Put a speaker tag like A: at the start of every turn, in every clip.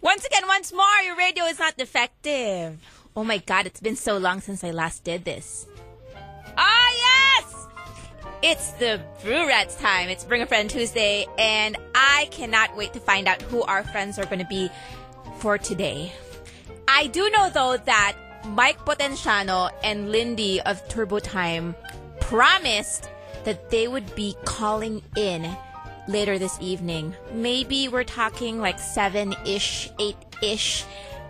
A: Once again, once more, your radio is not defective. Oh my god, it's been so long since I last did this. Ah, yes! It's the Brew Rats time. It's Bring a Friend Tuesday, and I cannot wait to find out who our friends are going to be for today. I do know, though, that Mike Potenciano and Lindy of Turbo Time promised that they would be calling in later this evening. Maybe we're talking like 7 ish, 8 ish,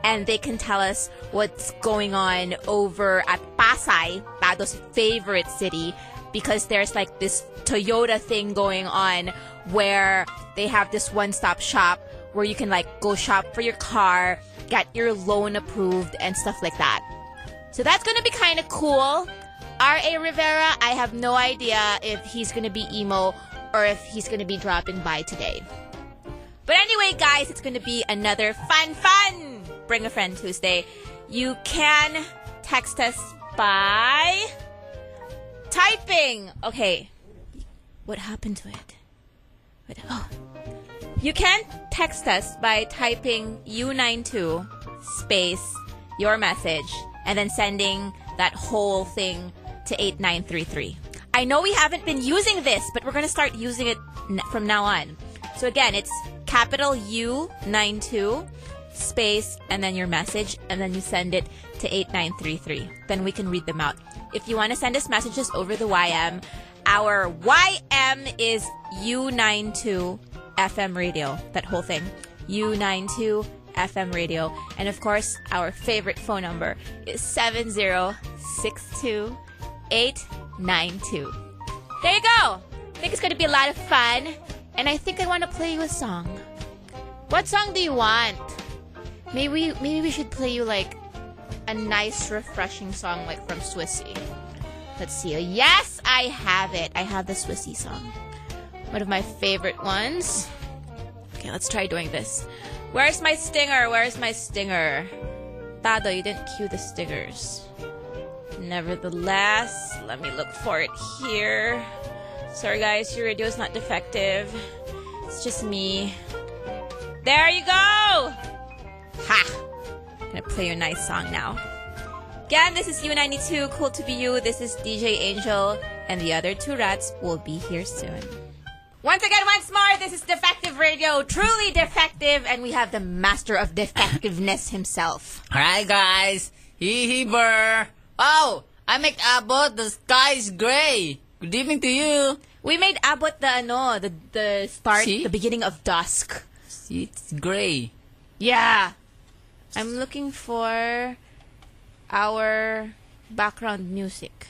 A: and they can tell us what's going on over at Pasay, Pado's favorite city, because there's like this Toyota thing going on where they have this one stop shop where you can like go shop for your car, get your loan approved, and stuff like that. So that's going to be kind of cool. R.A. Rivera, I have no idea if he's going to be emo or if he's going to be dropping by today. But anyway, guys, it's going to be another fun, fun Bring a Friend Tuesday. You can text us by typing. Okay. What happened to it? What, oh. You can text us by typing U92 space your message and then sending that whole thing to 8933. I know we haven't been using this, but we're going to start using it n- from now on. So again, it's capital U92 space and then your message and then you send it to 8933. Then we can read them out. If you want to send us messages over the YM, our YM is U92 FM radio, that whole thing. U92 FM radio. And of course, our favorite phone number is 7062892. There you go. I think it's going to be a lot of fun. And I think I want to play you a song. What song do you want? Maybe we, maybe we should play you like a nice, refreshing song, like from Swissy. Let's see. Oh, Yes, I have it. I have the Swissy song. One of my favorite ones. Okay, let's try doing this. Where's my stinger? Where's my stinger? Tado, you didn't cue the stingers. Nevertheless, let me look for it here. Sorry, guys, your radio is not defective. It's just me. There you go! Ha! gonna play you a nice song now. Again, this is U92, cool to be you. This is DJ Angel, and the other two rats will be here soon. Once again, once more, this is Defective Radio, truly defective, and we have the master of defectiveness himself.
B: Alright guys, hee hee burr. Oh, I make about the sky is gray. Good evening to you.
A: We made abot the ano, the the start,
B: See?
A: the beginning of dusk.
B: See, it's gray.
A: Yeah. I'm looking for our background music.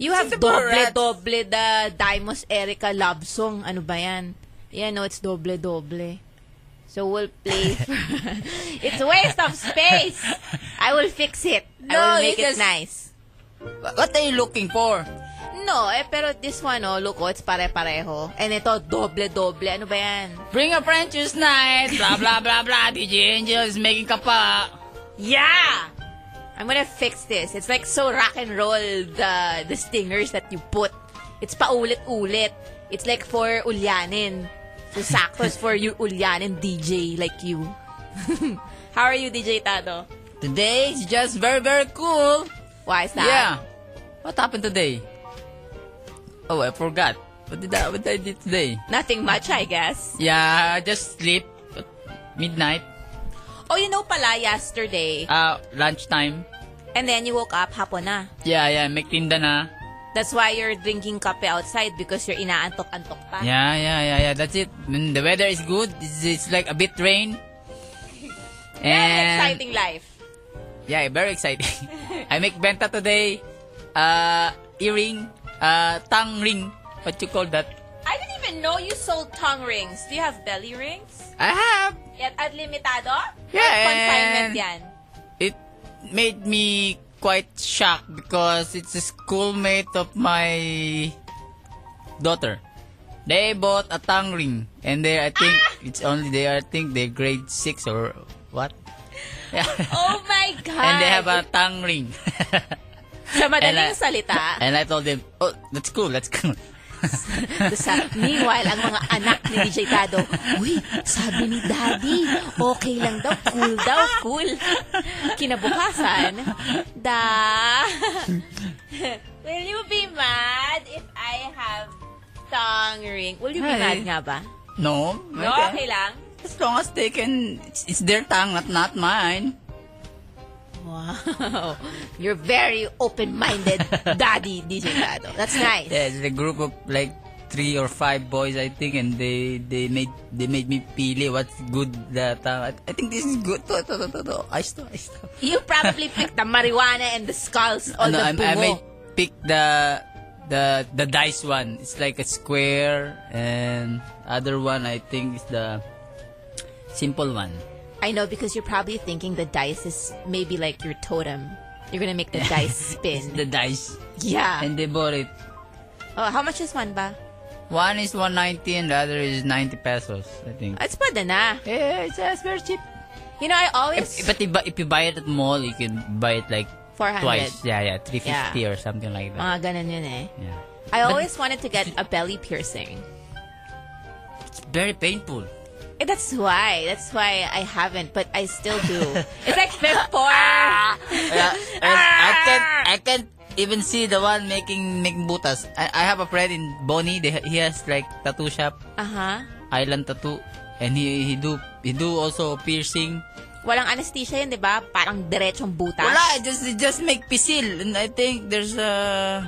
A: You have
B: Sino ba
A: doble
B: rats?
A: doble the Dimos Erica love song. Ano ba yan? Yeah, no, it's doble doble. So we'll play. it's a waste of space. I will fix it. I
B: No,
A: will
B: you
A: make it
B: just-
A: nice.
B: Wha- What are you looking for?
A: No, eh, pero this one, oh, look, oh, it's pare-pareho. And ito, doble-doble. Ano ba yan?
B: Bring a friend Tuesday night. Blah blah blah blah. DJ Angel is making kapa.
A: Yeah! I'm gonna fix this. It's like so rock and roll, the, the stingers that you put. It's paulit-ulit. It's like for ulyanin. So sakto's for you ulyanin DJ like you. How are you, DJ Tado?
B: Today is just very very cool.
A: Why is that?
B: Yeah. What happened today? Oh, I forgot. What did I what I did today?
A: Nothing much, I guess.
B: Yeah, I just sleep. at Midnight.
A: Oh, you know pala, yesterday.
B: Uh, lunchtime.
A: And then you woke up hapon na.
B: Yeah, yeah, make tinda na.
A: That's why you're drinking kape outside because you're inaantok-antok pa.
B: Yeah, yeah, yeah, yeah. That's it. Mm, the weather is good. It's, it's like a bit rain.
A: Very
B: And
A: exciting life.
B: yeah, very exciting. I make benta today. Uh, earring, uh, tongue ring. What you call that?
A: I didn't even know you sold tongue rings. Do you have belly rings?
B: I have.
A: Yan, at limitado?
B: Yeah,
A: Or consignment
B: and-
A: yan.
B: It made me quite shocked because it's a schoolmate of my daughter. They bought a tongue ring, and they I think
A: Ah!
B: it's only they I think they grade six or what? Yeah.
A: Oh my God!
B: and they have a tongue ring.
A: Sa madaling
B: and I-
A: salita, Ah.
B: and I told them, oh, that's cool, that's cool.
A: Sa, meanwhile, ang mga anak ni DJ Tado, Uy, sabi ni Daddy, okay lang daw, cool daw, cool. Kinabukasan, da, will you be mad if I have tongue ring? Will you be
B: Ay.
A: mad nga ba?
B: No.
A: No, okay lang.
B: As long as they can, it's, it's their tongue, not, not mine.
A: Wow. Oh, You're very open-minded, Daddy DJ Tado. That's nice.
B: Yeah, it's a group of like three or five boys, I think, and they they made they made me pili what's good that uh, I think this is good. To, to, to, to, to. I stop, I stop.
A: You probably picked the marijuana and the skulls or
B: no,
A: the
B: I, I
A: bungo.
B: may pick the the the dice one. It's like a square, and other one I think is the simple one.
A: I know because you're probably thinking the dice is maybe like your totem. You're gonna make the dice spin.
B: The dice,
A: yeah.
B: and they bought it.
A: Oh, how much is one ba?
B: One is 190 and the other is 90 pesos, I think.
A: It's pwede na.
B: Yeah, Eh, it's, it's very cheap.
A: You know, I
B: If,
A: always
B: but if, if you buy it at mall, you can buy it like
A: 400.
B: twice. Yeah, yeah, 350 or something like that.
A: mga ganun yun eh.
B: yeah.
A: I always wanted to get a belly piercing.
B: It's very painful.
A: Eh, that's why. That's why I haven't, but I still do. it's like before.
B: Yeah, and
A: Ah!
B: I can't, I can't even see the one making making butas. I, I have a friend in Bonnie. They, he has like tattoo shop,
A: Uh huh.
B: island tattoo, and he he do he do also piercing.
A: Walang anesthesia yun, di ba? Parang diretsong butas.
B: Wala, it just it just make pisil, and I think there's a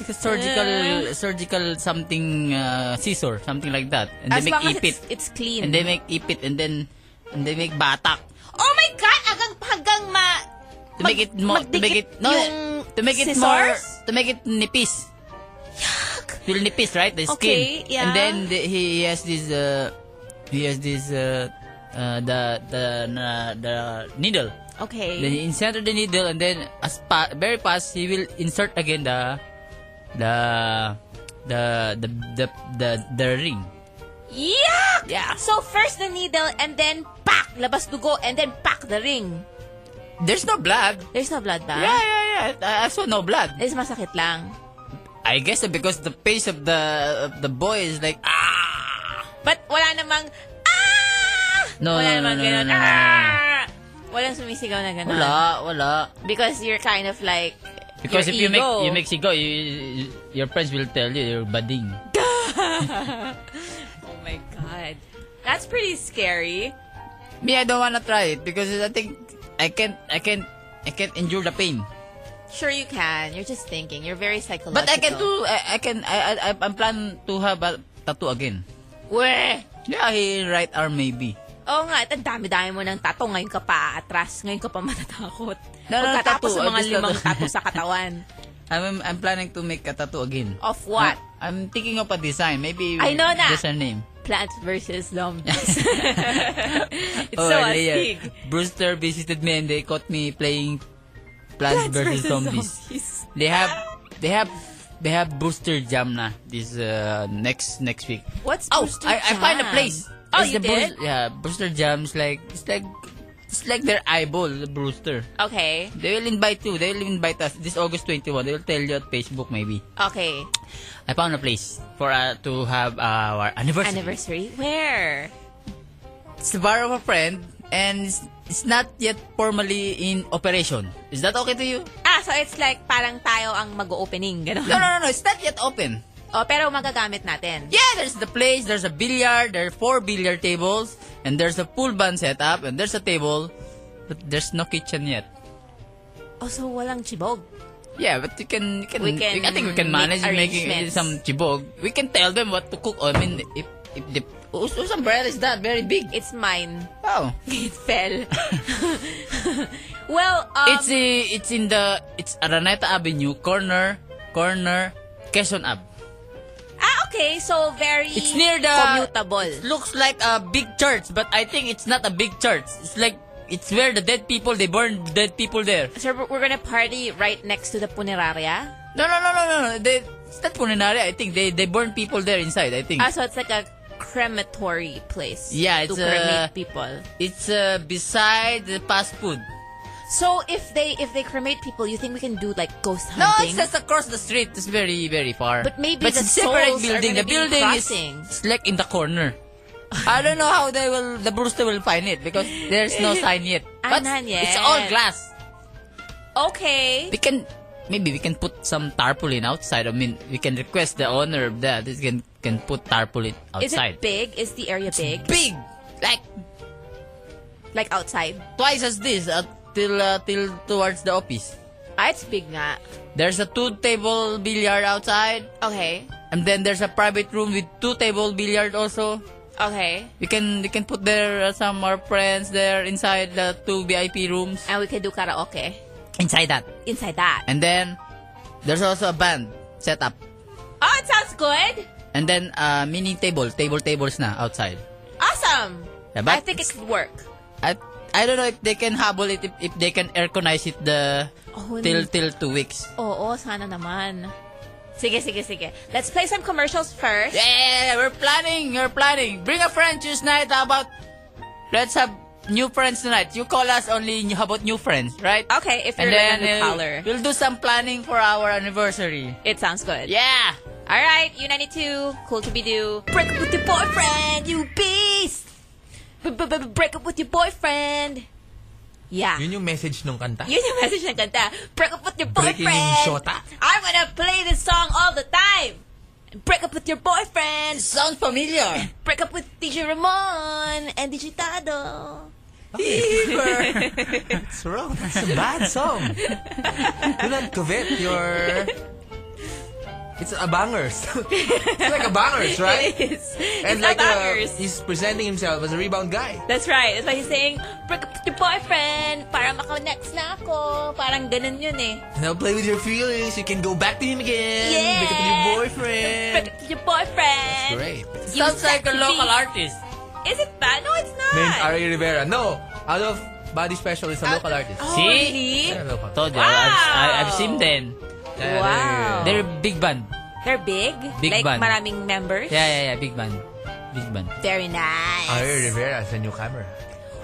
B: like a surgical
A: Eh.
B: surgical something uh, scissor, something like that, and
A: As
B: they
A: long as
B: make ipit.
A: it's, it's clean.
B: And they make ipit and then and they make batak.
A: oh my God! Hanggang, hanggang ma...
B: To make it more to make it no to make it more to make it nipis. Yuck. Will nipis, right? The
A: Okay,
B: skin.
A: yeah.
B: And then the, he, he has this uh he has this uh, uh the the na- the needle.
A: Okay.
B: Then he insert the needle and then as pa- very fast he will insert again the the the the the the, the ring.
A: Yuck!
B: Yeah.
A: So first the needle and then pak! Labas dugo and then pak the ring.
B: There's no blood.
A: There's no blood ba?
B: Yeah, yeah, Uh, yeah. I I saw no blood.
A: There's masakit lang.
B: I guess because the pace of the of the boy is like ah.
A: But wala namang ah!
B: No,
A: wala
B: no, no,
A: namang
B: no, no,
A: ganun.
B: no, no, no, no.
A: "Ah!" Walang sumisigaw na ganun.
B: Wala, wala.
A: Because you're kind of like
B: Because if
A: your
B: you make
A: ego.
B: you make sigaw, you, you- your friends will tell you you're bading.
A: Oh my God. That's pretty scary.
B: Me, I don't wanna try it because I think I can't I can't I can't endure the pain.
A: Sure you can. You're just thinking. You're very psychological.
B: But I can do I, I can I I I- I'm plan to have a tattoo again.
A: Weh!
B: Yeah, he right arm maybe.
A: Oo nga, at ang dami-dami mo ng tato. Ngayon ka pa atras. Ngayon ka pa matatakot.
B: No, no,
A: Pagkatapos
B: tattoo.
A: ng mga
B: Just
A: limang
B: tattoo.
A: tato sa katawan.
B: I'm I'm planning to make a tattoo again.
A: Of what?
B: I'm, I'm thinking of a design. Maybe
A: I know na.
B: Just her name.
A: Plants versus zombies. It's
B: Oh,
A: so
B: earlier,
A: astig.
B: Brewster visited me and they caught me playing Plants, vs. Zombies. They have they have they have Brewster Jam na this uh, next next week.
A: What's
B: Oh,
A: Brewster
B: I, I
A: Jam?
B: find a place.
A: Oh,
B: It's
A: you
B: the
A: did?
B: Brews- yeah, Brewster Jam is like it's like it's like their eyeball, the Brewster.
A: Okay.
B: They will invite you. They will invite us this August 21. They will tell you at Facebook maybe.
A: Okay.
B: I found a place for uh, to have our anniversary.
A: Anniversary? Where?
B: It's the bar of a friend and it's, it's not yet formally in operation. Is that okay to you?
A: Ah, so it's like parang tayo ang mag-opening. Ganun.
B: No, no, no, no. It's not yet open.
A: Oh, pero magagamit natin.
B: Yeah, there's the place, there's a billiard, there are four billiard tables, and there's a pool band setup, and there's a table, but there's no kitchen yet.
A: Oh, so walang chibog.
B: Yeah, but you can, you can,
A: We can
B: I think we can
A: make
B: manage making
A: arrangements.
B: some chibog. We can tell them what to cook. I mean, if if oh. the whose, whose umbrella is that? Very big.
A: It's mine.
B: Oh,
A: It fell. well, um,
B: it's i- it's in the it's Araneta Avenue corner corner Quezon Ave.
A: Ah, okay. So, very
B: It's near the
A: commutable.
B: It looks like a big church, but I think it's not a big church. It's like it's where the dead people they burn dead people there.
A: Sir, we're we're gonna party right next to the puneraria.
B: No no no no no. no. They, it's not Puninari. I think they they burn people there inside. I think
A: Ah, so it's like a crematory place.
B: Yeah,
A: to
B: it's,
A: cremate
B: uh,
A: people.
B: it's uh, beside the fast food.
A: So if they if they cremate people, you think we can do like ghost
B: No,
A: hunting?
B: it's just across the street. It's very, very far.
A: But maybe the
B: it's a separate
A: souls are
B: building.
A: gonna
B: the
A: be
B: building
A: crossing.
B: is it's like in the corner. I don't know how they will, the Brewster will find it because there's no sign yet.
A: Ah,
B: But
A: none
B: it's
A: yet.
B: all glass.
A: okay.
B: We can, maybe we can put some tarpaulin outside. I mean, we can request the owner of that. This can can put tarpaulin
A: Is
B: outside.
A: it big? Is the area big?
B: Big, like
A: Like outside?
B: twice as this uh, till uh, till towards the office.
A: Ah, it's big nga.
B: There's a two table billiard outside,
A: Okay.
B: and then there's a private room with two table billiard also.
A: Okay.
B: We can we can put there uh, some more friends there inside the two VIP rooms.
A: And we can do karaoke
B: Inside that,
A: inside that.
B: and then there's also a band set up,
A: Oh, it sounds good.
B: and then uh, mini table table tables na outside.
A: Awesome.
B: Yeah, but-
A: I think it could work.
B: I I don't know if they can habol it if, if they can airconize it the
A: Oh,
B: till
A: no.
B: till two weeks.
A: Oo, sana naman. Sige, sige, sige. Let's play some commercials first.
B: Yeah, we're planning. We're planning. Bring a friend Tuesday night. How about let's have new friends tonight? You call us only how about new friends, right?
A: Okay, if you're like
B: And then
A: a new
B: uh,
A: caller.
B: we'll do some planning for our anniversary.
A: It sounds good.
B: Yeah.
A: All right, U92, cool to be do. Break up with your boyfriend, you beast. Break up with your boyfriend. Yeah.
C: Yun yung message nung kanta.
A: Yun yung message ng kanta. Break up with your
C: Breaking
A: boyfriend.
C: shota.
A: I'm gonna play this song all the time. Break up with your boyfriend.
B: Sounds familiar.
A: Break up with DJ Ramon and DJ Tado.
C: Fever. That's wrong. That's a bad song. Do not covet your... It's a bangers. it's like a bangers, right?
A: It is.
C: And
A: it's
C: like
A: not bangers.
C: A, he's presenting himself as a rebound guy.
A: That's right. That's why he's saying, break up with your boyfriend para makanext na ako. Parang ganun yun eh.
C: Now play with your feelings. You can go back to him again.
A: Yeah.
C: Pick up your
A: Break
C: boyfriend.
A: up with your boyfriend.
C: Great.
A: You
B: Sounds like
A: sexy
B: a local
A: beast.
B: artist.
A: Is it bad? No, it's not.
C: Named Ari Rivera. No, out of Body Special is a local artist.
A: Oh,
B: See?
A: really?
C: Yeah, local.
B: Told you,
A: Wow.
B: I've, I, I've seen them.
C: Yeah,
A: Wow.
C: yeah, yeah, yeah.
B: They're big band.
A: They're big?
B: Big
A: like
B: band.
A: maraming members?
B: Yeah, yeah, yeah, big band. Big band.
A: Very nice.
C: Ari Rivera is a new camera.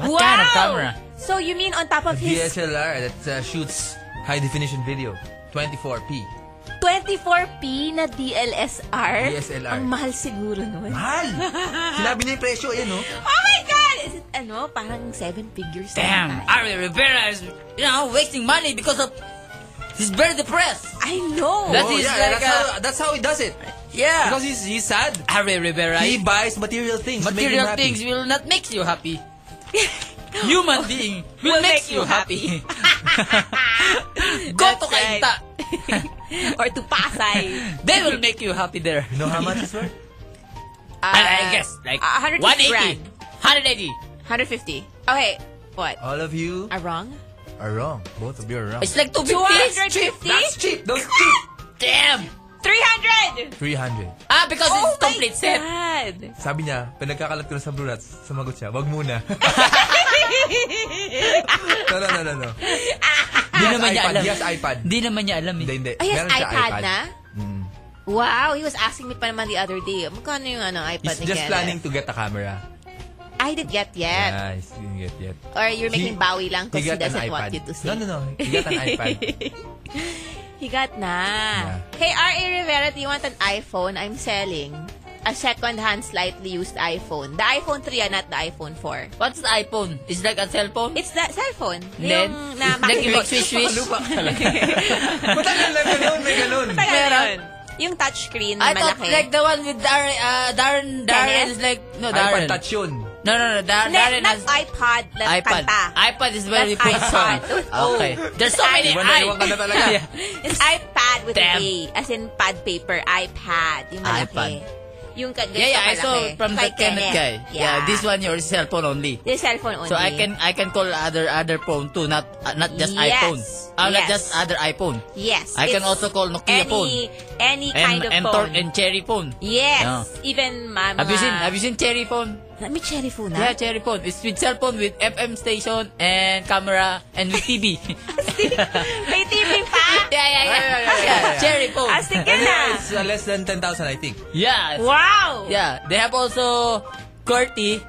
B: What kind of camera?
A: So you mean on top of his
C: DSLR that uh, shoots high definition video. 24p.
A: 24p na DLSR?
C: DSLR.
A: Ang mahal siguro nun.
C: Mahal! Sinabi niya yung presyo, Ah, yun, oh.
A: Oh my God! Is it ano? Parang seven figures. na
B: Damn,
A: yata.
B: Ari Rivera is, you know, wasting money because of he's very depressed.
A: I know.
B: That
C: Oh,
B: is
C: yeah, that's,
B: like a-
C: how, that's how he does it.
B: Yeah.
C: Because he's, he's sad.
B: Harry Rivera.
C: He buys material things. to make him
B: material
C: happy.
B: things will not make you happy. Human being will,
A: Will make
B: make,
A: you
B: you happy. Go to
A: That's right.
B: Kainta.
A: or to Pasay.
B: They will make you happy there.
C: You know how much it's worth?
A: Ah,
B: I, I guess like
A: uh, 150 grand.
B: 180. 180.
A: 150. Okay, what?
C: All of you
A: Am I wrong?
C: are wrong. Both of you are wrong.
B: It's like
A: 250?
B: 250.
C: That's cheap. That's cheap.
B: Damn.
A: 300!
C: 300
B: Ah, because
A: Oh
B: it's
A: my
B: complete set.
A: God!
C: Sabi niya, pinagkakalat ko na sa Blue Rats. Sumagot siya, wag muna. no, no, no, no, no.
B: Di naman niya
C: iPad.
B: alam.
C: Yes, iPad.
B: Di naman niya alam eh.
C: Hindi, hindi.
A: Ay, yes,
C: Meron siya
A: Oh, iPad, na? Wow, he was asking me pa naman the other day, magkano yung ano, iPad ni
C: He's just
A: Kenneth?
C: planning to get a camera.
A: I didn't get yet.
C: Nice. Didn't get yet.
A: Or you're making
C: He-
A: Bowie lang because he,
C: got an
A: doesn't
C: iPad.
A: want you to see.
C: No, no, no. He got an iPad.
A: He got na. Hey, R.A. Rivera, do you want an iPhone? I'm selling a second-hand slightly used iPhone. The iPhone 3, ah, not the iPhone 4.
B: What's the iPhone? It's like a cell phone?
A: It's the cell phone.
B: Then,
A: yung na
B: like you
A: makikipot.
B: make swish swish.
C: Matagal na ganun, may ganun.
A: Matagal na
B: Meron.
A: yun. Yung touchscreen na
B: I thought
A: malaki.
B: like the one with Darren, uh, Darren, Darren
A: Kenneth?
B: is like, no,
C: iPad
B: Darren.
C: touch yun.
B: No, no, no, Dar-
A: Ne,
B: Darren
A: not
B: is
A: iPod, like
B: iPad.
A: kanta.
B: iPad is very
A: That's iPad.
B: important. Okay. There's so many
C: Iwan na iwan ka na
B: iPads.
C: talaga.
B: Yeah.
A: It's iPad with
B: Damn.
A: an A. As in pad paper, iPad. Yung malaki.
B: iPad.
A: Yung kaganda
B: yeah, yeah, I saw from the Kenneth guy. Yeah. this one your cell phone only.
A: Your cellphone only.
B: So I can I can call other other phone too, not uh, not just
A: Yes.
B: iPhone. Uh, Not
A: Yes.
B: just other iPhone.
A: Yes.
B: I
A: it's
B: can also call Nokia
A: any,
B: phone.
A: Any
B: And
A: kind of
B: and,
A: phone.
B: tor- and cherry phone.
A: yes.
B: Yeah.
A: Even my
B: Have you
A: mga-
B: seen Have you seen cherry phone?
A: Let me cherry phone ah.
B: Yeah,
A: na.
B: cherry phone. It's with cell phone with FM station and camera and with TV.
A: May TV pa?
B: yeah, yeah, yeah,
C: yeah, yeah, yeah, yeah.
B: Cherry phone.
A: Ah, sige na.
C: It's uh, less than 10,000, I think.
B: Yeah. it's-
A: Wow!
B: Yeah, they have also QWERTY.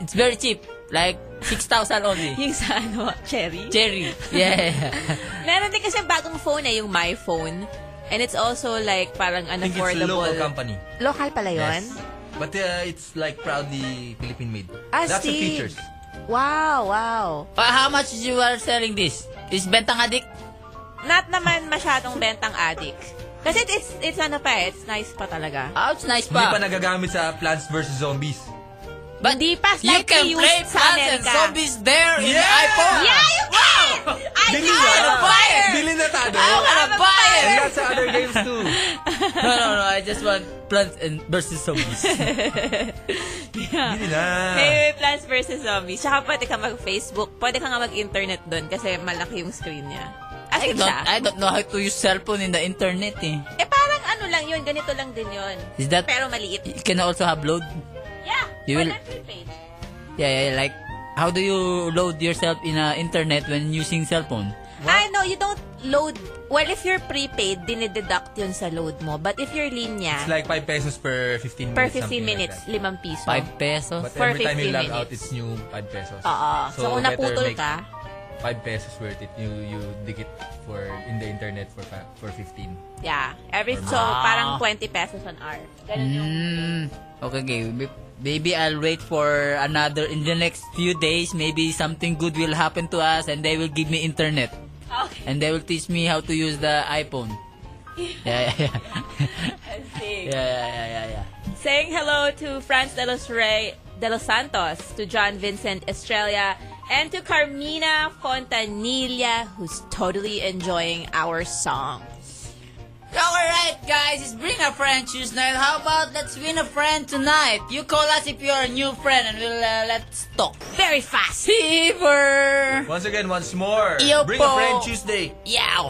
B: It's very cheap. Like 6,000 only.
A: Yung sa ano, cherry?
B: Cherry. Yeah.
A: Meron din kasi bagong phone eh, yung my phone. And it's also like parang
C: I think it's a
A: unaffordable.
C: local company.
A: Local pala yun?
C: Yes. But uh, it's like proudly Philippine made.
A: Ah,
C: Lots of
A: Steve.
C: features.
A: Wow, wow.
B: Pa- how much you are selling this? Is bentang adik?
A: Not naman masyadong bentang adik. Kasi it's, it's ano pa eh, it's nice pa talaga.
B: Oh, it's nice
C: Hindi pa
B: pa.
C: nagagamit sa Plants vs. Zombies.
B: But
A: Hindi pa
B: you
A: slightly
B: can
A: used
B: play
A: sa
B: plants and
A: America.
B: zombies there in the
C: Yeah!
B: iPhone.
A: Yeah, you can! I
C: Bili
A: know!
C: na!
A: I'm a buyer!
C: Bili na tayo!
B: I wanna buy
C: And
B: it.
C: lots of other games too.
B: No, no, no. I just want plants and versus zombies.
C: Bili na.
A: Hey, Plants vs. Zombies. Tsaka pwede ka mag-Facebook. Pwede ka nga mag-internet doon kasi malaki yung screen niya. As
B: I
A: in
B: don't,
A: siya.
B: I don't know how to use cellphone in the internet. Eh.
A: Eh, parang ano lang yun. Ganito lang din yun.
B: Is that-
A: Pero maliit.
B: You can also have load.
A: Yeah.
B: You
A: why
B: will-
A: not prepaid?
B: Yeah, yeah, like how do you load yourself in a internet when using cellphone?
A: I know, Ah, you don't load. Well, if you're prepaid, dinededuct yun sa load mo. But if you're linya,
C: It's like 5 pesos per 15 minutes.
A: per 15
C: something
A: minutes,
C: Like
A: 5 piso.
B: 5 pesos?
C: that. But
A: for
C: every time you
A: 15
C: log out,
A: minutes.
C: it's new 5 pesos.
A: Oo. So, kung
C: better
A: naputol
C: make
A: ka,
C: 5 pesos worth it. You you dig it for in the internet for fi- for 15.
A: yeah. Every, so,
B: Ah.
A: parang 20 pesos an hour. Ganun yung...
B: Mm, okay, okay. May- Maybe I'll wait for another in the next few days. Maybe something good will happen to us and they will give me internet.
A: Okay,
B: And they will teach me how to use the iPhone. Yeah, yeah, yeah.
A: I see.
B: yeah, yeah, yeah, yeah, yeah.
A: Saying hello to Franz de los Rey de los Santos, to John Vincent Estrella, and to Carmina Fontanilla, who's totally enjoying our song.
B: Alright guys, it's Bring a Friend Tuesday night. How about let's win a friend tonight? You call us if you're a new friend and we'll uh, let's talk.
A: Very fast.
B: Fever!
C: Once again, once more.
B: Iyo
C: Bring
B: po.
C: a friend Tuesday.
B: Yeah.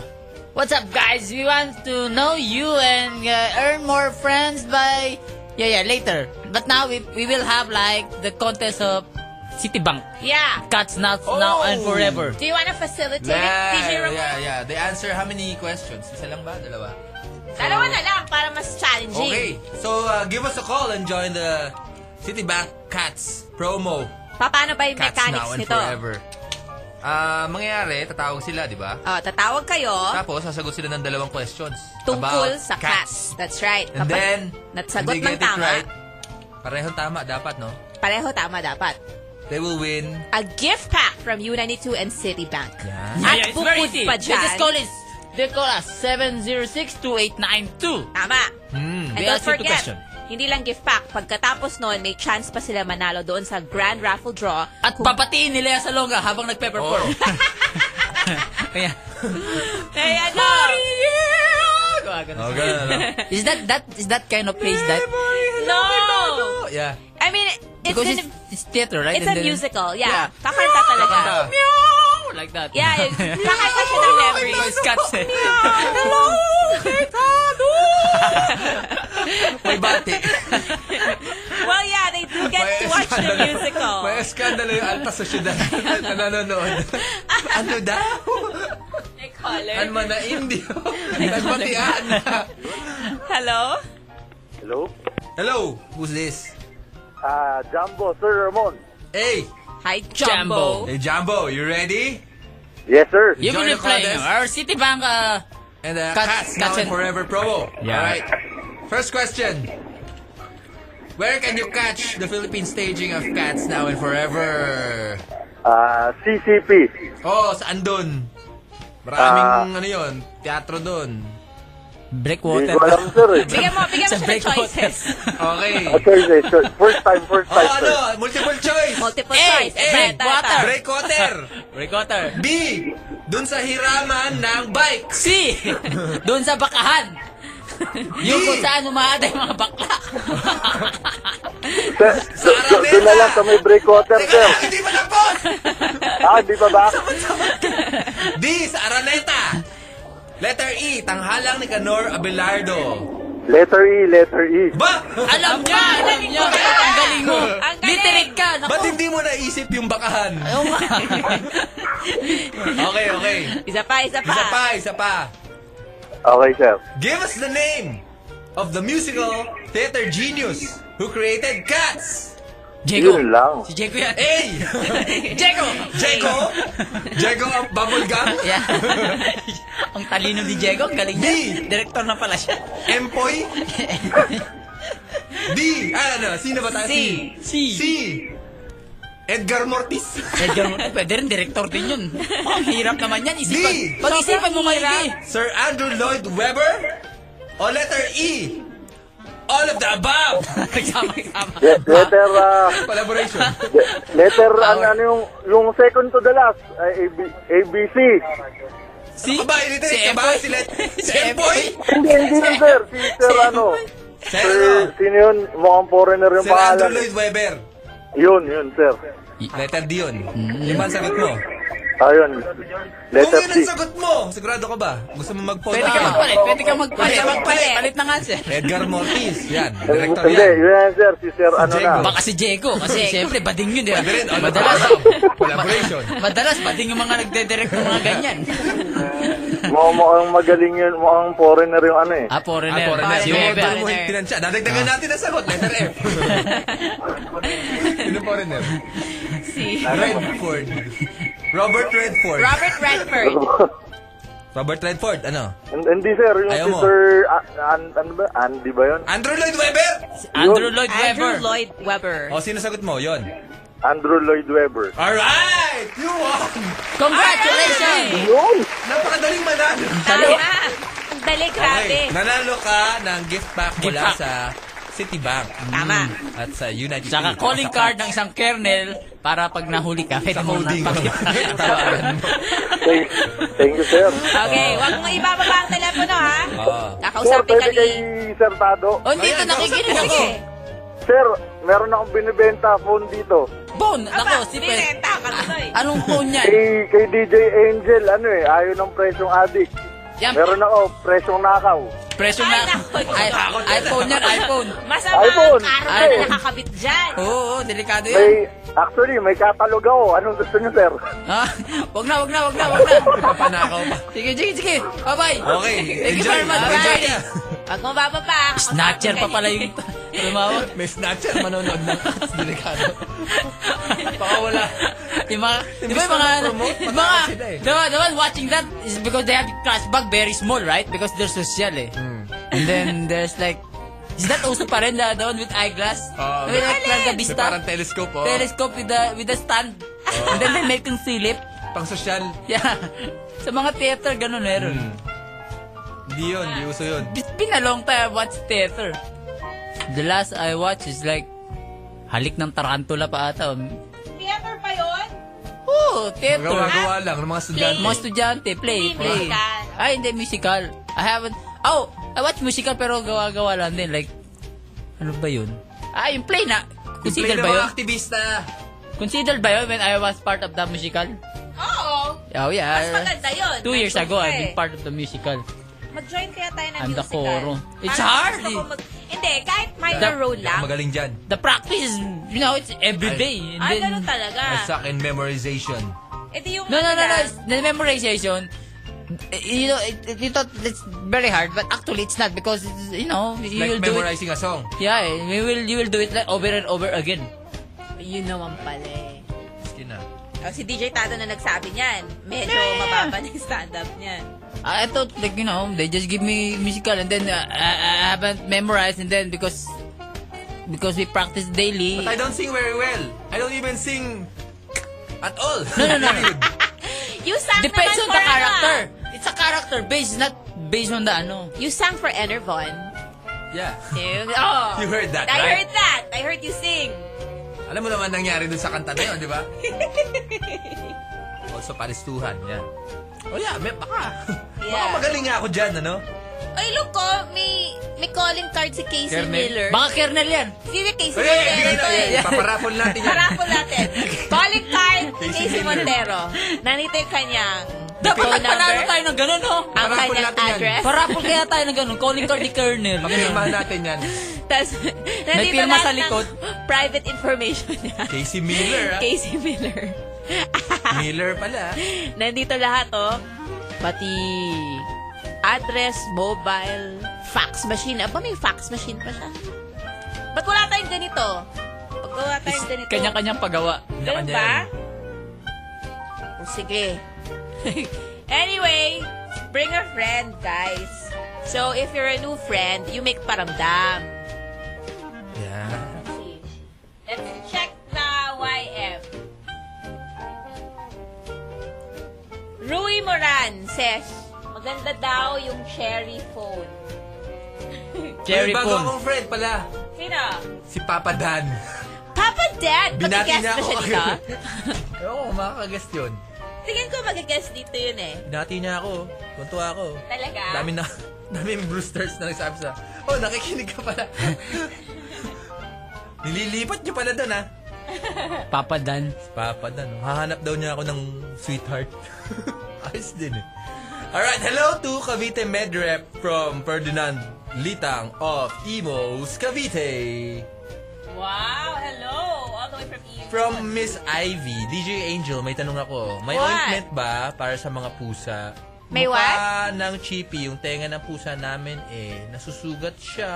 B: What's up, guys? We want to know you and uh, earn more friends by yeah yeah later. But now we we will have like the contest of Citibank
A: Yeah.
B: Cats Nuts Now and
C: Oh.
B: Forever.
A: Do you want to facilitate it, DJ
C: Yeah,
A: Ramon?
C: yeah, yeah. They answer how many questions? Isa lang ba? Dalawa?
A: Dalawa na lang para mas challenging.
C: Okay. So, uh, give us a call and join the Citibank Cats promo.
A: Pa- Paano ba yung
C: Cats
A: mechanics
C: now and
A: nito?
C: forever. Ah, mangyayari, tatawag sila, di ba?
A: Oh, tatawag kayo
C: Tapos, sasagot sila ng dalawang questions.
A: tungkol
C: about
A: sa cats. That's right.
C: And
A: Kapag
C: then,
A: natsagot
C: if they
A: ng
C: get it
A: tama,
C: right, parehong tama dapat, no?
A: pareho tama dapat.
C: They will win.
A: A gift pack from U92 and Citibank.
C: Yeah.
A: At bukod pa dyan.
B: This is call is they call us seven zero six two eight nine two.
A: Tama. And
C: Hmm.
B: They
A: don't
B: ask you to
A: forget,
B: question.
A: hindi lang gift pack. Pagkatapos noon, may chance pa sila manalo doon sa grand raffle draw.
B: At papatiin ni Lea Salonga habang nagpe-perform. Kaya,
A: Hey, ano?
C: Oh, ganun, ano?
B: is that that is that kind of place that
A: No!
C: Yeah.
A: I mean, it's,
B: because
A: gonna,
B: it's, it's theater right?
A: it's a
B: And then-
A: musical.
B: Yeah.
A: Yeah. Kakanta talaga.
C: Kakanta.
B: Meow! Like that.
A: Yeah, yung- kakanta siya ng memories.
B: Noise cuts eh.
A: Hello, Ricardo!
C: May bati.
A: Well, yeah, they do get to
C: May
A: watch the
C: eskandalo-
A: musical.
C: May eskandalo yung alta sa syudad na nanonood. ano daw?
A: They call her.
C: Ano man na indio? Nagbatian
A: Hello?
D: Hello?
C: Hello, who's this?
D: Ah, Jumbo, Sir Ramon.
C: Hey,
A: Hi, Jumbo.
C: hey Jumbo, you ready?
D: Yes, sir.
B: You will
C: Join
B: be
C: the
B: playing
C: contest.
B: our Citibank uh,
C: And uh, Cats,
B: Cats-
C: Now
B: Cats
C: and
B: and-
C: Forever promo.
B: Yeah.
C: All right. First question. Where can you catch the Philippine staging of Cats Now and Forever?
D: Ah, CCP.
C: Oh, saan dun?
D: Ah.
C: Maraming ano yun, teatro dun.
D: Hindi
B: Breakwater.
D: ko alam, sir. eh.
A: Bigyan mo, bigyan mo
B: Sa
A: siya ng
B: breakout.
A: choices.
C: Okay.
D: Ah, sir, sir, sir. First time, first
C: Oh,
D: time, sir.
C: ano? Multiple choice.
A: Multiple
B: Eh,
A: choice.
B: eh,
A: Tata, tata.
B: water.
C: Breakwater.
B: Breakwater.
C: B. Dun sa hiraman ng bikes.
B: C. Doon sa bakahan. Yung
C: D.
B: kung saan umaada yung mga bakla.
D: Sir, sir, sir, doon na lang sa may breakwater,
C: Teka
D: sir.
C: lang, hindi pa tapos!
D: Ah, di pa ba?
C: D. Sa Araneta. Letter E. Tanghalang ni Canor Abelardo.
D: Letter E, letter E.
C: Ba?
B: Alam niya, alam niya. Ang galing mo.
A: Ang galing.
B: Literate ka.
C: Ba't hindi mo naisip yung bakahan? Okay, okay.
A: Isa pa, isa pa.
C: Isa pa, isa pa.
D: Okay, sir.
C: Give us the name of the musical theater genius who created Cats.
B: Jago.
D: Yun lang.
B: Si Jago yan. Eh,
C: Hey!
B: Jago!
C: Jego! Jego ang bubble gum?
B: Yeah. ang talino ni Diego, ang galing
C: Me.
B: niya. Direktor na pala siya.
C: Empoy? D! Ah, ano? Sino ba tayo?
A: C.
B: C.
C: C. Edgar Mortis.
B: Edgar Morton, pwede rin director din yun. Ang hirap naman yan.
C: Di.
B: Isipan, pag-isipan mo
A: Sobrang
B: maigi.
A: hirap.
C: Sir Andrew Lloyd Webber? O letter E? All of the above!
B: Nagsama-sama.
D: Le- letter, ah,
C: Collaboration.
D: le- letter, ano, ano yung, yung second to the last, ay, AB, ABC.
B: Si,
C: Aba, iliterate
B: si
C: ka ba?
B: Empoy.
C: Si Let-
B: Si
C: si Empoy?
D: Hindi, hindi yun, sir. Si Sir, ano,
C: Sir,
D: sir,
C: ano?
D: sino yun? Mukhang foreigner yung
C: Sir Andrew
D: pangalan.
C: Lloyd Webber.
D: Yun, yun, sir.
C: Letter D yun.
B: Hmm.
C: Yung ang sagot mo.
D: Ayun. Letter
C: Kung yun
D: C.
C: ang sagot mo, sigurado ka ba? Gusto mo mag-phone
B: Pwede ka
C: ka?
B: magpalit, pwede ka magpalit.
C: Pwede ka magpalit.
B: Palit na nga sir.
C: Edgar Mortis. Yan. Director
D: Hindi,
C: yan.
D: yun yan, sir. Si Sir, ano
C: Jago.
D: na.
B: Baka si Diego, kasi siyempre bading yun. di ba?
C: Pwede rin. All of the
B: Madalas,
C: above. Collaboration.
B: madalas bading yung mga nagdedirect ng mga ganyan.
D: Mo mukhang magaling yun. Mukhang foreigner yung ano eh.
B: Ah, foreigner.
C: Ah, foreigner.
B: Si Ah.
C: Yung
A: Weber.
B: Weber.
C: order mo yung tinansya. Dadagdagan natin ang sagot. Letter F. Sino foreigner?
A: Si
C: Redford. Robert Redford.
A: Robert Redford.
C: Robert Redford, ano?
D: Hindi, sir. Yung
C: Ayaw
D: si
C: mo.
D: Sir, A- An- ano ba? Andy ba yun?
C: Andrew Lloyd Webber!
B: Andrew Lloyd
A: Andrew
B: Weber.
A: Lloyd Webber.
C: O, sino sagot mo? Yun.
D: Andrew Lloyd Webber.
C: Alright! You won!
B: Congratulations!
D: Yun!
C: Napakadaling manalo!
A: Tama. Ang dali, grabe.
C: Okay, nanalo ka ng gift pack
B: Gift
C: mula
B: pack.
C: sa Citibank.
A: Tama.
C: At sa United
B: Tsaka
C: Kingdom.
B: calling card ng isang kernel para pag nahuli ka, pwede mo
C: holding.
B: magpakita.
C: Tawagan mo.
D: Thank, thank you, sir.
A: Okay, wag mong ibababa ang telepono, ha?
C: Oo.
D: ah, Sir,
A: Kakausapin ka
D: pwede kay
A: ni...
D: Sir Tado.
B: O, dito
C: Ayan,
B: nakikinig ako.
A: Sige.
D: Sir, meron akong binibenta phone dito.
B: Bon, nako,
A: Aba,
B: si Pe.
A: binenta ka tuloy.
B: Anong phone yan?
D: Kay, kay DJ Angel, ano eh, ayaw ng presyong adik.
B: Yan,
D: Meron ako, presyong nakaw.
B: presyo na.
A: Ay, nako.
B: I- iPhone yan, iPhone.
A: Masama
D: iPhone.
A: ang araw na
D: iPhone.
A: nakakabit dyan.
B: Oo, oo, delikado Ano yan.
D: May, actually, may katalog ako. Anong gusto niyo, sir?
B: Ah, wag na, wag na, wag na, wag na.
C: Papanakaw pa.
B: Sige, sige, sige. Bye-bye.
C: Okay,
B: Thank you
C: enjoy.
B: very much.
C: Enjoy
B: Bye.
C: ka.
A: Wag mong bababa. kakausapin
B: Snatcher
A: ka
B: pa
A: ni-
B: pala yung tumawag.
C: May snatcher manonood ng cuts. Delikado.
B: Baka wala. Yung mga, di ba
C: Imbis
B: yung mga,
C: na mag-promote,
B: yung mga,
C: matapos sila eh.
B: the one, the one watching that is because they have class bag very small, right? Because they're social eh.
C: Hmm.
B: And then there's like, is that also pa rin the, the one with eyeglass?
C: Oo.
B: with like, like the
C: Ah, May
B: vista?
C: parang telescope, oh.
B: Telescope with the, with the stand. And then they make yung silip.
C: Pang Hmm. sosyal.
B: Yeah. Sa mga theater, ganun meron.
C: Hindi yun, hindi uso yun.
B: It's been a long time I watched theater. The last I watched is like, halik ng tarantula pa ata.
A: Theater pa yun?
B: Oh, theater.
C: Gawa-gawa lang ng mga estudyante.
B: Mga estudyante, play,
A: Hindi,
B: play.
A: musical.
B: Ay, hindi, musical. I haven't, oh, I watch musical pero gawa-gawa lang din. Like, ano ba yun? Ah, yung play na. Considered
C: Complain
B: ba
C: ng
B: yun?
C: mga aktivista.
B: Considered ba yun when I was part of the musical?
A: Oo.
B: Oh, yeah.
A: Mas maganda yun.
B: Two years ago, I've been part of the musical.
A: Mag-join kaya tayo ng
B: And the
A: musical.
B: coro. It's
A: Parang
B: hard
A: gusto ko
B: eh.
A: mag- Hindi, kahit minor
B: The-
A: role lang.
C: Magaling dyan.
B: The practice is, you know, it's every day. And
A: Ay,
B: then,
A: ganun talaga.
C: I suck in memorization.
A: Eh di yung
B: No, no,
A: ano
B: no, no.
A: lang.
B: it's- The memorization, eh, you know, it, it, you thought it's very hard, but actually it's not because, it's, you know, you
C: Like
B: will do it.
C: memorizing a song.
B: Yeah, eh, we will, you will do it like over and over again.
A: Yun naman pala eh.
C: Skin na.
A: Oh, si DJ Tado na nagsabi niyan. Medyo mababa na yung stand-up niyan.
B: I I thought like you know they just give me musical and then uh, I, I haven't memorized and then because because we practice daily.
C: But I don't sing very well. I don't even sing at all.
B: No, no, no.
A: You sang
B: Depends on
A: naman
B: the
A: for ano,
B: character.
A: ah.
B: It's a character based, not based on the ano.
A: You sang for Enervon.
C: yeah.
A: Oh.
C: You heard that,
A: I
C: right?
A: heard that. I heard you sing.
C: Alam mo naman nangyari dun sa kanta na yun, di ba? also, palistuhan. Yeah. Oh yeah, may baka. Baka
A: Yeah.
C: magaling nga ako dyan, ano?
A: Ay, look ko, may, may calling card si Casey
C: Kernel.
A: Miller.
B: Baka kernel yan.
A: Si Casey
C: Hey, hey,
A: Montero
C: hey,
A: to eh.
C: hey, paparapol natin yan.
A: Para po natin. Calling card,
C: Casey
A: Casey
C: Miller.
A: Montero. Nandito yung kanyang
B: Dapat
A: phone
B: nagpanalo
A: number,
B: tayo ng ganun, no?
A: ang
C: Parapol
A: kanyang
C: natin yan.
A: address.
B: Parapol kaya tayo ng ganun. Calling card ni Kernel.
C: Pakirmahan natin yan.
A: Tapos, nandito
B: pirma
A: lahat
B: sa
A: ng
B: likod.
A: private information niya.
C: Casey Miller, ah.
A: Casey Miller.
C: Miller pala.
A: Nandito lahat, oh. Pati address, mobile, fax machine. Aba, may fax machine pa siya. Ba't wala tayong ganito? Pag Gawa tayong ganito.
B: Kanya-kanyang paggawa.
A: Ganun
C: Kanya-kanya
A: ba?
C: yan.
A: Oh, sige. anyway, bring a friend, guys. So, if you're a new friend, you make paramdam.
C: Yeah.
A: Let's check the YF. Rui Moran says, maganda daw yung cherry phone.
B: Cherry
C: May bago
B: phone.
C: akong friend pala.
A: Sino?
C: Si Papa Dan.
A: Papa Dad!
C: Binati
A: Mag-guess
C: niya
A: ba
C: ako.
A: siya dito?
C: Oo, makakagast yun.
A: Tingin ko mag-guess dito yun eh.
C: Binati niya ako. Kuntuwa ako.
A: Talaga?
C: Dami na, dami yung Brewsters na nagsabi sa, oh, nakikinig ka pala. Nililipat niyo pala doon, ha?
B: Papa Dan.
C: Papa Dan, oh. hahanap daw niya ako ng sweetheart. Ayos din eh. Alright, hello to Cavite Medrep from Ferdinand Litang of Imos, Cavite.
A: Wow! Hello! All the way from Eve.
C: From Miss Ivy, DJ Angel, may tanong ako. May
A: What?
C: ointment ba para sa mga pusa?
A: May
C: Mukha ng chippy, yung tenga ng pusa namin eh, nasusugat siya.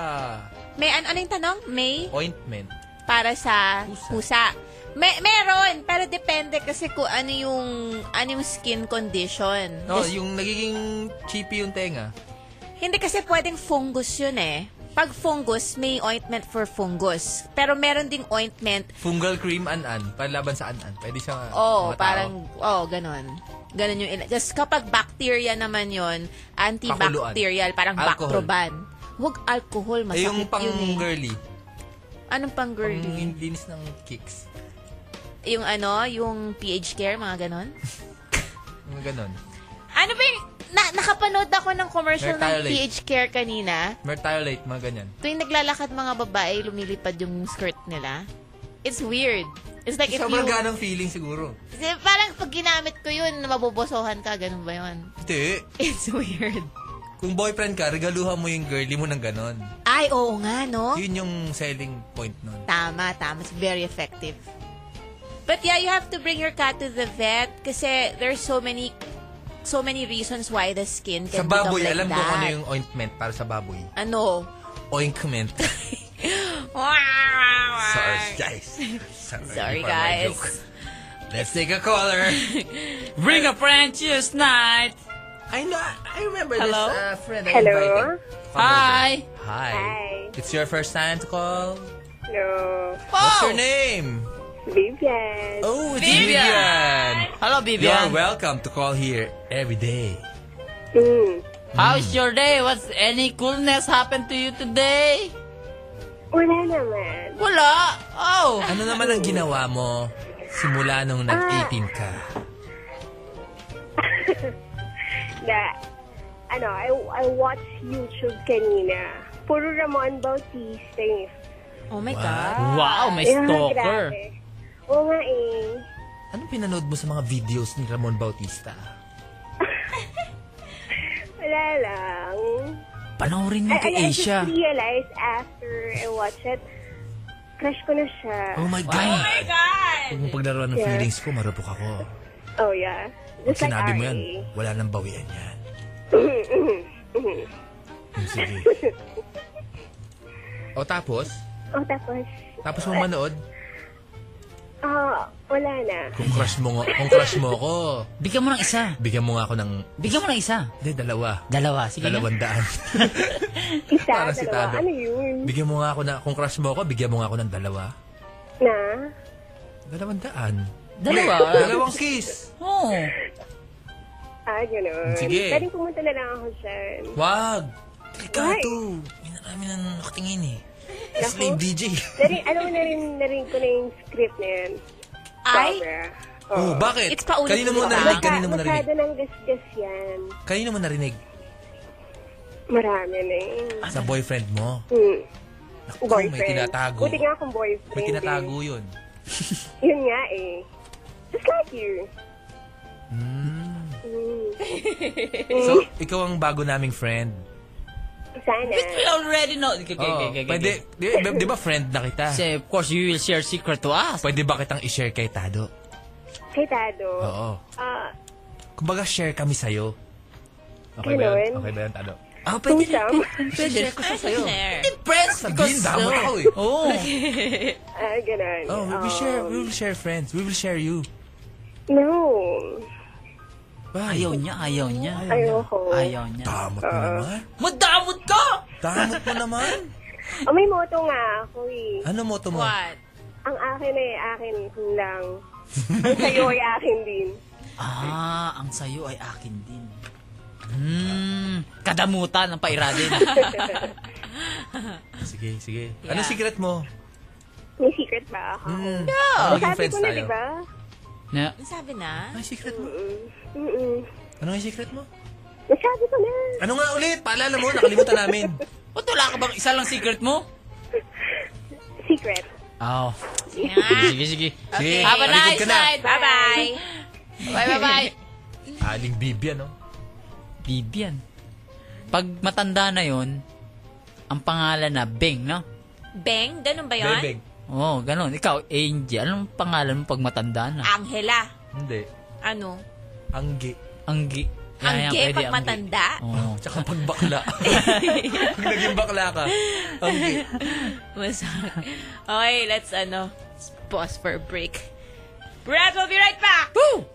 A: May an anong tanong? May?
C: Ointment.
A: Para sa
C: Oh. Pusa.
A: pusa. May, meron, pero depende kasi kung ano yung, ano yung skin condition.
C: No,
A: Kasi-
C: yung nagiging chippy yung tenga.
A: Hindi kasi pwedeng fungus yun eh. Pag fungus, may ointment for fungus. Pero meron ding ointment,
C: Fungal cream an-an, panlaban sa an-an. Pwede siya
A: oh,
C: mga tao.
A: parang, oh, ganon. Ganon yung, ila- just kapag bacteria naman yun, antibacterial,
C: Pakuluan.
A: parang
C: Alcohol.
A: Bactroban. Huwag alcohol,
C: Eh,
A: masakit
C: yung pang
A: yun eh.
C: girly.
A: Anong pang girly?
C: Yung yung linis ng kicks.
A: Yung ano, yung PH care, mga ganon?
C: Yung ganon.
A: ano ba yung, na, nakapanood ako ng commercial ng
C: Mertiolate.
A: PH care kanina.
C: Mertiolate, mga ganyan.
A: Tuwing naglalakad mga babae, lumilipad yung skirt nila. It's weird. It's like if
C: Sobrang
A: you...
C: ganang feeling siguro.
A: Kasi parang pag ginamit ko yun, mabobosohan ka, ganun ba yun?
C: Hindi.
A: It's weird.
C: Kung boyfriend ka, regaluhan mo yung girly mo ng ganon.
A: Ay, oo nga, no?
C: Yun yung selling point nun.
A: Tama, tama. It's very effective. But yeah, you have to bring your cat to the vet kasi there's so many so many reasons why the skin
C: Sa
A: can become
C: baboy,
A: like
C: alam
A: that.
C: ko kung ano yung ointment para sa baboy.
A: Ano?
C: Ointment. Sorry, guys. Sorry,
A: Sorry,
C: for my
A: guys.
C: joke. Let's take a caller.
B: Bring a French's night.
C: I know, I remember
B: Hello?
C: this uh, friend I
E: Hello?
C: invited. Come
B: Hi.
C: over. Hi.
E: Hi.
C: It's your first time to call.
E: Hello,
C: What's
B: Oh!
C: your name?
E: Vivian.
C: Oh, it's
B: Vivian.
C: Vivian. You
B: Hello,
C: are
B: Vivian.
C: welcome to call here every day. Hmm.
E: Mm.
B: How's your day? What's any coolness happened to you today?
E: Wala naman.
B: Wala. Oh.
C: Ano naman ang ginawa mo simula nung nag-18 ka?
E: Na, ano, I, I watch YouTube kanina. Puro Ramon Bautista yun.
A: Oh my
C: What?
A: God.
B: Wow, may
E: Ayun,
B: stalker.
E: grabe. Oo nga eh.
C: Ano pinanood mo sa mga videos ni Ramon Bautista?
E: Wala lang.
B: Panoorin mo
E: I,
B: kay
E: I, I
B: Asia.
E: just realized after I watch it, crush ko na siya.
C: Oh my God!
A: God!
C: Kung pag naroon ng
E: Yeah.
C: feelings ko, marupok ako.
E: Oh yeah.
C: Pag
E: Just like
C: sinabi mo
E: RA.
C: yan, wala nang bawian yan. Yung Sige. o tapos?
E: Oh, tapos,
C: Tapos mo manood?
E: ah, wala na.
C: Kung crush mo, nga- kung crush mo ako,
B: Bigyan mo ng isa.
C: bigyan mo nga ako ng...
B: Bigyan mo ng isa.
C: Hindi, dalawa.
B: Dalawa. Sige na.
C: Dalawang daan.
E: Isa,
C: Parang si
E: dalawa.
C: Tado.
E: Ano yun?
C: Bigyan mo nga ako na... Kung crush mo ako, bigyan mo nga ako ng dalawa.
E: Na?
C: Dalawang daan.
B: Dalawa.
C: Dalawang kiss.
B: Oh.
E: Ah, ganun.
C: Sige.
E: Pwedeng pumunta na lang ako dyan.
C: Wag! Delikado.
E: Why?
C: May marami na nakatingin eh. Slave DJ.
E: Narin, alam mo na rin, narin ko na yung script na yan.
A: Ay,
E: Sobra.
C: Oh, bakit?
A: It's paulit-ulit
C: Kanina mo
A: pa.
C: narinig,
E: Maka-
C: kanina mo narinig.
E: masyado ng gasgas yan.
C: Kanina mo narinig
E: Marami na yun.
C: sa boyfriend mo.
E: Hmm.
C: Naku, may
E: Boyfriend.
C: tinatago.
E: Buti nga kung boyfriend.
C: May tinatago
E: eh.
C: yun.
E: Yun nga eh. Just like you.
B: Hmm.
E: Mm.
C: So, ikaw ang bago naming friend.
E: Sana.
B: We already know. Okay, okay,
C: Oo.
B: okay, okay.
C: Oh, Pwede, di, di- di ba friend na kita?
B: Kasi, of course, you will share secret to us.
C: Pwede ba kitang i-share kay Tado?
E: Kay Tado.
C: Oo.
E: Ah,
C: Kumbaga, share kami sa'yo. Okay ba
E: Ganun.
C: yun? Okay ba yun, Tado?
B: Ah, pwede rin.
E: Tumsam.
B: Pwede rin kasi sa'yo.
A: Share.
B: Friends, because...
C: Sabihin, damo
B: no.
C: tao eh.
B: Oo.
E: Ah, ganun.
C: Oh, we will share, we
E: Um,
C: will share friends. We will share you.
E: No.
B: Ayaw niya, ayaw niya.
E: Ayoko.
B: Ayaw niya.
C: Damot mo naman.
B: Madamot ka!
C: Damot mo naman.
E: Ah, may moto nga ako eh.
C: Ano mo to mo?
A: What?
E: Ang akin ay akin lang. Ang sa'yo ay akin din.
B: Ah, ang sayo ay akin din. Hmm, kadamutan ang pairadin.
C: Sige, sige. Ano
A: Yeah.
C: secret mo?
E: May secret ba ako?
C: Mm.
B: Yeah.
C: Maging
E: Sabi
C: friends
E: ko na,
C: tayo.
E: di ba?
B: na,
A: Hmm. Ang sabi na?
C: Ano yung secret mo?
E: Mm-mm.
C: Ano yung secret mo?
E: Nasabi ko na.
C: Ano nga ulit? Paalala mo, nakalimutan namin.
B: ba't wala ka bang isa lang secret mo?
E: Secret.
B: Aw.
A: Yeah.
B: Sige, sige.
C: Sige,
B: Have a
C: maligid
B: nice
C: ka na.
B: night.
A: Bye-bye.
B: Bye, bye, bye.
C: Aling
B: ano?
C: Bibian, no?
B: Bibian. Pag matanda na yon, ang pangalan na Beng, no?
A: Beng? Ganun ba yun?
C: Bebeg.
B: Oo, oh, ganun. Ikaw, Angie, anong pangalan mo pag matanda na?
A: Ah. Angela.
C: Hindi.
A: Ano?
C: Angge.
B: Anggi. Ayan,
A: Angge
B: pwede, Oh.
A: pag matanda?
B: Oo.
C: Tsaka pagbakla. Pag naging bakla ka. Oh. Angge.
A: Masak. Okay, let's ano, let's pause for a break. Brad, we'll be right back! Woo!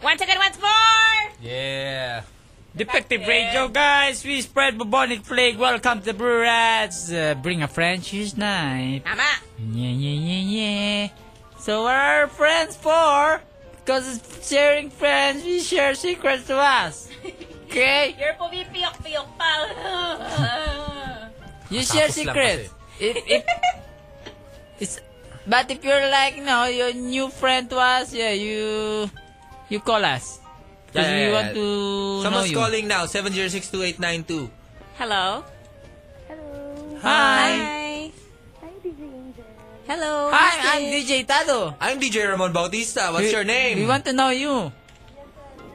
A: Once again, once more!
C: Yeah.
B: Defective Radio, guys! We spread bubonic plague. Welcome to Brew Rats! Uh, bring a friend, she's nice.
A: Tama!
B: Yeah, yeah, yeah, yeah. So what are friends for? Because sharing friends, we share secrets to us. Okay?
A: You're pumipiyok-piyok pa.
B: You share
C: Tapos lang
B: secrets. If, if, it's, but if you're like, no, your new friend to us, yeah, you, you call us. Because
C: Yeah,
B: we
C: yeah,
B: want
C: yeah.
B: to know
C: Someone's
B: you.
C: calling now. 7062892.
A: Hello?
B: Hi!
E: Hi, DJ Angel.
A: Hello.
B: Hi,
A: who's
B: I'm
A: this?
B: DJ Tado.
C: I'm DJ Ramon Bautista. What's
B: We-
C: your name?
B: We want to know you.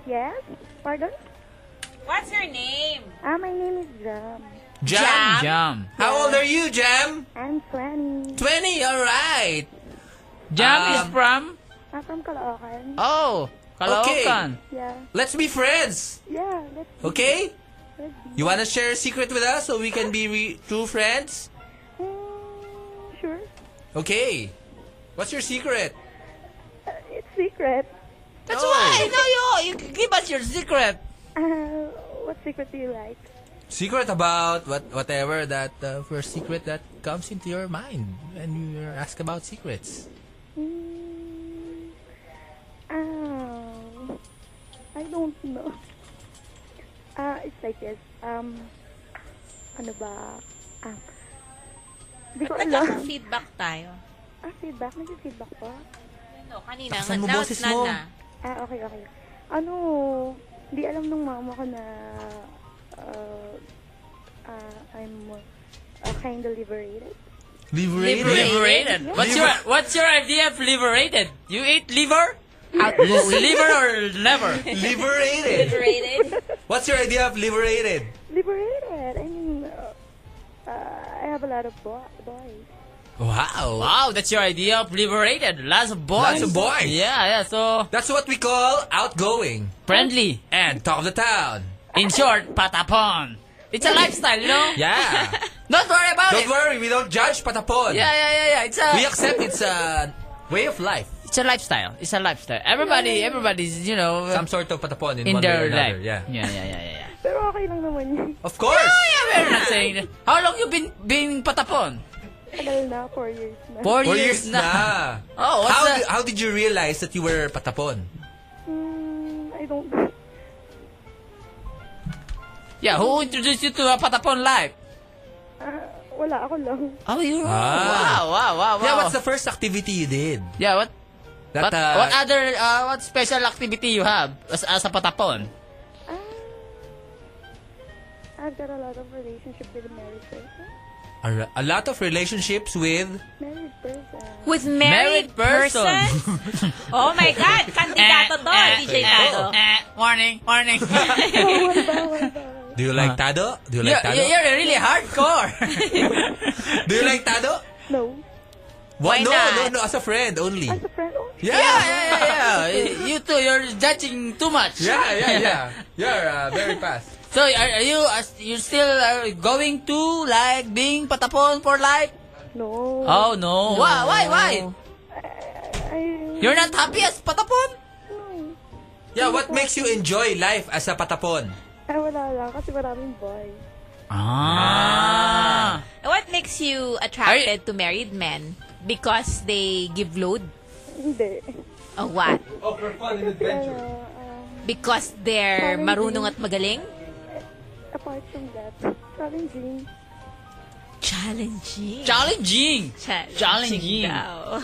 F: Yes? Pardon?
A: What's your name?
F: Ah, my name is Jam.
C: Jam.
A: Jam.
B: Jam.
C: How old are you, Jam?
F: I'm 20.
C: 20. All right.
B: Jam
C: Um,
B: is from?
F: I'm from Caloocan.
B: Oh, Caloocan.
F: Yeah.
C: Let's be friends.
F: Yeah, let's
C: Okay?
F: let's
C: You wanna share a secret with us so we can be re- true friends?
F: Hmm, sure.
C: Okay. What's your secret?
F: It's secret.
B: That's
C: Oh.
B: why I know you. You g- give us your secret.
F: Uh, what secret do you like?
C: Secret about what whatever that uh, first secret that comes into your mind when you're asked about secrets.
F: Hmm. Oh. I don't know. Ah, it's like this. Um, ano ba? Ah. Hindi ko alam.
A: Nagkaka-feedback tayo.
F: Ah, feedback? Nag-feedback pa?
A: Ano, kanina.
C: Taksan mo
A: now
C: boses
A: it's not
C: mo.
A: na.
F: Ah, okay, okay. Ano, hindi alam ng mama ko na uh, uh, I'm uh, kind of liberated.
C: Liberated.
B: Liberated. What's your What's your idea of liberated? You eat liver? Is liver or never?
C: liberated.
A: Liberated?
C: What's your idea of liberated?
F: Liberated! I mean, uh, uh, I have a lot of bo- boys.
C: Wow.
B: Wow, that's your idea of liberated. Lots of boys.
C: Lots of boys.
B: Yeah, yeah. So
C: That's what we call outgoing
B: friendly.
C: and talk of the town.
B: In short, patapon. It's a lifestyle, you know.
C: Yeah.
B: Don't worry about
C: don't
B: it.
C: worry, we don't judge patapon.
B: Yeah, yeah, yeah, yeah. It's uh, a
C: We accept it's a way of life.
B: It's a lifestyle. It's a lifestyle. Everybody, everybody's you know uh,
C: Some sort of patapon in,
B: in
C: one way or
B: their
C: another.
B: life.
C: Yeah.
B: yeah, yeah, yeah, yeah. yeah.
F: Pero okay lang naman yun.
C: Of course.
B: Oh, We're not saying that. How long you been being patapon?
F: Tagal na, four years na.
B: Four,
C: Four years
B: na.
C: na.
B: Oh, what's
C: how,
B: that?
C: di- how did you realize that you were patapon?
F: Hmm, I don't
B: Yeah, who introduced you to a patapon life?
F: ah, wala, ako lang.
B: Oh, you.
C: Ah.
B: Wow, wow, wow, wow.
C: Yeah, what's the first activity you did?
B: Yeah, what?
C: That,
B: what,
C: uh,
B: what other uh, what special activity you have as, as a patapon?
F: Ah, I've got a lot of relationship with a married person.
C: a, a lot of relationships with
F: Married person.
A: With married,
B: Married person.
A: persons? oh my God! Kandidato
B: Eh,
A: to, DJ Tado.
B: warning, warning.
F: Bawal, bawal, bawal.
C: Do you like Tado? Do you
B: you're,
C: like Tado?
B: you're really hardcore.
C: Do you like Tado?
F: No.
A: Why
C: What? no,
A: not?
C: no, no, as a friend only.
F: As a friend, oh,
C: Yeah,
B: yeah, yeah, yeah, yeah. You two, you're judging too much.
C: yeah, yeah, yeah. You're uh, very fast.
B: So, are, are you as you're still uh, going to like being patapon for life?
G: No.
B: Oh no. Why why why?
G: I,
B: You're not happy as patapon?
G: no.
C: Yeah, what makes you enjoy life as a patapon?
G: Ay, wala lang. Kasi maraming boy.
B: Ah.
A: What makes you attracted to married men? Because they give load?
G: Hindi.
A: Or what?
C: Oh, for fun and
G: Pero, um,
A: Because they're marunong at magaling?
G: apart from that, challenging.
A: Challenging.
B: Challenging.
A: Challenging
B: Challenging.
A: daw.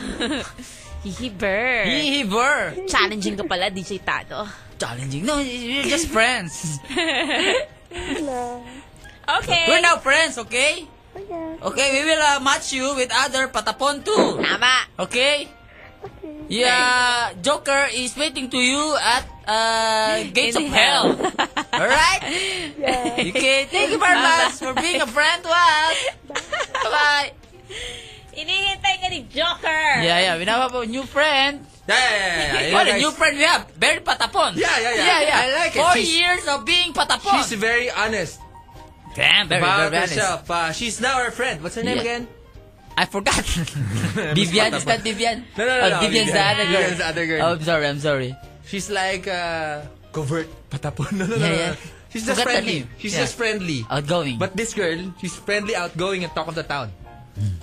A: Hihiber.
B: Heaver.
A: Challenging ka pala, DJ Tato.
B: Challenging. No, you're just friends.
G: Yun lang.
A: Okay.
B: We're now friends, okay?
G: Kaya,
B: Okay, we will uh, match you with other patapon too.
A: Tama.
B: Okay?
G: okay.
B: Yeah, Joker is waiting to you at uh, Gates of Hell. All right?
G: Yeah.
B: Okay, thank you very much for being a friend to us. Bye-bye.
A: Inihintay ka ni Joker.
B: Yeah, yeah, we now have a new friend.
C: Yeah, yeah, yeah, yeah.
B: What a
C: guys,
B: new friend we have. Very patapon.
C: Yeah, yeah, yeah.
B: Yeah, yeah.
C: I like it.
B: Four
C: She's-
B: years of being patapon.
C: She's very honest
B: Damn, very,
C: about
B: very honest.
C: herself. Uh, she's now our friend. What's her name again?
B: Yeah. I forgot. Vivian, is that Vivian?
C: No, no, no,
B: Oh,
C: no,
B: Vivian's the
C: Vivian.
B: other girl.
C: Vivian's the other girl.
B: Oh, I'm sorry, I'm sorry.
C: She's like uh, covert patapon. No, no, no,
B: Yeah,
C: no,
B: yeah.
C: no. She's just
B: Forgot the
C: friendly.
B: name.
C: She's
B: Yeah.
C: just friendly.
B: Outgoing.
C: But this girl, she's friendly, outgoing, and talk of the town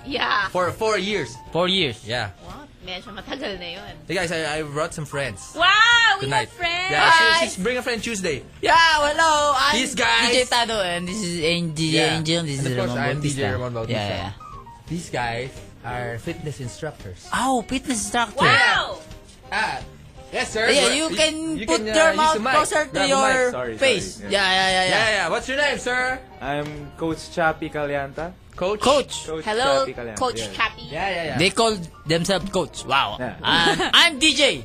A: Yeah.
C: for four years.
B: Four years.
C: Yeah.
A: Wow, medyo matagal na yun.
C: Hey guys, I, I brought some friends
A: Wow, Oh, we
C: tonight.
A: have friends.
C: Yeah, she-
B: Hi.
C: she's bring a friend Tuesday.
B: Yeah, hello. I'm
C: These guys.
B: DJ Tado and this is Angie
C: Yeah.
B: Angel. This
C: And
B: is
C: of course,
B: Ramon
C: I'm
B: Bautista.
C: DJ Ramon Bautista.
B: Yeah, yeah.
C: These guys are fitness instructors.
B: yeah. Oh, fitness instructor.
A: Wow.
C: Ah, yes sir.
B: Yeah,
C: We're-
B: you can
C: you
B: put
C: can, uh,
B: your
C: use
B: mouth
C: the mic.
B: closer to
C: Grab a
B: your
C: mic.
H: Sorry,
B: face.
H: sorry,
B: Yeah, yeah, yeah,
C: Yeah,
B: yeah.
C: yeah. What's your name, sir?
H: I'm Coach Chappy Calianta.
C: Coach.
B: Coach.
H: Coach
A: Hello,
H: Chappy Calianta.
A: Coach
H: yeah.
A: Chappy.
C: Yeah, yeah, yeah.
B: They call themselves coach. Wow.
H: Yeah.
B: Um, I'm DJ.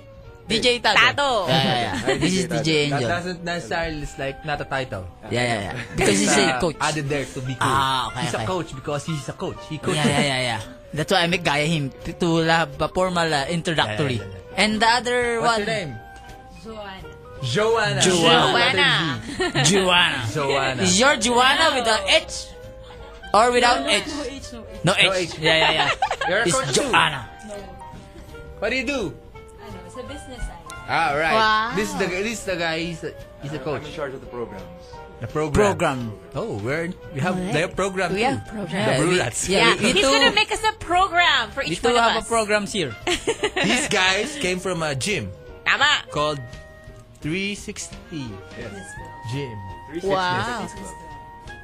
B: DJ Tado.
A: Tado.
B: Yeah, yeah, yeah.
H: I'm
B: this
H: DJ
B: is
H: Tado.
C: that
B: DJ Angel.
C: doesn't necessarily is like not a title.
B: Yeah, yeah, yeah. Because he's
C: It's,
B: a
C: uh,
B: coach.
C: Added there to be cool.
B: Ah, okay,
C: he's a
B: okay.
C: coach because he's a coach. He coaches.
B: Yeah, yeah, yeah, yeah. That's why I make Gaya him to- to have a formal uh, introductory.
C: Yeah, yeah,
B: And the other
C: What's
B: one,
C: your name?
A: Joanna.
C: Joanna.
B: Joanna.
A: Joanna.
B: Joanna.
C: Joanna.
B: Is your Joanna with a H or without H? No
C: H.
B: H. Yeah, yeah, yeah.
C: You're a
B: It's
C: coach too.
B: Joanna.
C: What do you do?
I: Ano, sa business side.
C: Ah, right.
A: Wow.
C: This is the this is the guy. He's a, he's a
H: I'm
C: coach.
H: in charge of the programs.
C: The program.
B: Program.
C: Oh, we're we have
A: Alright.
C: they have program.
B: We
C: too.
B: have program.
C: The
B: Yeah, we-
C: Brulats.
B: yeah,
A: Yeah,
B: we-
A: he's
B: we
A: gonna
B: two-
A: make us a program for
B: We
A: each
B: do
A: one of
B: have a
A: us.
B: programs here.
C: These guys came from a gym
A: Tama.
C: called 360
H: Yes.
C: Gym.
H: 360
A: Wow.
H: Fitness Club.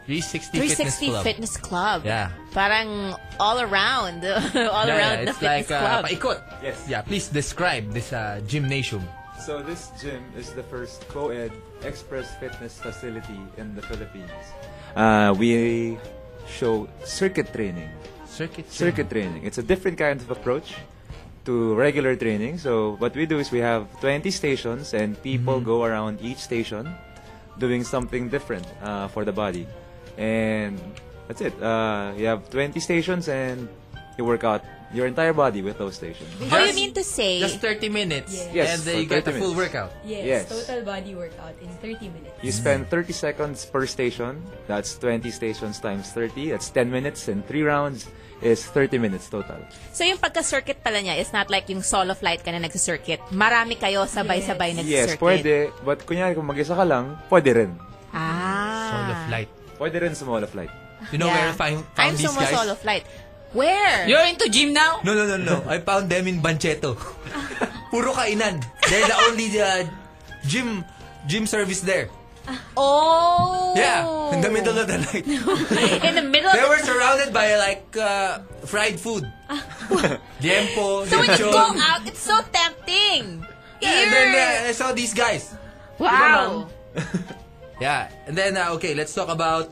C: 360, Fitness
A: 360
C: Club.
A: Fitness Club.
C: Yeah.
A: Parang all around. all
C: Yeah,
A: around
C: yeah,
A: the
C: it's
A: fitness
C: like
A: club.
C: uh, paikot.
H: Yes.
C: Yeah, please describe this uh, gymnasium.
H: So this gym is the first co-ed express fitness facility in the Philippines. Uh, we show circuit training.
C: Circuit.
H: Circuit training. It's a different kind of approach to regular training. So what we do is we have 20 stations and people
C: Mm-hmm.
H: go around each station doing something different uh, for the body. And that's it. Uh, you have 20 stations and you work out your entire body with those stations.
A: oh, you
C: Just-
A: mean to say?
C: Just 30 minutes.
H: Yes,
C: And then you
H: for
C: get a
H: 30 minutes.
C: full workout.
H: Yes.
I: Yes, total body workout in 30 minutes.
H: You spend 30 seconds per station. That's 20 stations times 30. That's 10 minutes and 3 rounds is 30 minutes total.
A: So yung pagka-circuit pala niya, it's not like yung solo flight ka na nag-circuit. Marami kayo sabay-sabay
H: Yes,
A: nag-circuit.
H: pwede. But kunyari kung mag-isa ka lang, pwede rin.
A: Ah.
C: Solo flight.
H: Pwede rin sumala flight.
C: You know where I find,
A: I'm
C: found these guys?
A: solo flight. Where?
B: You're into gym now?
C: No, no, no, no. I found them in Bancheto. Puro kainan. They're the only uh, gym gym service there.
A: Ah. oh.
C: Yeah, in the middle of the night.
A: In the middle of
C: They
A: the
C: were surrounded by like uh, fried food. Liempo,
A: So when you
C: lechon.
A: go out, it's so tempting.
C: Yeah,
A: Here.
C: and then uh, I saw these guys.
A: wow.
C: Yeah, and then uh, okay, let's talk about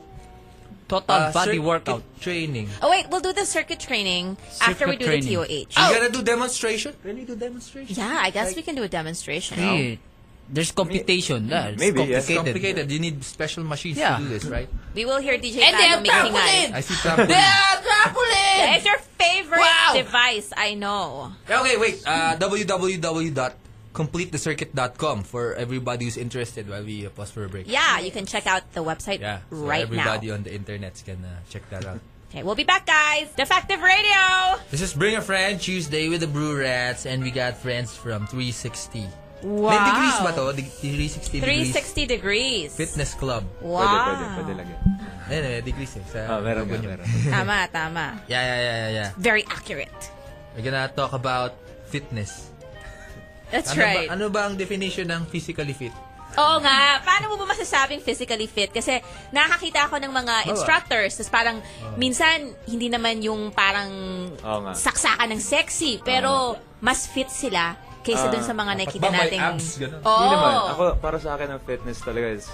C: uh,
B: Total
C: circuit
B: body workout.
C: training.
A: Oh wait, we'll do the circuit training after we do
B: Circuit
A: the
B: training.
A: TOH.
C: You gotta do demonstration. Really do demonstration?
A: Yeah, I guess we can do a demonstration.
B: Yeah. There's computation. Yeah, it's
H: Maybe, yes.
C: It's complicated.
B: complicated.
C: You need special machines
B: Yeah.
C: to do this, right?
A: We will hear DJ
B: And
A: Tado
B: they have
A: making
B: trampoline!
A: eyes.
C: I see trampoline.
B: They are trampoline!
A: It's your favorite
B: Wow.
A: device, I know.
C: Okay, wait. Uh, www.tod.com completethecircuit.com for everybody who's interested while we uh, pause for a break.
A: Yeah, you can check out the website
C: Yeah, so
A: right now.
C: everybody on the internet can uh, check that out.
A: Okay, we'll be back, guys. Defective Radio.
C: This is Bring a Friend Tuesday with the Brew Rats and we got friends from 360.
A: Wow.
C: May degrees ba to? Deg- 360 degrees.
A: 360 degrees.
C: Fitness Club.
A: Wow.
H: Pwede, pwede, pwede lang yan.
C: Ayun, eh, degrees eh.
H: Ah,
C: Sa
H: meron nga,
C: Bunyo.
H: meron.
A: Tama, tama.
C: Yeah, yeah, yeah, yeah, yeah.
A: Very accurate.
C: We're gonna talk about fitness.
A: That's
C: ano
A: right.
C: Ba, ano ba ang definition ng physically fit?
A: Oo nga. Paano mo ba masasabing physically fit? Kasi nakakita ako ng mga
C: Oh.
A: instructors, tapos parang minsan, hindi naman yung parang
H: Oo nga.
A: saksakan ng sexy, pero mas fit sila
H: Ah,
A: kaysa dun sa mga nakikita
C: ba may
A: nating...
C: abs, ganun?
A: Oo.
H: Hindi naman. Ako, para sa akin, ang fitness talaga is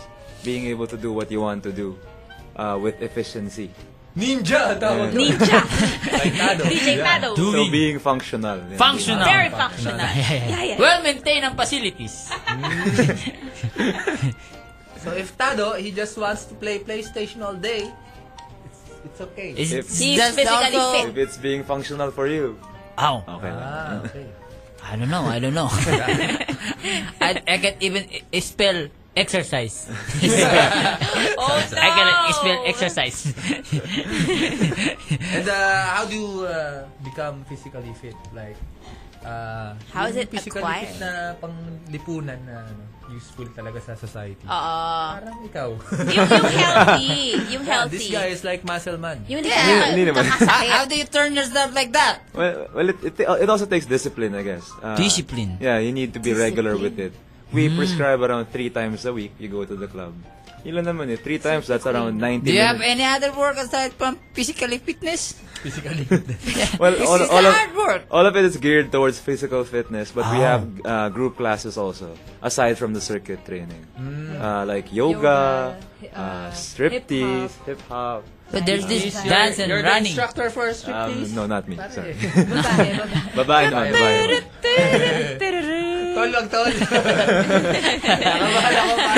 H: being able to do what you want to do uh, with efficiency.
C: Ninja!
H: Ayun.
C: Tawag
A: Ninja.
C: Ay, Tado.
A: DJ Tado.
C: Do
H: So,
C: it.
H: being functional. Yun.
B: Functional.
A: Very functional. Yeah, yeah.
B: Well maintained ang facilities.
C: So if Tado, he just wants to play PlayStation all day, it's, it's okay.
B: It's
H: If-
A: He's
B: just
A: physically
B: also-
A: fit.
H: If it's being functional for you,
B: Ow.
H: okay lang.
C: ah, okay.
B: I don't know. I don't know. I, I can't even i- spell exercise.
A: Oh, no.
B: I cannot spell exercise.
C: And uh, how do you uh, become physically fit? Like, uh,
A: How is
C: yung
A: it
C: physically
A: acquired?
C: fit na panglipunan na ano, useful talaga sa society?
A: Oo.
C: Parang ikaw.
A: Yung, yung healthy. Yung
C: Yeah,
A: healthy.
C: This guy is like muscle man.
A: Yung hindi
H: Hindi,
A: ka
H: hindi naman.
B: how, how do you turn yourself like that?
H: Well, well it, it, it also takes discipline, I guess. Uh,
B: Discipline. Hmm.
H: Yeah, you need to be regular with it. We prescribe around three times a week you go to the club. Yun lang naman eh. Three times, that's around 90
B: Do you have
H: minutes.
B: any other work aside from physically fitness?
C: Physically.
H: Well,
B: This
H: all,
B: is
H: all, of,
B: the hard work.
H: all of it is geared towards physical fitness, but we
B: Ah.
H: have uh, group classes also, aside from the circuit training. Uh, like yoga,
I: Yoga, uh,
H: uh, striptease, hip-hop.
B: But there's this
I: Is
B: dance and
C: You're the
B: running.
C: instructor for
H: Um,
C: striptease?
H: no, not me. Sorry.
I: Babae, babae.
H: Babae naman, babae naman.
C: Tol, wag tol. Nakabahala ko pa.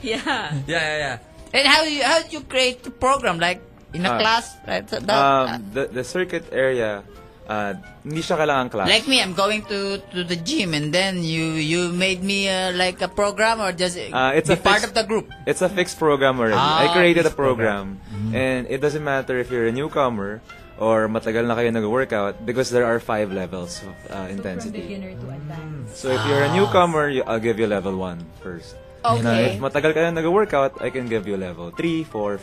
A: Yeah.
C: Yeah, yeah, yeah.
B: And how you how you create the program like in a
H: Ah.
B: class right? So uh, that-
H: Um, the, the circuit area, uh, hindi siya kailangan class.
B: like me, I'm going to to the gym, and then you you made me uh, like a program or just
H: Uh, it's
B: be
H: a
B: part
H: fixed-
B: of the group.
H: It's a fixed program already.
B: Ah,
H: I created a
B: fixed Mm-hmm.
H: program. And it doesn't matter if you're a newcomer or matagal na kayo nag-workout because there are five levels of
I: So,
H: uh,
I: from
H: intensity.
I: beginner to advanced.
H: So if you're a newcomer, you, I'll give you level 1 first.
A: Okay.
H: If matagal ka na nag-workout, I can give you level 3, 4,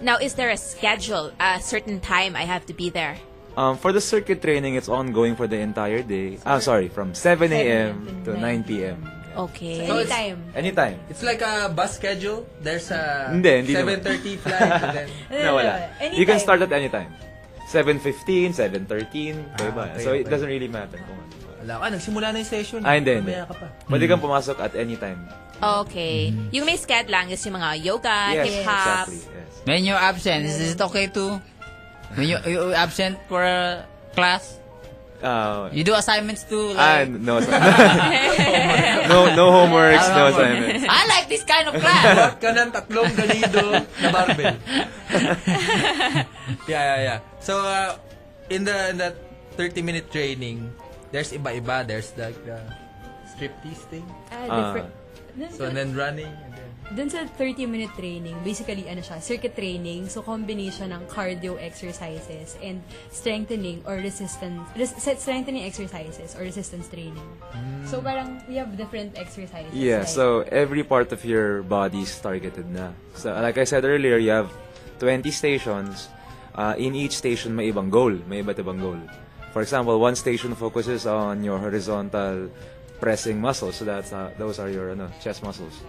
H: 5.
A: Now, is there a schedule, a certain time I have to be there?
H: Um, for the circuit training, it's ongoing for the entire day. Ah, sorry, from 7 a.m. to 9 p.m.
A: Okay.
C: So it's-
I: Anytime.
H: Anytime.
C: It's like a bus schedule. There's a
H: Hindi, hindi
C: 7.30 flight. and then,
H: No, wala.
C: eh,
I: Anytime.
H: You can start at any time. 7.15, 7.13, iba-iba.
C: Ah, okay,
H: diba? so it
C: okay.
H: doesn't really matter kung ano.
C: wala ka. Ah, nagsimula na yung session.
H: Ah, hindi, hindi.
C: Mamaya ka pa.
H: Pwede kang pumasok at any time.
A: Okay. Yung may sked lang is yung mga yoga, hip-hop.
H: Mm-hmm. exactly. Yes.
B: When you're absent, is, is it okay to? When you you absent for a class,
H: Uh,
B: you do assignments too.
H: ah,
B: Like,
H: no, no, no homeworks, no assignments.
B: I like this kind of
C: Shot
B: class.
C: ka ng tatlong ganido na barbell. yeah, yeah, yeah. So, uh, in the in that 30-minute training, there's iba-iba. There's like the striptease thing.
I: Ah,
H: Ah.
I: different. Dun
C: So,
I: sa-
C: and then running. And then,
I: Dun sa 30-minute training, basically, ano siya, circuit training, so combination ng cardio exercises and strengthening or resistance, res- strengthening exercises or resistance training. So, parang, we have different exercises.
H: Yeah,
I: like-
H: so every part of your body is targeted na. So like I said earlier, you have 20 stations. Uh, in each station, may ibang goal. May iba't ibang goal. For example, one station focuses on your horizontal pressing muscles. So that's uh, those are your ano, chest muscles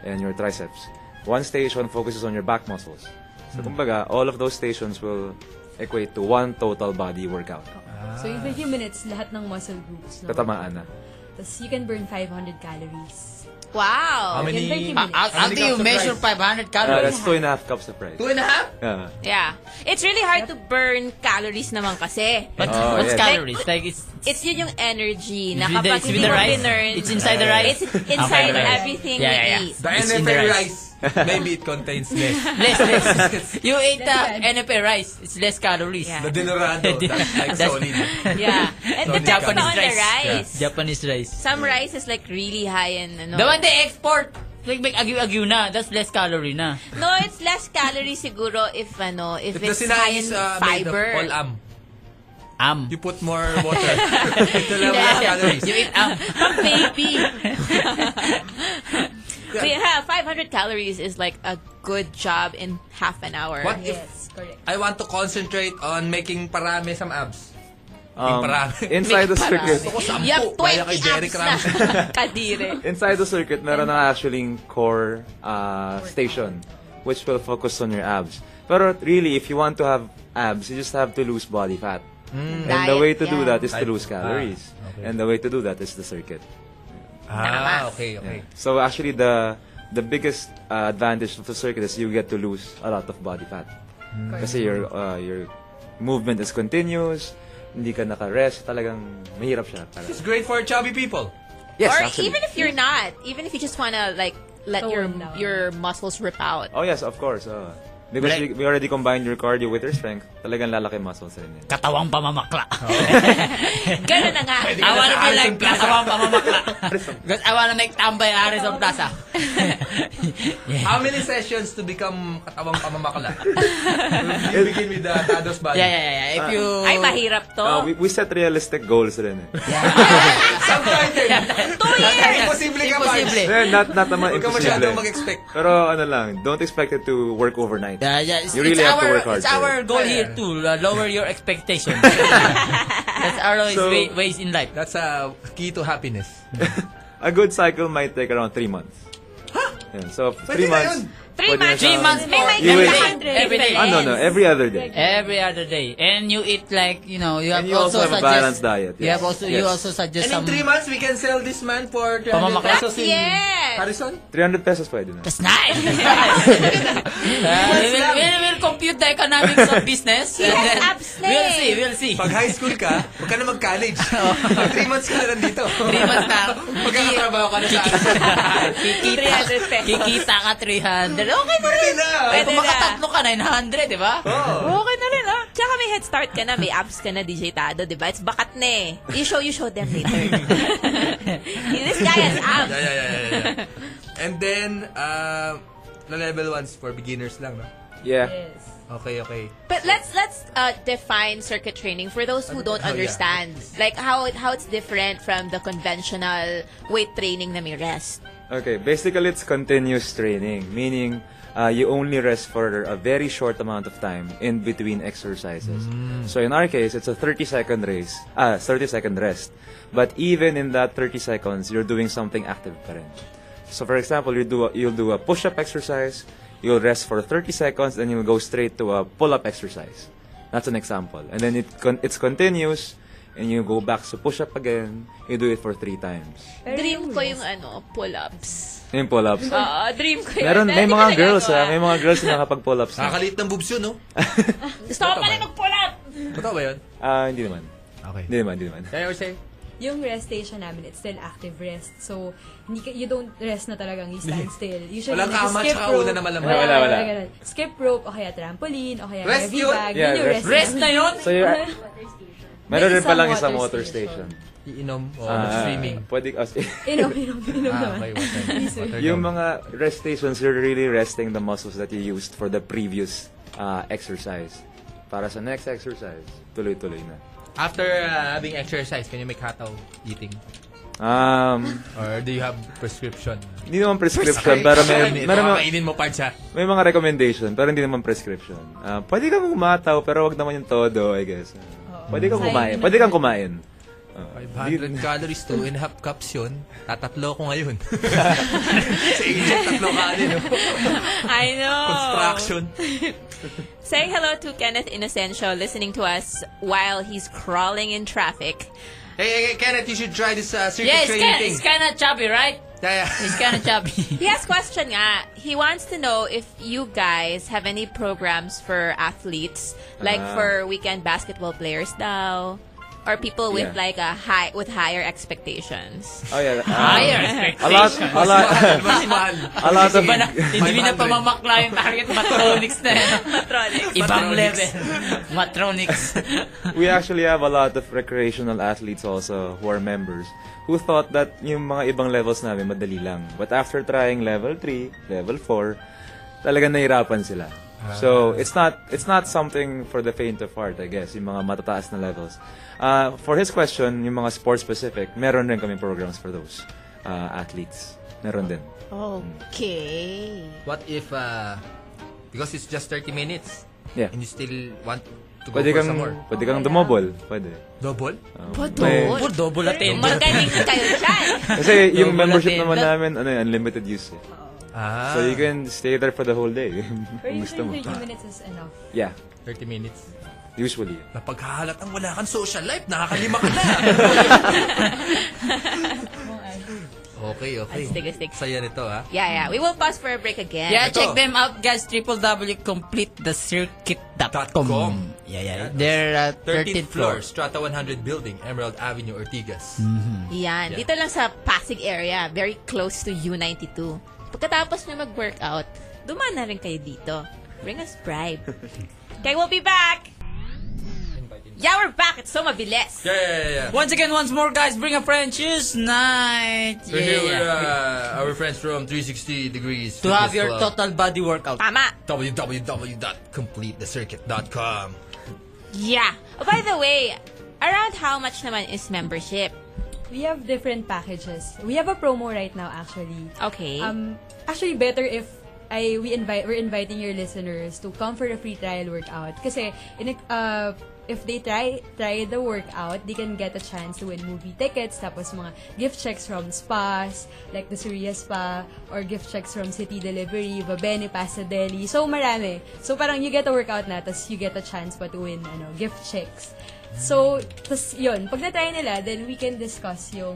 H: and your triceps. One station focuses on your back muscles. So
C: Hmm.
H: kumbaga, all of those stations will equate to one total body workout.
I: So,
C: Ah.
I: yung 30 minutes, lahat ng muscle groups. No?
H: Tatamaan na.
I: Tapos, you can burn 500 calories.
A: Wow.
C: how many?
I: Yung 30
B: Uh, how, how
C: How many
B: do
C: cups
B: you
C: of
B: measure
C: rice?
B: 500
H: Uh,
B: calories?
H: that's two and a half cups of rice.
C: Two and a half?
H: Yeah.
A: Yeah. It's really hard to burn calories naman kasi.
B: What's,
H: Oh,
B: what's
H: yes.
B: calories? Like it's
A: It's yun yung energy na
B: It's
A: kapag
B: with the- it's with
A: hindi
B: the
A: mo
B: rice?
A: binurn,
B: It's inside the rice?
A: It's inside
B: Okay, okay.
A: everything
B: Yeah, yeah,
A: we
B: yeah.
A: eat.
C: The
B: It's in
C: NFL
B: the rice.
C: rice. Maybe it contains less.
B: Less, less. you eat uh, NFA rice. It's less calories.
A: Yeah.
C: The Dinorado, that's like
B: That's-
C: solid.
A: Yeah. It
C: Solid
A: depends
B: Japanese
A: on the
B: rice.
A: rice.
B: Japanese rice.
A: Some rice is like really high in ano.
B: The one they export, like make agyu-agyu na. That's less calorie na.
A: No, it's less calorie siguro if ano, if,
C: If the
A: it's
C: sinai
A: high in
C: is uh, made of
A: fiber.
C: all am,
B: Am.
C: you put more water. Ito lang
A: Yeah.
C: mga calories.
B: You eat am.
A: um, Baby. so yeah, 500 calories is like a good job in half an hour.
C: What if
I: Yes, correct.
C: I want to concentrate on making parami some abs?
H: Um,
C: Parami.
H: inside the
A: Parami.
H: circuit,
C: Gusto ko sampu.
A: You have
C: Kaya
A: 20
C: kay Derek
A: abs na.
C: Ramsey.
A: Kadire.
H: inside the circuit, meron na actually core uh, station which will focus on your abs. Pero really, if you want to have abs, you just have to lose body fat. And the
A: Diet,
H: way to do
A: yeah.
H: that is to lose calories.
C: Hmm. Ah, okay.
H: And the way to do that is the circuit.
C: Ah, okay, okay.
H: So actually, the the biggest uh, advantage of the circuit is you get to lose a lot of body fat.
A: Hmm.
H: Kasi your uh, your movement is continuous. Hindi ka naka-rest. Talagang mahirap siya. Parang-
C: It's great for chubby people.
H: Yes,
A: or
H: actually.
A: even if you're not, even if you just want to like let
I: Tone
A: your
I: down.
A: your muscles rip out.
H: Oh yes, of course. oh. because
B: Like-
H: we, we already combined your cardio with your strength. Talagang lalaki muscles rin eh. yun.
B: Katawang pamamakla.
C: Oh.
A: Ganun na nga.
B: I wanna be like katawang pamamakla. Because I wanna make tambay Arizon Plaza. yeah.
C: How many sessions to become katawang pamamakla? you begin with the Tados body.
B: yeah, yeah, yeah, yeah. If you...
A: Ay, mahirap to.
H: Uh, we, we set realistic goals rin eh.
C: Sometimes,
A: Two years!
C: imposible ka,
B: Imposible.
H: Eh, not, not naman
C: Huwag ka masyadong
H: imposible.
C: mag-expect.
H: Pero ano lang, don't expect it to work overnight.
B: Yeah, yeah. It's,
H: You really
B: it's
H: have to
B: our,
H: work hard
B: It's
H: for
B: our
H: it.
B: goal
C: Yeah.
B: here to uh, lower your expectations. That's our always
H: So-
B: way, ways in life.
C: That's a key to happiness.
H: A good cycle might take around three months. Yeah, so
C: Pwede
H: three
C: na
H: months.
C: yun.
A: Three
H: pwede na
A: months.
H: siya-
B: Three months
A: May
B: for
A: may
H: You will-
B: every day.
H: Ah, no, no. Every other day.
B: Every other day, and you eat like you know you have
H: And you also have a
B: suggest,
H: balanced diet,
B: You
H: yes.
B: have also you
H: Yes.
B: also
C: And
B: suggest
C: in
B: some.
C: three months, we can sell this man for 300
B: Pamamakla.
C: pesos in
A: Yes.
C: Harrison?
H: 300 pesos pwede na.
B: That's nice. Yes. Uh, we, will, we will compute the economics of business.
A: He has
B: and then
A: abs na
B: We'll
A: eh.
B: see. We'll see.
C: Pag high school ka, huwag ka na mag-college. Pag three months ka na nandito.
B: Three months na.
C: Magkakatrabaho ka na sa
B: Kikita,
A: 300 pesos.
B: kikita ka 300. Okay na
C: Pwede
B: rin.
C: na.
B: Eh,
A: Pwede
B: kung
A: na.
B: makatatlo ka, 900, di ba?
A: Okay na rin, ah. Tsaka may head start ka na, may abs ka na, DJ Tado, di ba? It's bakat na eh. You show, you show them later. This guy has abs.
C: Yeah, yeah, yeah, yeah, yeah. And then, uh, the level ones for beginners lang, no?
H: Yeah.
I: Yes.
C: Okay, okay.
A: But let's let's uh, define circuit training for those
H: Ano
A: who don't
C: Oh, yeah.
A: understand, like how it how it's different from the conventional weight training na may rest.
H: Okay, basically it's continuous training, meaning uh, you only rest for a very short amount of time in between exercises. So in our case, it's a 30 second race, uh, 30 second rest. But even in that 30 seconds, you're doing something active pa rin. So for example, you do a, you'll do a push-up exercise, you'll rest for 30 seconds, then you'll go straight to a pull-up exercise. That's an example. And then it con- it's continuous, and you go back to push-up again, you do it for three times.
A: Dream ko yung ano, pull-ups.
H: Yung pull-ups.
A: Oo, dream ko yun.
H: Meron, may
A: Hindi ko
H: mga
A: nagagawa.
H: girls ha, may mga girls na nakapag-pull ups na.
C: Nakakalit ng boobs yun, no?
A: Gusto ko pala mag-pull up!
C: Totoo ba yun?
H: Ah, hindi naman.
C: Okay.
H: Hindi naman, hindi naman.
C: Yeah, I was saying,
I: Yung rest station namin, it's still active rest. So, hindi ka, you don't rest na talagang you stand still. Usually,
C: Walang
I: like,
C: kama,
I: skip
C: tsaka
I: rope.
C: una na malamang.
H: Wala, wala.
I: ganun. Skip rope, o kaya trampoline, o kaya
C: Rest
I: heavy
C: yun.
I: bag.
H: Yeah,
I: yun yung
H: rest.
I: rest.
B: Rest na yun.
H: So you're, meron rin palang isang water
I: water
H: station.
I: station.
C: iinom o
H: Ah,
C: swimming.
H: Pwede, as-
I: Inom, inom, inom
C: Oh, Ah,
I: naman.
C: okay, water. Water
H: yung
C: down.
H: mga rest stations, you're really resting the muscles that you used for the previous uh, exercise. Para sa next exercise, tuloy-tuloy na.
C: After uh, having exercise, can you make hataw eating?
H: Um,
C: Or do you have prescription?
H: hindi naman prescription, pero may, meron,
C: Meron
H: mga-
C: Kainin mo pa siya.
H: may mga recommendation, pero hindi naman prescription. Ah, pwede kang umataw, pero wag naman yung todo, I guess. Ah, pwede kang kumain. Pwede kang kumain. Ah, hindi-
C: 500 calories, 2 and a half cups yun. Tatatlo ko ngayon. Sa Egypt, tatlo kanin. no?
A: I know.
C: Construction.
A: Say hello to Kenneth Inocencio listening to us while he's crawling in traffic.
C: Hey, hey, hey, Kenneth, you should try this uh, circuit
B: Yeah, it's
C: training
B: kind,
C: thing.
B: it's kind of chubby, right?
C: Yeah, yeah.
B: It's kind of chubby.
A: He has question nga. He wants to know if you guys have any programs for athletes, like
H: Ah.
C: Uh.
A: for weekend basketball players daw, or people with
H: Yeah.
A: like a high with higher expectations.
H: Oh yeah. uh,
B: Higher
H: A lot,
B: expectation.
H: a lot,
C: Mas mahal.
H: a lot of
B: Iba na, hindi na
C: 500.
B: pamamakla yung target matronics na yun.
A: Matronics.
B: Ibang
C: Matronics.
B: level. Matronics.
H: we actually have a lot of recreational athletes also who are members who thought that yung mga ibang levels namin madali lang. But after trying level 3, level 4, talagang nahirapan sila. So, it's not it's not something for the faint of heart, I guess, yung mga matataas na levels. Uh, for his question, yung mga sports specific, meron rin kami programs for those uh, athletes. Meron din.
A: Okay.
C: What if, uh, because it's just 30 minutes,
H: Yeah.
C: and you still want to go
H: Pwede
C: for
H: kang
C: some more?
H: pwede kang dumobol, pwede.
C: Oh,
H: Ah,
C: Double?
H: May-
A: Podol.
B: Double attendance.
A: Magaling na kayo
B: eh.
A: dyan.
H: Kasi yung
B: Double
H: membership
B: attendance.
H: naman namin, ano, yun, unlimited use. eh.
C: Ah,
H: So you can stay there for the whole day.
I: Or
H: Kung gusto mo.
I: usually 30 minutes is enough.
H: Yeah,
C: 30 minutes.
H: usually.
C: Napaghahalatang wala kang social life, nakakalima ka na. okay, okay.
A: Astig, astig.
C: Saya nito, ha?
A: Ah, Yeah, yeah. We will pause for a break again.
B: Yeah,
C: Ito.
B: check them out guys. www.completethecircuit.com Yeah, yeah. They're at
C: 13th
B: 13th
C: floor,
B: floor.
C: Strata 100 building, Emerald Avenue, Ortigas.
A: Yan. Dito lang sa Pasig area. Very close to U92. Pagkatapos na mag-workout, dumaan na rin kayo dito. Bring us bribe. okay, we'll be back! Yeah, we're back. It's so mabilis.
C: Yeah, yeah, yeah, yeah.
B: Once again, once more guys, bring a friend. Cheers night.
C: We're here with
B: Yeah.
C: uh, our friends from 360 Degrees.
B: To have
C: Fitness
B: your
C: Club.
B: total body workout.
A: Tama.
C: www.completethecircuit.com
A: Yeah. Oh, by the way, around how much naman is membership?
I: We have different packages. We have a promo right now actually.
A: Okay.
I: Um, actually better if I we invite we're inviting your listeners to come for a free trial workout kasi in a- uh, if they try try the workout, they can get a chance to win movie tickets tapos mga gift checks from spas like the Surya Spa or gift checks from City Delivery, Babene Pasta Deli. So marami. So parang you get a workout na tapos you get a chance pa to win ano gift checks. So, tas yun, pag na-try nila, then we can discuss yung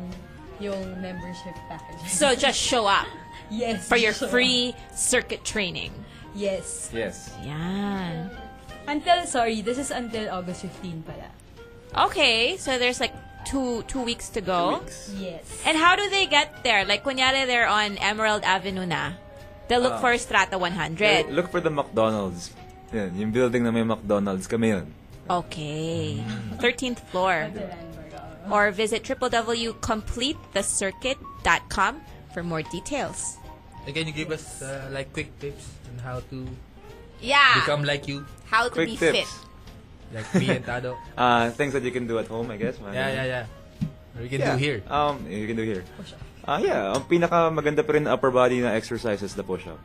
I: yung membership package.
A: so just show up
I: Yes.
A: for your
I: sure.
A: free circuit training.
I: Yes.
H: Yes.
A: Yan.
I: Until, sorry, this is until August 15 pala.
A: Okay, so there's like two two weeks to go.
I: Yes.
A: And how do they get there? Like, kunyari they're on Emerald Avenue na. They'll look for Strata 100.
H: Ah. Look for the McDonald's. Yan, yung building na may McDonald's, kami yun.
A: Okay.
H: Mm.
A: 13th floor. Or visit www.completethecircuit.com for more details.
C: Can you give us uh, like quick tips on how to
A: Yeah.
C: become like you?
A: how to
H: Quick
A: be fit.
H: tips.
C: Like me and Tado?
H: Uh, things that you can do at home, I guess. man.
C: Yeah, yeah, yeah. Or you can do here.
H: Um, you can do here. Ah, yeah. Ang pinaka maganda pa rin na upper body na exercise is the push-up.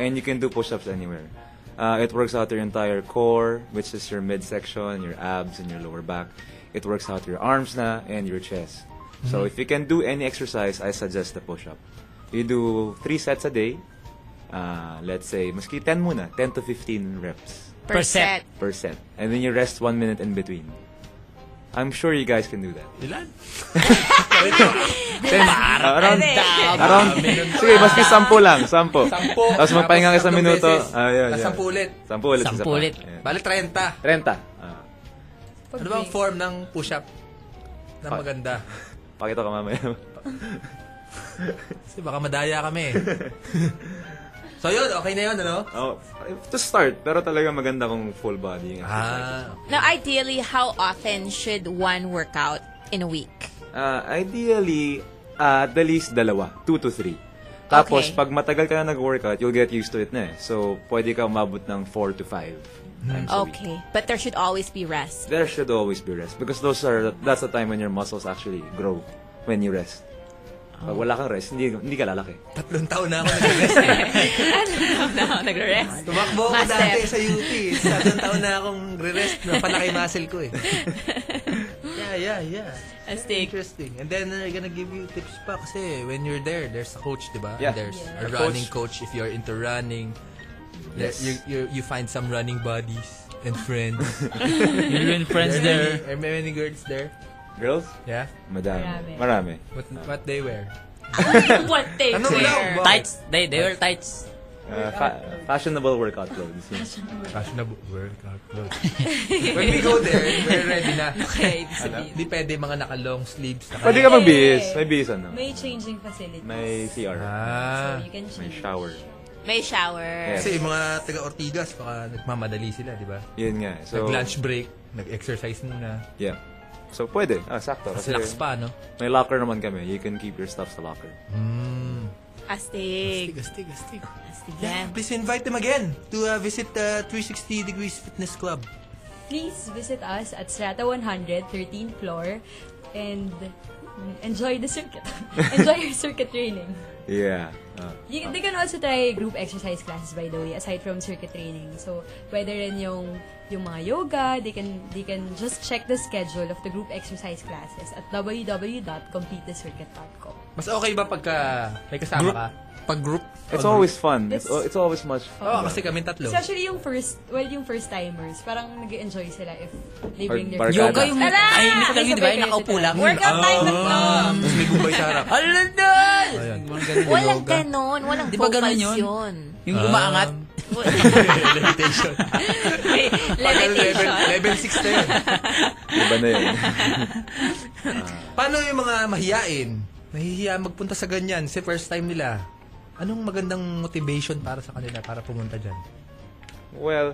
H: And you can do push-ups anywhere. Uh, it works out your entire core, which is your midsection, your abs, and your lower back. It works out your arms na and your chest. So
C: Mm-hmm.
H: if you can do any exercise, I suggest the push-up. You do three sets a day. Uh, let's say, maski 10 muna, 10 to 15 reps
A: Per
B: Percent.
A: set.
H: per set. And then you rest one minute in between. I'm sure you guys can do that.
C: Ilan?
B: Diba?
H: Ten, around,
A: Ate.
H: around, sige, maski sampu lang, sampu.
C: Sampo.
H: Tapos magpahinga ka sa
C: tatlong
H: minuto.
C: beses.
H: Ah, yun,
C: Tas
H: yun.
C: sampu ulit.
H: Sampu ulit.
B: Sampu ulit.
C: Bali 30.
H: Renta. Ah,
I: Pag
C: Ano bang form ng push-up na
H: Pa-
C: maganda?
H: pakita ko mamaya.
C: Kasi baka madaya kami eh. so yun, okay na yun, ano?
H: oh, to start, pero talaga maganda kung full body yung exercise.
C: Ah,
A: Now, ideally, how often should one workout in a week?
H: Ah, ideally, ah, at the least dalawa. Two to three. Tapos,
A: Okay.
H: pag matagal ka na nag-workout, you'll get used to it na eh. So, pwede ka umabot ng four to five times a week.
A: Okay. But there should always be rest.
H: There should always be rest because those are that's the time when your muscles actually grow when you rest. Pag wala kang rest, hindi, hindi ka lalaki.
C: tatlong taon na ako nag-rest eh.
I: Ano,
A: no, Ano? nag-rest.
C: Tumakbo ako
A: Master.
C: dati sa UP. Tatlong taon na akong re-rest. Napanakay muscle ko eh. Yeah, yeah, yeah.
A: Astig.
C: Interesting. And then, uh, gonna give you tips pa kasi when you're there, there's a coach, di ba?
H: Yeah.
C: There's a
H: A
C: running coach. if you're into running.
H: Yes.
C: You, you, you find some running buddies and friends.
B: Million friends
C: there.
B: there.
C: Are many, are many girls there?
H: Girls?
C: Yeah?
H: Madami.
I: Marami.
H: Marami.
C: What, what they wear? Ano
A: What they
C: Anong
A: wear.
C: love?
B: Tights. They, they wear tights.
H: Uh, fa- fashionable workout clothes. yes.
C: Fashionable workout clothes. When we go there, we're ready na.
I: Okay, ibig
C: Ano?
I: sabihin.
C: Di pwede mga naka-long sleeves. Naka
H: Pwede ka magbihis. May bihis ano.
I: May changing facilities.
H: May CR.
C: Ah.
I: So, you can
H: May
I: change.
H: shower.
A: May shower.
H: Yes.
C: Kasi yung mga taga Ortigas, baka nagmamadali sila, di ba?
H: Yun nga. So,
C: Nag-lunch break, nag-exercise muna.
H: yeah. So, pwede. Ah, sakto.
C: Tapos
H: Kasi
C: lakas pa, no?
H: may locker naman kami. You can keep your stuff sa locker.
A: Astig.
C: astig, astig.
A: Astig
C: Mm.
A: yan.
C: Yeah, please invite them again to uh, visit uh, 360 Degrees Fitness Club.
I: Please visit us at Strata 100, 13th floor, and enjoy the circuit. enjoy your circuit training.
H: Yeah. Ah.
I: You, they can also try group exercise classes by the way aside from circuit training. So pwede rin yung yung mga yoga, they can they can just check the schedule of the group exercise classes at www.completethecircuit.com.
C: Mas okay ba pagka may kasama ka? Pag group?
H: It's always fun. It's, al- it's always much fun.
C: Oo, kasi kami tatlo.
I: Especially yung first, well yung first timers, parang nag-enjoy sila if they
H: Or
I: bring their
H: barkada.
I: Yoga
B: Yoga
I: yung
B: yung... Ay, hindi ko lang yun, di ba?
I: Sabay-sabay
B: Yung Nakaupo
I: kayo
B: lang. Ah.
A: Workout time na to.
C: Tapos Ah, may bumbay sa harap.
B: Ano na doon?
A: Walang ganon. Walang
B: Di ba
A: vocals
B: ganun
A: yun.
B: yun? Yung umaangat.
C: Um, Levitation.
A: May
C: level,
A: Levitation.
C: level 6 na yun. Ah.
H: Iba na yun.
C: Paano yung mga mahiyain? Nahihiya magpunta sa ganyan sa first time nila. Anong magandang motivation para sa kanila para pumunta dyan?
H: well,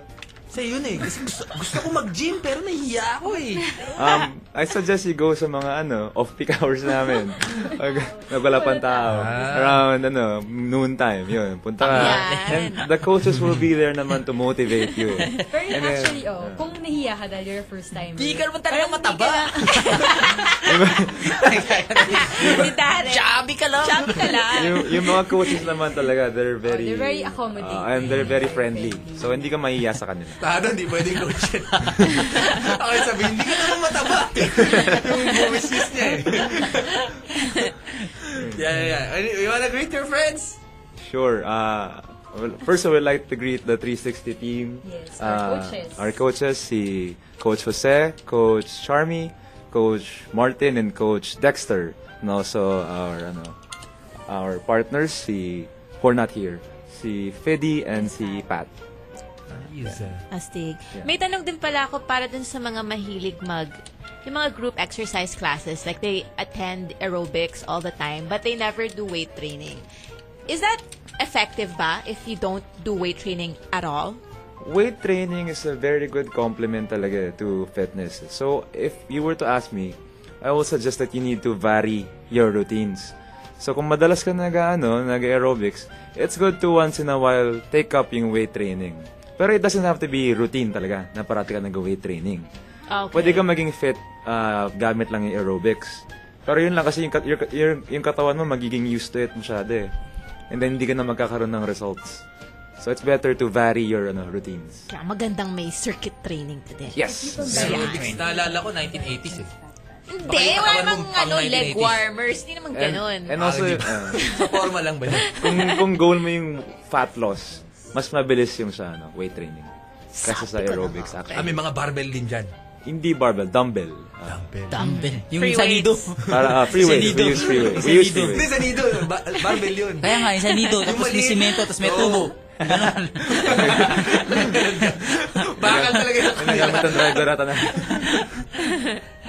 C: Kasi yun eh. Kasi gusto, gusto ko mag-gym pero nahihiya ako eh.
H: um, I suggest you go sa mga ano, off-peak hours namin. Pag wala pang tao.
C: Ah.
H: Around ano, noon time. Yun, punta ka.
A: Ayan.
H: And the coaches will be there naman to motivate you. eh.
I: Pero
H: And then-
I: actually, oh, kung nahiya ka dahil you're a first timer.
B: Di ka naman talaga mataba.
A: Si Darren.
B: Chubby ka lang.
A: Jump ka lang.
H: yung, yung mga coaches naman talaga, they're
I: Oh,
H: very...
I: they're very accommodating.
H: Ah, and they're very friendly. So, hindi ka mahiya sa kanila.
C: Paano, hindi pwedeng coach yun. Ako yung sabihin, hindi ka naman mataba. yung bumisis niya eh. yeah, yeah, yeah. Any- You wanna greet your friends?
H: Sure. Uh, well, first, I would like to greet the 360 team. Uh,
I: Yes, our coaches.
H: Our coaches, si Coach Jose, Coach Charmy, Coach Martin, and Coach Dexter. And also our ano, our partners, si who are not here, si Fedi and si Pat.
A: Astig. May tanong din pala ako para dun sa mga mahilig mag yung mga group exercise classes, like they attend aerobics all the time, but they never do weight training. Is that effective ba if you don't do weight training at all?
H: Weight training is a very good complement talaga to fitness. So, if you were to ask me, I will suggest that you need to vary your routines. So, kung madalas ka nag, ano, nag-aerobics, it's good to once in a while take up yung weight training. Pero it doesn't have to be routine talaga na parati ka nag-weight training.
A: Okay.
H: Pwede ka maging fit ah, gamit lang yung aerobics. Pero yun lang kasi yung, kat- your- your- yung katawan mo magiging used to it masyado eh. And then hindi ka na magkakaroon ng results. So it's better to vary your ano, routines.
A: Kaya magandang may circuit training to din.
H: Yes.
C: Aerobics, naalala ko, 1980s eh.
A: Hindi,
C: Baka
A: wala
C: yung katawan
A: namang
C: mo pang
A: ano, leg
C: 1980s.
A: warmers. Hindi naman
H: And,
A: ganun.
H: and also,
C: Ah, di ba?
H: ah,
C: Sa forma lang ba yun?
H: kung, kung goal mo yung fat loss, mas mabilis yung sa ano, weight training. Kaysa sa aerobics
C: Ah, may
H: actually.
C: mga barbell din dyan.
H: Hindi barbell, dumbbell. Ah,
B: Dumbbell. Yung
A: Free
B: sa nido.
A: weights.
H: para ah, free weights. We use free weights. We use free
C: Hindi,
H: weights.
C: sa nido. Ba- barbell yun.
B: Kaya nga, yung sa nido.
C: Yung
B: Tapos may
C: maliit. Oh.
B: simento, tapos may tubo. Ganun.
C: Bakal talaga yung
H: Nagamit ang driver ata na.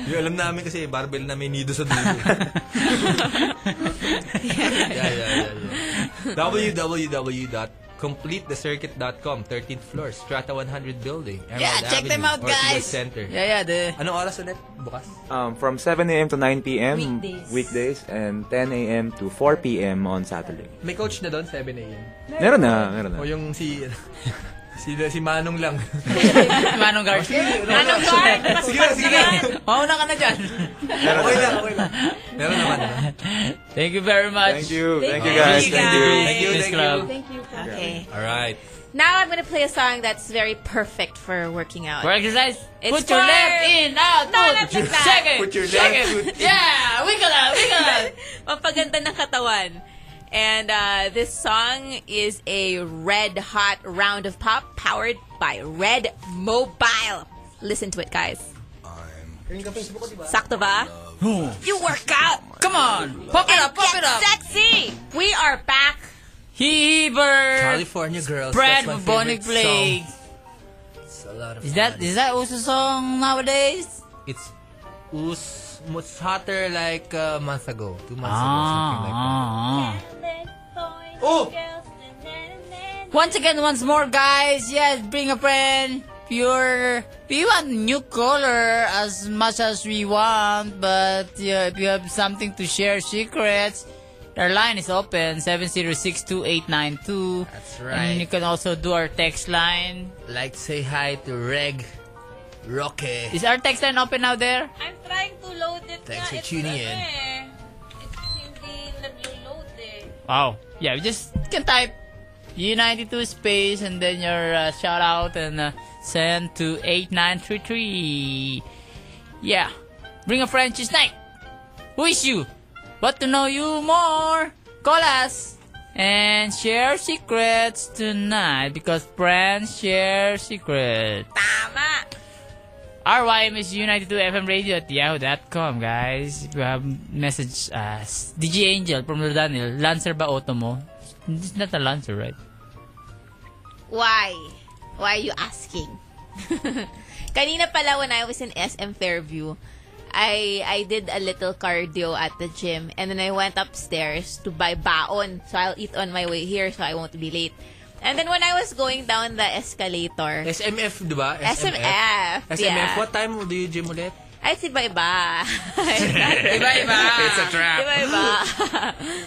C: Yung alam namin kasi, barbell na may nido sa dulo. yeah, yeah, yeah, yeah. www.completethecircuit.com 13th floor, Strata 100 building. Emerald
B: Yeah, check them out,
C: Avenue, Ortigas
B: guys.
C: Center.
B: Yeah, yeah. The,
C: Anong oras ulit? Bukas?
H: Um, from 7 a.m. to 9 p.m.
I: Weekdays.
H: weekdays and 10 a.m. to 4 p.m. on Saturday.
C: May coach na doon, 7 a.m.
H: Meron na, meron na.
C: O yung si... Si, si Manong lang. Oh,
B: Manong Garcia.
A: Manong guard, mas
C: Sige, sige.
B: Mauna ka na dyan.
C: Okay lang, okay lang. Meron naman. ano?
B: Thank you very much.
H: Thank you. Thank you
A: you,
H: guys.
A: guys.
H: Thank you.
C: Thank you,
B: Miss
C: thank you.
B: Club.
I: Thank you. for-
A: Okay.
C: Alright.
A: Now I'm gonna play a song that's very perfect for working out.
B: For exercise,
A: Uh, It's
B: put your
A: for-
B: left in, ah, out,
A: No,
B: out.
A: not like that.
B: Shake it,
C: Put your
B: shake
C: left
B: it.
C: foot in.
B: Yeah, wiggle out, wiggle out.
A: Mapaganda ng katawan. And uh, this song is a red hot round of pop powered by Red Mobile. Listen to it, guys. Sakto ba? You work out.
B: Come on, pop it
A: and
B: up, pop
A: get
B: it up.
A: Sexy. We are back
B: Heber!
C: California Girls. that's
B: Spread
C: my
B: bubonic
C: favorite
B: plague.
C: song. It's a lot of
B: Is that
C: fun.
B: is that also song nowadays?
C: It's us, it's hotter like a month ago, two months ago, something like that.
B: Ah, ah.
C: Oh!
B: Once again, once more, guys. Yes, bring a friend. Pure. We want new color as much as we want, but yeah, if you have something to share secrets, our line is open 706-2892.
C: That's
B: And
C: right.
B: you can also do our text line.
C: Like say hi to Reg Roque.
B: Is our text line open now there?
F: I'm trying to load it
C: Thanks
F: nga.
C: for tuning
F: it's,
C: in.
F: ano eh. It's hindi nag-load eh.
B: Wow. Yeah, you just you can type U92 space and then your uh, shout out and uh, send to 8933. Yeah. Bring a friend Cheese night. Wish you. What to know you more? Call us and share secrets tonight because friends share secrets.
F: Tama!
B: Our YM is U92FM Radio at yahoo.com, guys. If you have message us, DJ Angel from Daniel, Lancer ba auto mo? It's not a Lancer, right?
A: Why? Why are you asking? Kanina pala when I was in SM Fairview, I I did a little cardio at the gym and then I went upstairs to buy baon so I'll eat on my way here so I won't be late. And then when I was going down the escalator,
C: SMF, di ba?
A: SMF,
C: SMF,
A: yeah.
C: what time do you gym ulit?
A: ay si Baiba.
B: Iba-iba!
C: It's a trap.
A: Diba, iba?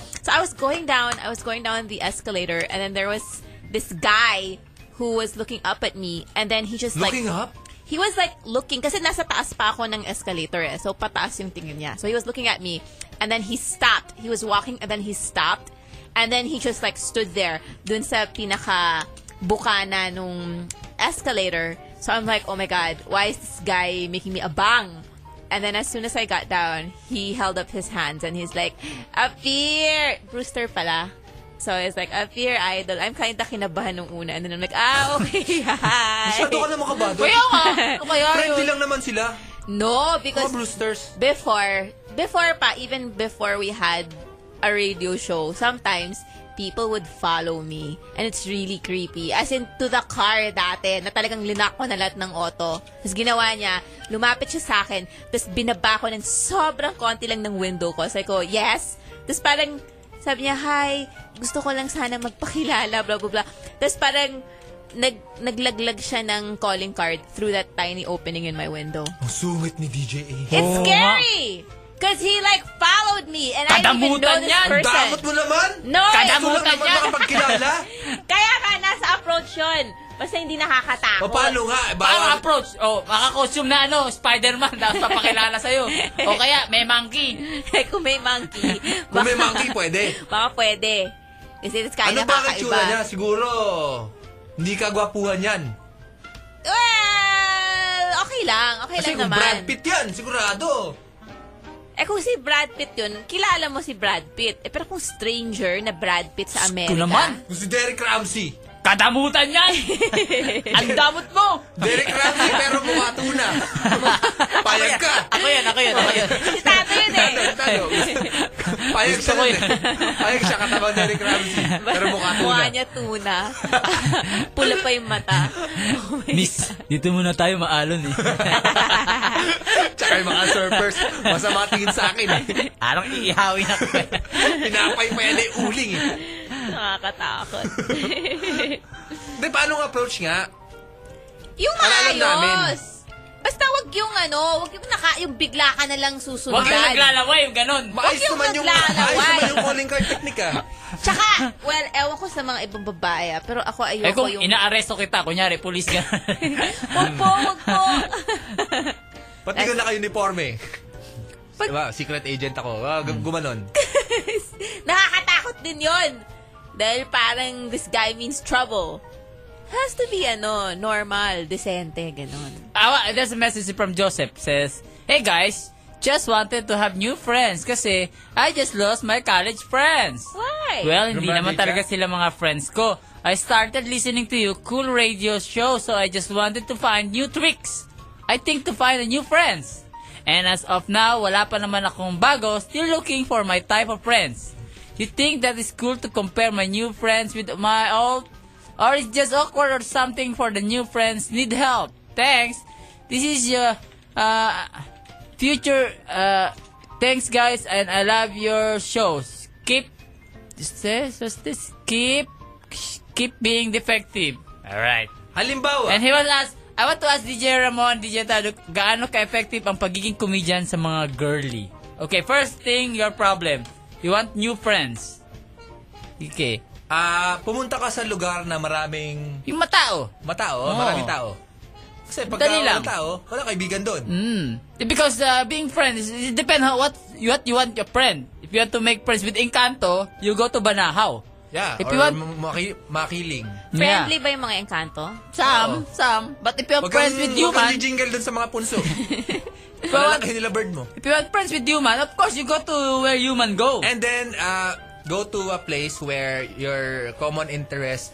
A: so I was going down, I was going down the escalator, and then there was this guy who was looking up at me, and then he just
C: Looking
A: like
C: up?
A: he was like looking kasi nasa taas pa ako ng escalator eh. So pataas yung tingin niya. So he was looking at me and then he stopped. He was walking and then he stopped. And then he just like stood there dun sa pinaka bukana nung escalator. So I'm like, "Oh my god, why is this guy making me abang?" And then as soon as I got down, he held up his hands and he's like, "Up here, Brewster pala." So it's like, "Up here, idol." I'm kinda kinabahan nung una and then I'm like, "Ah, okay. Hi."
C: Masyado ka na makabado.
B: Kaya nga! Kaya
C: Friendly
B: yun!
C: lang naman sila.
A: No,
C: Mga
A: because
C: Brewsters.
A: before, before pa, even before we had a radio show, sometimes people would follow me. And it's really creepy. As in, to the car dati, na talagang linak ko na lahat ng auto. Tapos ginawa niya, lumapit siya sa akin, tapos binaba ko ng sobrang konti lang ng window ko. Sabi ko, yes. Tapos parang, sabi niya, hi, gusto ko lang sana magpakilala, blah, blah, blah. Tapos parang, nag, naglaglag siya ng calling card through that tiny opening in my window.
C: Ang sungit ni DJ A.
A: It's
B: Oo
A: scary! Cause he like followed me and I didn't even know
B: Kadamutan
A: this
B: yan!
A: person.
C: Damot mo naman!
A: No! eh.
C: Gusto lang
B: Kadamutan
C: naman
B: yan!
C: makapagkilala.
A: Kaya ka, nasa approach yun. Basta hindi
C: O
A: nakakatakot.
C: paano nga? Eh,
B: Parang
C: Bawal.
B: approach, oh, makakostume na ano, Spider-Man, tapos papakilala sa'yo. O kaya, may monkey.
A: Kung may monkey.
C: Kung may
A: baka-
C: monkey, pwede.
A: Baka pwede. Kasi it's kind of
C: Ano ba ang tsura niya?
A: kakaiba.
C: Siguro, hindi kagwapuhan yan.
A: Well, okay lang. Okay
C: Kasi
A: lang
C: kung
A: naman.
C: Brad Pitt yan, sigurado.
A: Eh kung si Brad Pitt yun, kilala mo si Brad Pitt. Eh pero kung stranger na Brad Pitt sa Amerika.
B: Kung naman,
C: Kung si Derek Ramsey.
B: kadamutan yan! Ang damot mo!
C: Derek Ramsey, pero mukha tuna. Payag ka.
B: Ako yan, ako yan, ako yan.
A: Si Tato yun eh.
C: Tanda, tanda. Payag siya
B: Gusto ko
C: nun
B: yun.
C: eh. Payag siya katawa Derek Ramsey. Pero mukha tuna.
A: Mukha niya tuna. Pula pa yung mata. Oh my
B: Miss, dito muna tayo maalon eh.
C: Tsaka yung mga surfers, masama tingin sa akin eh.
B: Arang iihawin ako.
C: Pinapay pa yan eh, uling eh.
A: God, Nakakatakot.
C: Hindi, paano ang approach nga?
A: yung
C: Para alam namin.
A: maayos. Basta wag yung ano, wag yung naka, yung bigla ka na lang susundan.
B: Huwag kang naglalaway, ganon.
C: Maayos
A: yung
C: naman yung,
A: naglalaway.
C: maayos naman yung calling card technique ah.
A: Tsaka, well, ewan ko sa mga ibang babae ah, pero ako ayoko
B: Eh kung
A: yung...
B: inaaresto kita, kunyari, pulis ka.
A: Wag po, wag po.
C: Pati ko naka-uniforme.
A: Pag-
C: Diba, secret agent ako. Ah, gu- gumanon.
A: Nakakatakot din yon Dahil parang this guy means trouble. Has to be ano, normal, decente, ganon.
B: Awa, there's a message from Joseph. Says, Hey guys, just wanted to have new friends kasi I just lost my college friends.
A: Why?
B: Well, hindi
C: Romantic
B: naman
C: ka?
B: talaga sila mga friends ko. I started listening to your cool radio show so I just wanted to find new tricks. I think to find a new friends. And as of now, wala pa naman akong bago, still looking for my type of friends. You think that it's cool to compare my new friends with my old? Or it's just awkward or something for the new friends need help? Thanks. This is your uh, future. Uh, thanks, guys, and I love your shows. Keep. This, this, keep, keep being defective. All right.
C: Halimbawa,
B: And he was asked, I want to ask DJ Ramon, DJ Tado, gaano ka-effective ang pagiging comedian sa mga girly? Okay, first thing, your problem. You want new friends. Okay.
C: ah, pumunta ka sa lugar na maraming
B: Yung matao.
C: matao,
B: Oo.
C: maraming tao. Kasi pag
B: Dali
C: wala
B: lang.
C: tao, wala kaibigan doon.
B: Mm. Because uh, being friends, it depends how what you, what you want your friend. If you want to make friends with Encanto, you go to Banahaw.
C: Yeah,
B: If
C: or
B: you want-
C: m- maki- makiling.
A: Friendly Ano ba yung mga engkanto?
B: Some, some. But if you want
C: Huwag
B: friends
C: kang,
B: with
C: huwag kang
B: human,
C: jingle doon sa mga punso.
B: if you
C: Wala
B: want,
C: kayo nila bird mo.
B: if you want friends with human, of course you go to where human go.
C: And then, uh, go to a place where your common interest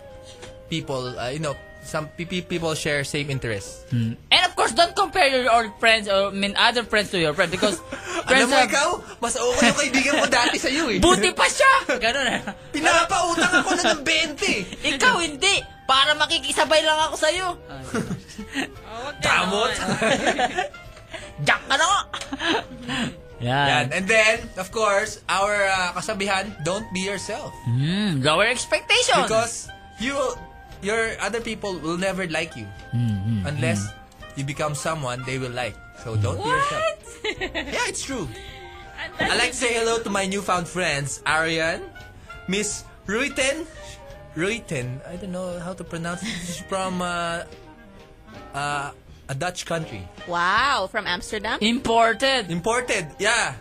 C: people, uh, you know, some pe- pe- people share same interests.
B: And of course, don't compare your old friends or I mean other friends to your friends because
C: Alam
B: friends
C: mo
B: are-
C: ikaw, mas okay yung kaibigan mo dati sa'yo eh.
B: Buti pa siya! Ganun eh.
C: Pinapautang ako na ng 20 eh.
B: Ikaw hindi! Para makikisabay lang ako sa'yo.
C: Damot!
B: Jack ka na ko!
C: Yan. And then, of course, our uh, kasabihan, don't be yourself.
B: Mm, lower expectations.
C: Because you, your other people will never like you. hmm,
B: Mm-hmm.
C: Unless you become someone they will like. So don't be yourself. yeah, it's true. I'd like to say hello to my newfound friends, Arian, Miss Ruiten, Ruiten, I don't know how to pronounce it. She's from uh, uh, a Dutch country.
A: Wow, from Amsterdam?
B: Imported.
C: Imported, yeah.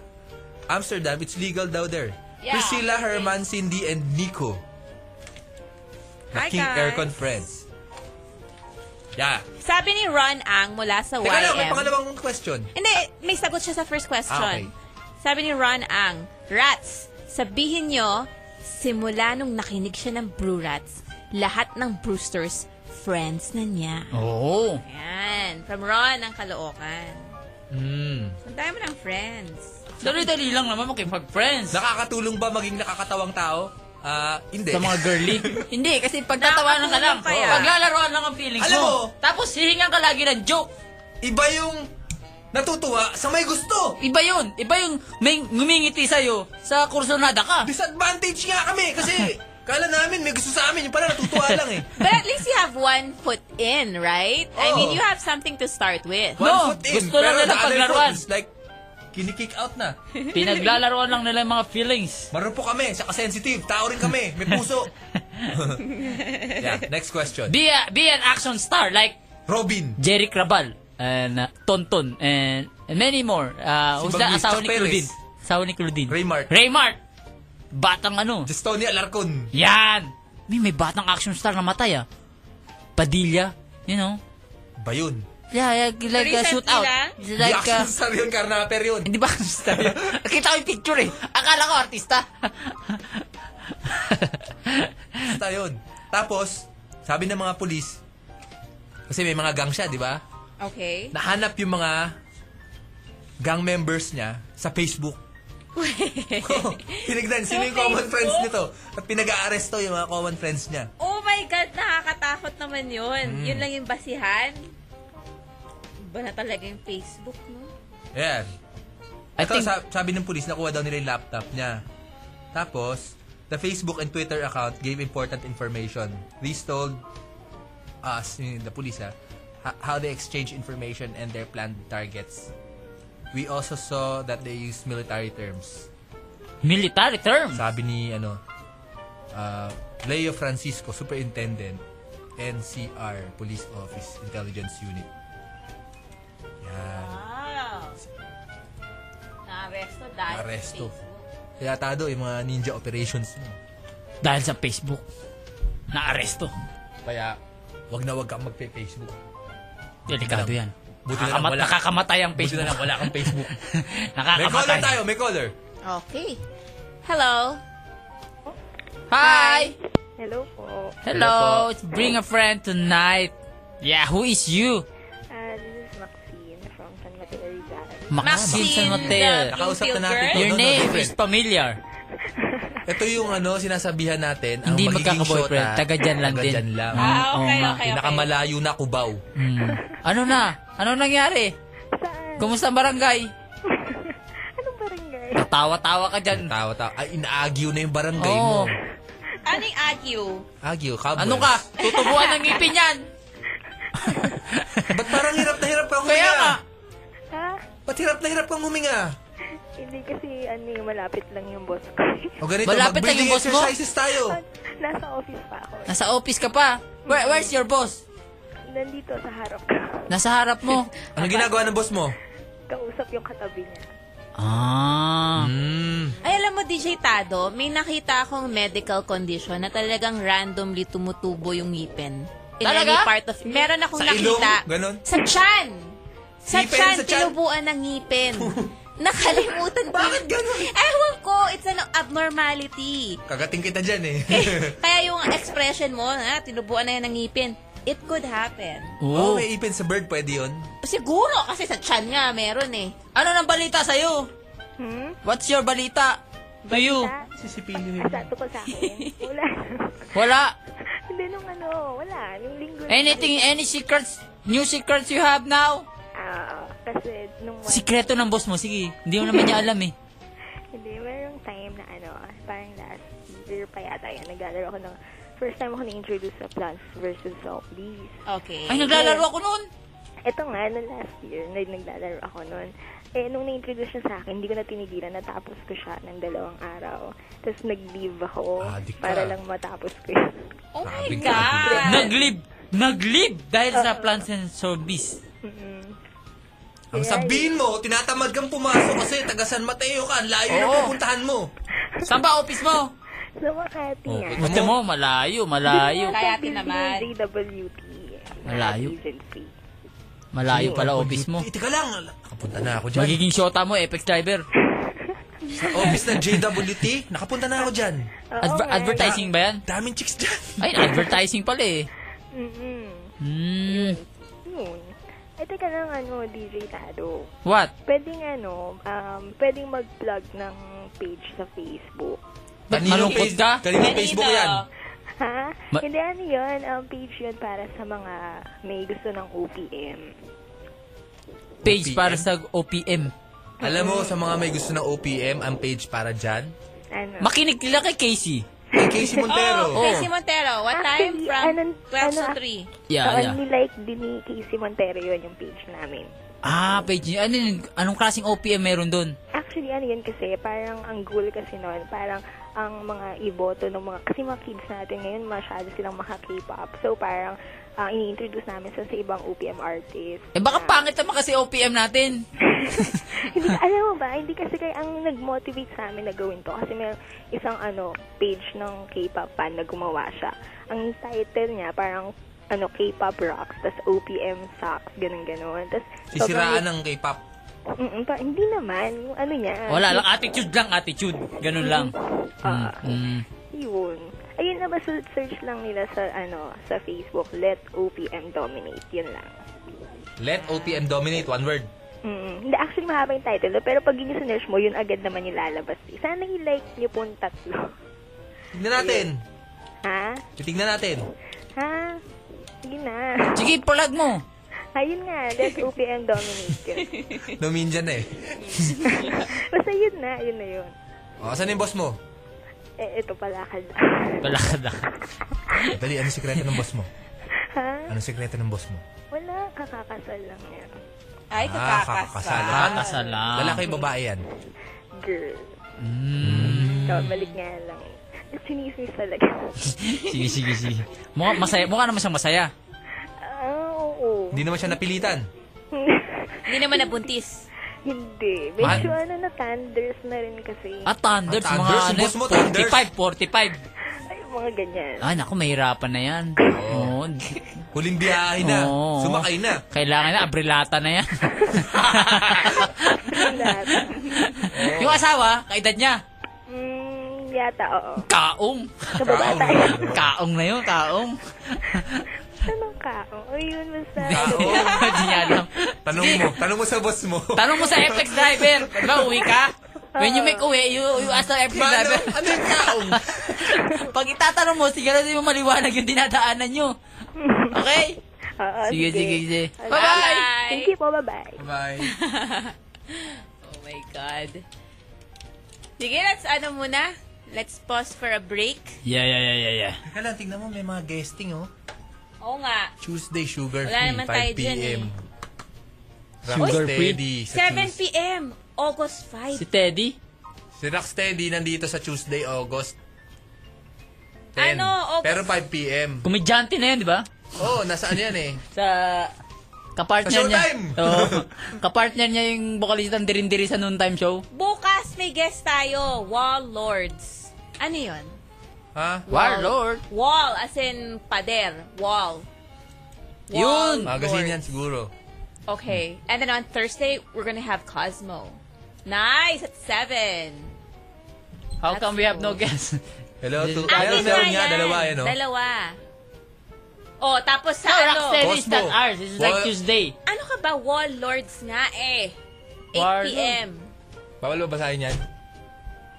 C: Amsterdam, it's legal down there.
A: Yeah,
C: Priscilla, Herman, Cindy, and Nico.
A: Hi,
C: King
A: guys.
C: Aircon Friends. Yeah.
A: Sabi ni Ron Ang mula sa
C: Teka lang, may
A: YM.
C: pangalawang question.
A: Hindi, may sagot siya sa first
C: Ah, okay.
A: question. Sabi ni Ron Ang, Rats, sabihin nyo, simula nung nakinig siya ng Brew Rats, lahat ng Brewsters, friends na niya.
B: Oh.
A: Ayan, from Ron ang Kaloocan. Mm. Ang dami mo ng friends.
B: Dali-dali lang naman makipag-friends.
C: Nakakatulong ba maging nakakatawang tao? Ah, hindi.
B: sa mga girly. hindi, kasi pagtatawanan ka lang.
A: Nakakatulong pa yan.
B: Paglalaroan lang ang feelings
C: Alam mo-
B: mo. Tapos hihingan ka lagi ng joke.
C: Iba yung natutuwa sa may gusto.
B: Iba yun. Iba yung may ngumingiti sa'yo sa kursonada ka.
C: Disadvantage nga kami kasi kala namin may gusto sa amin. Yung pala natutuwa lang eh.
A: But at least you have one foot in, right? I
C: Oo.
A: mean, you have something to start with.
C: Oh. One
B: No,
C: foot in,
B: gusto lang
C: pero
B: nila
C: the other foot
B: paglaruan.
C: is like, kinikick out na.
B: Pinaglalaroan lang nila yung mga feelings.
C: Marupok kami, saka sensitive. Tao rin kami, may puso. yeah, next question.
B: Be, a, be an action star like
C: Robin.
B: Jerry Crabal and uh, Tonton and, and many more. Uh,
C: Si
B: who's that?
C: Bagwis,
B: Asawa
C: Chuck
B: ni
C: Perez.
B: Claudine. Asawa ni Claudine.
C: Raymart.
B: Raymart. Batang ano.
C: Justonia Alarcon.
B: Yan. May, may batang action star na matay ah. Padilla. You know.
C: Ba yun?
B: Yeah, yeah like uh, a
F: Recently
B: shootout.
F: lang?
C: Di
B: Like
C: action
B: uh,
C: star yun, Carnaper yun.
B: Hindi ba action star yun? Nakita ko yung picture eh. Akala ko artista.
C: Basta yun. Tapos, sabi ng mga pulis, kasi may mga gang siya, di ba?
A: Okay.
C: Nahanap yung mga gang members niya sa Facebook. Tinignan, sino yung
A: Sa
C: common
A: Facebook?
C: friends nito? At pinag-aaresto yung mga common friends niya.
A: Oh my God, nakakatakot naman yun.
B: Mm.
A: Yun lang yung basihan. Iba na talaga yung Facebook, no?
C: Ayan. Ito,
B: I think,
C: sa- sabi ng pulis, nakuha daw nila yung laptop niya. Tapos, the Facebook and Twitter account gave important information. These told us, yun, the police ha, h- how they exchange information and their planned targets. We also saw that they use military terms.
B: military term.
C: Sabi ni, ano, uh, Leo Francisco, Superintendent, NCR, Police Office, Intelligence Unit. Yan.
B: Ah.
A: Wow. Na-arresto dahil sa
C: Aresto.
A: Facebook.
C: Kaya tado yung mga ninja operations mo.
B: Dahil sa Facebook. Na-aresto.
C: Kaya, wag na wag kang magpe-Facebook.
B: Delikado
C: Buti na
B: yan.
C: lang- buti na lang
B: Nakakamat-
C: wala-
B: nakakamatay ang
C: Buti
B: Facebook.
C: na lang, wala kang Facebook. may
B: nakakamatay.
C: caller tayo, may caller.
A: Okay. Hello.
B: Hi!
E: Hello po.
B: Hello, it's Bring a Friend tonight. Yeah, who is you?
F: Ah,
E: Uh, this is Maxine from San Mateo Rizal.
B: Maxine San Mateo.
A: the blue
C: Nakausap
A: pill
C: na natin
A: girl.
C: to.
B: Your
C: No, no,
B: name
C: different.
B: is familiar.
C: Ito yung ano, sinasabihan natin, ang
B: Hindi
C: magiging
B: magkaka-boyfriend,
C: shota,
B: taga dyan lang
C: taga
B: din.
C: dyan lang.
B: Ah,
A: Ah, okay,
B: oo nga.
A: okay, okay.
C: Pinakamalayo na kubaw.
B: Mm. Ano na? Ano nangyari? Kumusta ang barangay?
G: Anong barangay?
B: Tawa-tawa ka dyan.
C: Tawa, tawa. Ay, inaagyo na yung barangay
B: Oo.
C: mo.
A: Ano yung agyo?
C: Agyo, kabos.
B: Ano ka? Tutubuan ng ngipin yan.
C: Ba't parang hirap na hirap kang huminga?
B: Kaya nga.
G: Ha?
C: Ba't hirap na hirap kang huminga?
G: Ah, Hindi kasi ano eh, malapit lang yung boss ko.
C: O ganito,
B: Malapit na
C: mag-breathing
B: yung boss mo.
C: exercises tayo.
G: Nasa office pa ako.
B: Nasa office ka pa. Where, where's your boss?
G: Nandito sa harap.
B: Nasa harap mo.
C: Ano ginagawa ng boss mo?
G: Kausap yung katabi niya.
B: Ah.
C: Hmm.
A: Ay, alam mo, DJ Tado, may nakita akong medical condition na talagang randomly tumutubo yung ngipin. In
B: Talaga?
A: any part of... Meron akong
C: Sa ilong?
A: nakita.
C: Ganon?
A: Sa tiyan! Sa
C: Ngipin
A: tiyan,
C: sa tiyan?
A: tinubuan ng ngipin. Nakalimutan ko.
C: Bakit ganon?
A: Ewan ko, it's an abnormality.
C: Kagating kita dyan eh.
A: Kaya yung expression mo, ha, tinubuan na yan ng ngipin. It could happen. Oh,
C: Oo,
B: Oo.
C: Oh, may ipin sa bird, pwede yun.
A: Siguro, kasi sa tiyan nga meron eh.
B: Ano nang balita sa'yo?
G: Hmm?
B: What's your balita? To you?
C: Sisipilin
G: Asato ko sa akin. Wala.
B: Wala.
G: Hindi nung ano, wala. Yung linggo.
B: Anything, any secrets, new secrets you have now?
G: Ah, kasi nung one,
B: Sikreto ng boss mo, sige. Hindi mo naman niya alam eh.
G: hindi, merong time na ano, parang last year pa yata yan, naglalaro ako ng, first time ako na-introduce sa Plants vs. Zombies.
A: Okay.
B: Ay, naglalaro ako noon.
G: Ito nga, no last year, na naglalaro ako noon. Eh, nung na-introduce siya sa akin, hindi ko na tinigilan, natapos ko siya ng dalawang araw. Tapos nag-leave ako
C: Ah, di ka.
G: para lang matapos ko yun.
A: Oh my
C: Sabi ko.
A: God!
B: Nag-live. Nag-live dahil sa plants and service.
G: Mm-mm.
C: Ang sabihin mo, tinatamad kang pumasok kasi taga San Mateo ka, ang layo na
B: Oo.
C: pupuntahan mo. Oh.
B: Saan ba office mo?
G: So, Makati nga.
B: Gusto Oh, mo, malayo, malayo.
A: Kaya
G: Busy ng
A: tinaman.
G: JWT.
B: Malayo.
G: Agency.
B: Malayo pala office mo.
C: Eh, Teka lang, nakapunta na ako dyan.
B: Magiging shota mo, eh, Apex Driver.
C: Sa office ng JWT, nakapunta na ako dyan.
B: Adver-
G: nga.
B: advertising ba yan?
C: Daming chicks dyan.
B: Ay, advertising pala eh.
G: Mm-mm.
B: Hmm.
G: Yun. Eh, teka lang, ano, DJ Tado.
B: What?
G: Pwedeng, ano, um, pwedeng mag-plug ng page sa Facebook.
B: Ba't malungkot ka?
C: Kanina Facebook yan.
G: Ha?
B: Ma-
G: Hindi, ano yun, um, page yun para sa mga may gusto ng OPM.
B: Page
C: OPM?
B: para sa OPM.
C: Alam mo, sa mga may gusto ng OPM, ang page para dyan.
G: Ano?
B: Makinig nila kay Casey.
C: Kay Casey
A: Oh,
C: Montero.
A: Casey Montero. What time
G: Actually,
A: from
G: ano-
A: 12 to
G: ano-
A: 3?
B: Yeah, yeah.
G: like din ni Casey Montero yun yung page namin.
B: Ah, page niya. Ano, yun? anong klaseng OPM meron doon?
G: Actually, ano yun kasi, parang ang goal kasi noon, parang ang mga iboto ng mga, kasi mga kids natin ngayon, masyado silang maka-K-pop. So, parang ah, ini-introduce namin sa, sa ibang OPM artist.
B: Eh baka
G: Na-
B: pangit naman kasi OPM natin.
G: hindi, alam mo ba, hindi kasi kaya ang nag-motivate sa amin na gawin to. Kasi may isang ano, page ng K-pop fan na gumawa siya. Ang title niya, parang ano, K-pop rocks, tas OPM sucks, ganun-ganun. Tas,
C: Sisiraan ng K-pop.
G: sobrang- Mm-mm, pa, hindi naman, yung ano niya.
B: Wala lang, attitude lang, attitude. Ganun lang.
G: Ah,
B: Mm.
G: yun. Ayun na ba, search lang nila sa, ano, sa Facebook, let OPM dominate, yun lang.
C: Let OPM dominate, one word.
G: Mm, hindi, actually mahaba yung title, pero pag yun yung sinerch mo, yun agad naman yung lalabas. Sana i-like niyo po ang tatlo.
C: Tignan natin.
G: Ha?
C: Titignan natin.
G: Ha? Sige na.
B: Sige, pulag mo.
G: Ayun nga, let OPM dominate yun.
C: Lumin dyan eh.
G: Basta yun na, yun na yun.
C: O, saan yung boss mo?
G: Eh, ito pala ka
B: Palakad-lakad.
C: Dali, ano sikreto ng boss mo?
G: Ha?
C: Ano sikreto ng boss mo?
G: Wala, kakakasal lang yan.
A: Ay,
C: Ah,
A: kakakasal.
B: Kakasal lang.
C: Lalaki babae yan.
G: Girl.
B: Hmm.
G: Mm. balik nga lang. eh. Sinismis talaga.
B: sige, sige, sige. Mukha, masaya, mukha naman siyang masaya.
G: Ah, oo.
C: Hindi naman siya napilitan.
A: Hindi naman nabuntis.
G: Hindi. Medyo
C: Ma-
G: ano na tanders na rin kasi.
B: At Thunders,
C: Ah,
B: mga
C: Thunders,
B: ano,
C: boss mo, Thunders.
B: 45, 45.
G: Ay, mga ganyan.
B: Ay, Ah, naku, mahirapan na yan. Oo.
C: Huling biyahe na.
B: Oo.
C: Sumakay na.
B: Kailangan na, abrilata na yan.
G: Lahat.
B: Yung asawa, kaedad niya.
G: mm, yata, oo.
B: Kaong.
G: Kababa tayo.
B: Kaong na yun, kaong.
G: Anong kao? O, yun, basta.
B: Hindi niya Ah, alam.
C: Tanong mo. Tanong mo sa boss mo.
B: Tanong mo sa FX driver, di ba uwi ka? When you make away, you, you ask the airplane
C: Paano?
B: driver.
C: Ano yung taong?
B: Pag itatanong mo, siguro di mo maliwanag yung dinadaanan nyo. Okay?
G: Oo,
B: Ah, Sige, sige, sige.
A: Bye!
B: Bye-bye!
G: Thank you po, bye-bye.
C: Bye.
A: Oh my God. Sige, let's ano muna. Let's pause for a break.
B: Yeah, yeah, yeah, yeah, yeah.
C: Teka lang, tingnan mo, may mga guesting, oh.
A: Oo nga.
C: Tuesday, sugar
A: Wala
C: free,
A: naman
C: 5
A: tayo dyan,
C: p.m.
A: eh.
B: Sugar free?
C: Rocksteady sa
A: 7
C: Tues-
A: p.m. August 5.
B: Si Teddy?
C: Si Rocksteady nandito sa Tuesday, August 10.
A: Ano, August-
C: Pero 5 p.m.
B: Komedyante na yun, di ba?
C: Oo, oh, nasaan yan eh?
B: Sa... Kapartner
C: Sa
B: niya.
C: Showtime!
B: Oo. kapartner niya yung vocalista ng Dirindiri sa noontime show.
A: Bukas may guest tayo, Wall Lords. Ano yun?
C: Ha?
B: Warlord.
A: Wall, as in pader. Wall.
B: Yun!
C: Magazine yan siguro.
A: Okay. And then on Thursday, we're gonna have Cosmo. Nice! At 7.
B: How come we have no
A: That's
B: guests?
C: Hello to...
B: Ah,
C: Meron,
B: yun
C: meron
A: nga
C: nga,
A: yan.
C: dalawa yan, oh.
A: Dalawa. Oh, tapos sa
B: No,
A: ano?
B: Rocksteady is not
C: Cosmo.
B: ours. It's like
C: Wa-
B: Tuesday.
A: Ano ka ba? Wall Lords nga eh. 8
B: Warlord.
A: p.m.
C: Bawal ba basahin yan?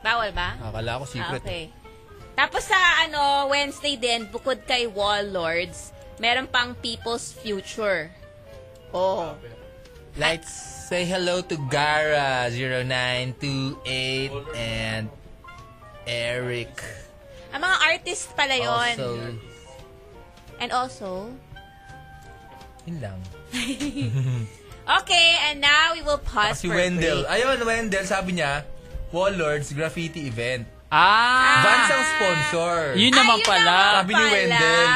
A: Bawal ba?
C: Akala ko
A: Ah,
C: secret. eh.
A: Okay. Tapos sa ano, Wednesday din, bukod kay Wall Lords, meron pang People's Future. Oh.
C: Let's say hello to Gara0928 and Eric.
A: Ang Ah, mga artist pala yon.
C: Also,
A: And also,
C: yun lang.
A: okay, and now we will pause
C: Si
A: for
C: Wendell. Ah.
A: break.
C: Ayun, Wendell, sabi niya, Warlords Graffiti Event.
B: Ah!
C: Vans ang sponsor.
B: Yun naman
A: Ayun
B: pala.
A: naman.
C: Sabi ni
A: pala.
C: Wendell.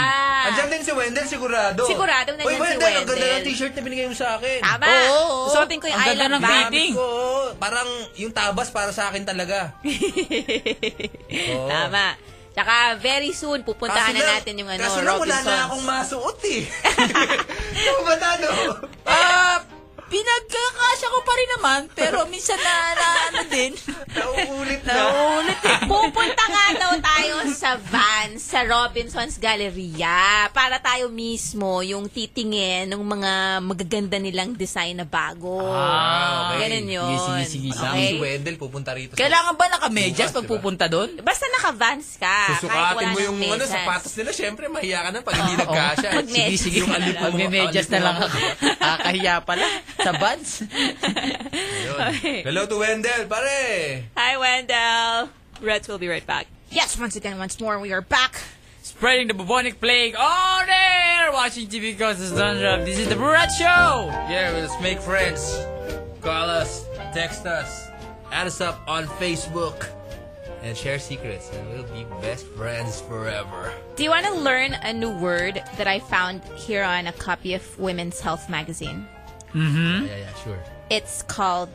C: Andiyan din si Wendell, sigurado.
A: Sigurado, nandyan
C: Uy,
A: si
C: Wendell, ang ganda
A: Wendell.
C: ng t-shirt na binigay mo sa akin.
A: Tama.
B: Oo, oo.
A: Susuotin ko yung
B: Ang
A: I
B: ganda
A: love
B: ng
A: Bam.
B: video. Fitting.
C: Ko, oo. parang yung tabas para sa akin talaga.
A: Oh,
C: Oo.
A: Tama. Tsaka very soon, pupuntahan na
C: Kaso lang-
A: natin yung ano,
C: Kaso lang, wala na
A: Robinsons.
C: akong masuot eh. Ano ba tano?
B: Ah! Pinagkakasya ko pa rin naman, pero minsan na, na ano din.
C: Nauulit na.
B: Naulit eh.
A: Pupunta nga daw tayo sa van sa Robinson's Galleria para tayo mismo yung titingin ng mga magaganda nilang design na bago.
B: Ah,
C: okay.
A: Ganun yun.
B: Sige, sige, sige.
C: Sabi
A: Okay?
C: si Wendell, pupunta rito. sa-
B: Kailangan ba
C: Bukas,
B: nakamedyas pag
C: diba?
B: pupunta doon?
A: Basta naka-vans ka.
B: Ah,
A: kahit
C: Susukatin
A: wala
C: mo
A: ng
C: yung ano,
A: medyas.
C: sapatos nila. Siyempre, mahiya ka na pag hindi nagkasya. eh.
A: Pag
B: Sige,
A: medyas
B: sige.
C: Yung alip mo, mga-
B: Magmemedyas
C: alip mo,
B: na lang
C: mga-
B: ako. Kakahiya pala. Sa bands.
C: Yun.
A: Okay.
C: Diba? Hello to Wendell, pare!
A: Hi, Wendell. Reds will be right back. Yes, once again, once more, we are back.
B: Spreading the bubonic plague all there! Watching TV because it's done This is the Burat Show!
C: Yeah, let's make friends. Call us, text us, add us up on Facebook, and share secrets, and we'll be best friends forever.
A: Do you want to learn a new word that I found here on a copy of Women's Health magazine?
B: Mm-hmm.
C: Yeah, yeah, sure.
A: It's called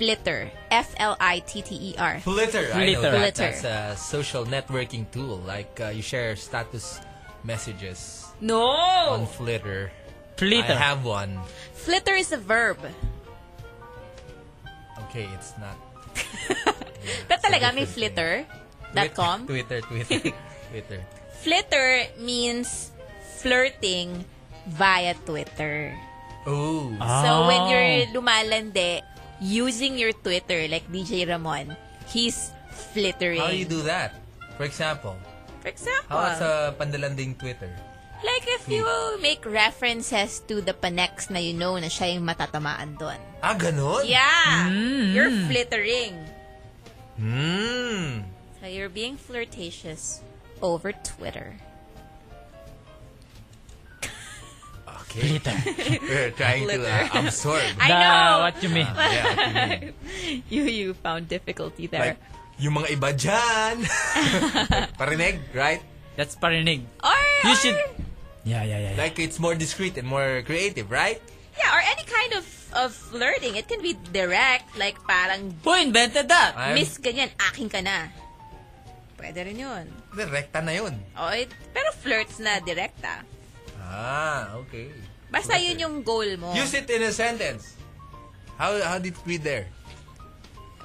A: Flitter. F L I T T E R.
C: Flitter. I know that.
B: Flitter.
A: Flitter.
C: That's a social networking tool. Like, uh, you share status messages on
A: No!
C: Flitter.
B: Oh! Flitter.
C: I have one.
A: Flitter is a verb.
C: Okay, it's not.
A: Pero talaga may
C: different
A: flitter.com.
C: Twitter, Twitter, Twitter.
A: Flitter means flirting via Twitter.
C: Oh.
A: So when
B: Oh.
A: you're lumalande using your Twitter like DJ Ramon, he's flittering.
C: How do you do that? For example,
A: For example,
C: how about sa pandalanding Twitter?
A: like if you make references to the panex na you know na siya yung matatamaan doon.
C: Ah, ganun?
A: Yeah.
B: Mm.
A: You're flittering.
C: Hmm.
A: So you're being flirtatious over Twitter.
C: Okay. We're trying to uh, absorb.
A: I know.
B: what you mean.
C: yeah, what you mean.
A: you you found difficulty there.
C: Like, yung mga iba dyan. Parinig, right?
B: That's parinig.
A: or,
B: You
A: or-
B: should... Yeah, yeah, yeah. yeah.
C: Like, it's more discreet and more creative, right?
A: yeah, or any kind of of flirting. It can be direct, like parang
B: Who invented that?
C: I'm,
A: miss ganyan, aking ka na. Pwede rin yun.
C: Direkta na yun.
A: O, it, pero flirts na direkta.
C: Ah, okay.
A: Basta yun yung goal mo.
C: Use it in a sentence. How how did it read there?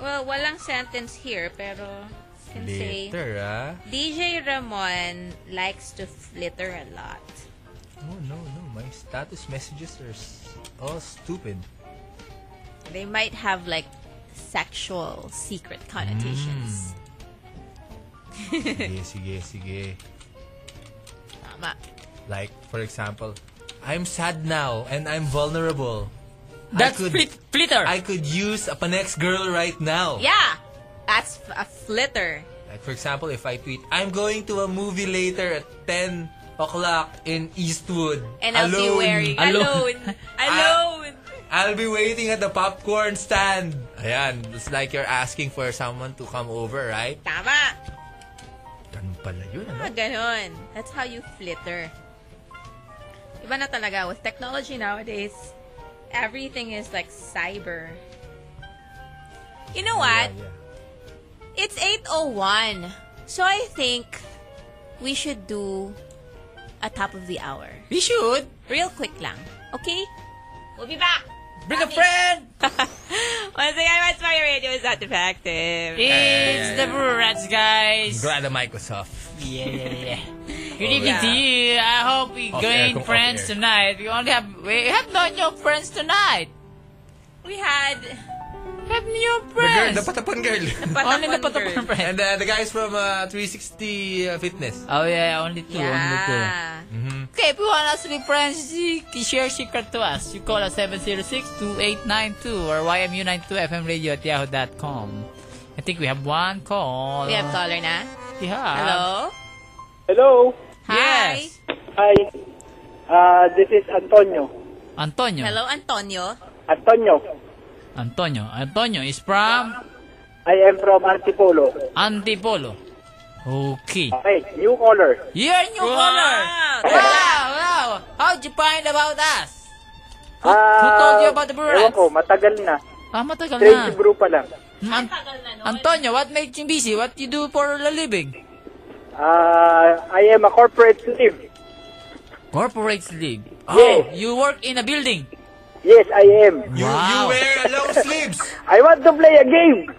A: Well, walang sentence here, pero can say,
C: Later, ah.
A: DJ Ramon likes to flitter a lot.
C: No, Oh, no, no. My status messages are s- all stupid.
A: They might have like sexual secret connotations.
C: Sige, sige, sige.
A: Tama.
C: Like, for example, I'm sad now and I'm vulnerable. I
B: That's
C: could-
B: flit- flitter.
C: I could use a Panex girl right now.
A: Yeah. That's f- a flitter.
C: Like for example, if I tweet, I'm going to a movie later at 10 o'clock in Eastwood.
A: And I'll
C: alone.
A: be wearing alone. Alone.
C: I'll be waiting at the popcorn stand. Ayan, it's like you're asking for someone to come over, right?
A: Tama.
C: Ganun pala yun, ano?
A: Ah, ganun. That's how you flitter. Iba na talaga. With technology nowadays, everything is like cyber. You know what?
C: Yeah, yeah.
A: It's 8.01. So I think we should do a top of the hour.
B: We should.
A: Real quick lang. Okay? We'll be back.
B: Bring a friend.
A: Once again, my Smart Radio is not defective.
B: It's the Brew Rats, guys.
C: Glad the mic was off.
B: Yeah, yeah, yeah. Good evening
A: yeah.
B: to you. I hope we
C: Off air,
B: gain
C: kung off
B: friends
C: air.
B: tonight. We only have we have no new friends tonight.
A: We had
B: We have new
C: The girl,
B: friends.
C: the Patapan girl.
B: only
A: Patapon
B: the patapon
A: Girl.
B: friends.
C: and uh, the guys from uh, 360 uh, Fitness.
B: Oh yeah, only two, only two.
A: Yeah.
B: Okay, if you want us to be friends, you can share secret to us. You call us 706-2892 or YMU92FM radio at yahoo.com. I think we have one call.
A: We have caller na.
B: Yeah.
A: Hello?
D: Hello.
A: Hi.
B: Yes.
D: Hi. Uh, this is Antonio.
B: Oh, Antonio.
A: Hello, Antonio.
D: Antonio.
B: Antonio. Antonio is from
D: I am from Antipolo.
B: Antipolo. Okay.
D: Okay, new caller.
B: You're new caller. Wow, wow. How'd you find about us? Who, who told you about the
D: Ah, Ewan ko,
B: Burats?
D: matagal na.
B: Ah, matagal na.
D: Crazy brew pa lang.
B: Mm, An- Antonio, what makes you busy? What you do for a living?
D: Uh, I am a corporate slave.
B: Corporate sleep. Oh,
D: Yes.
B: you work in a building.
D: Yes, I am.
C: You, you
B: Wow.
C: wear long sleeves.
D: I want to play a game.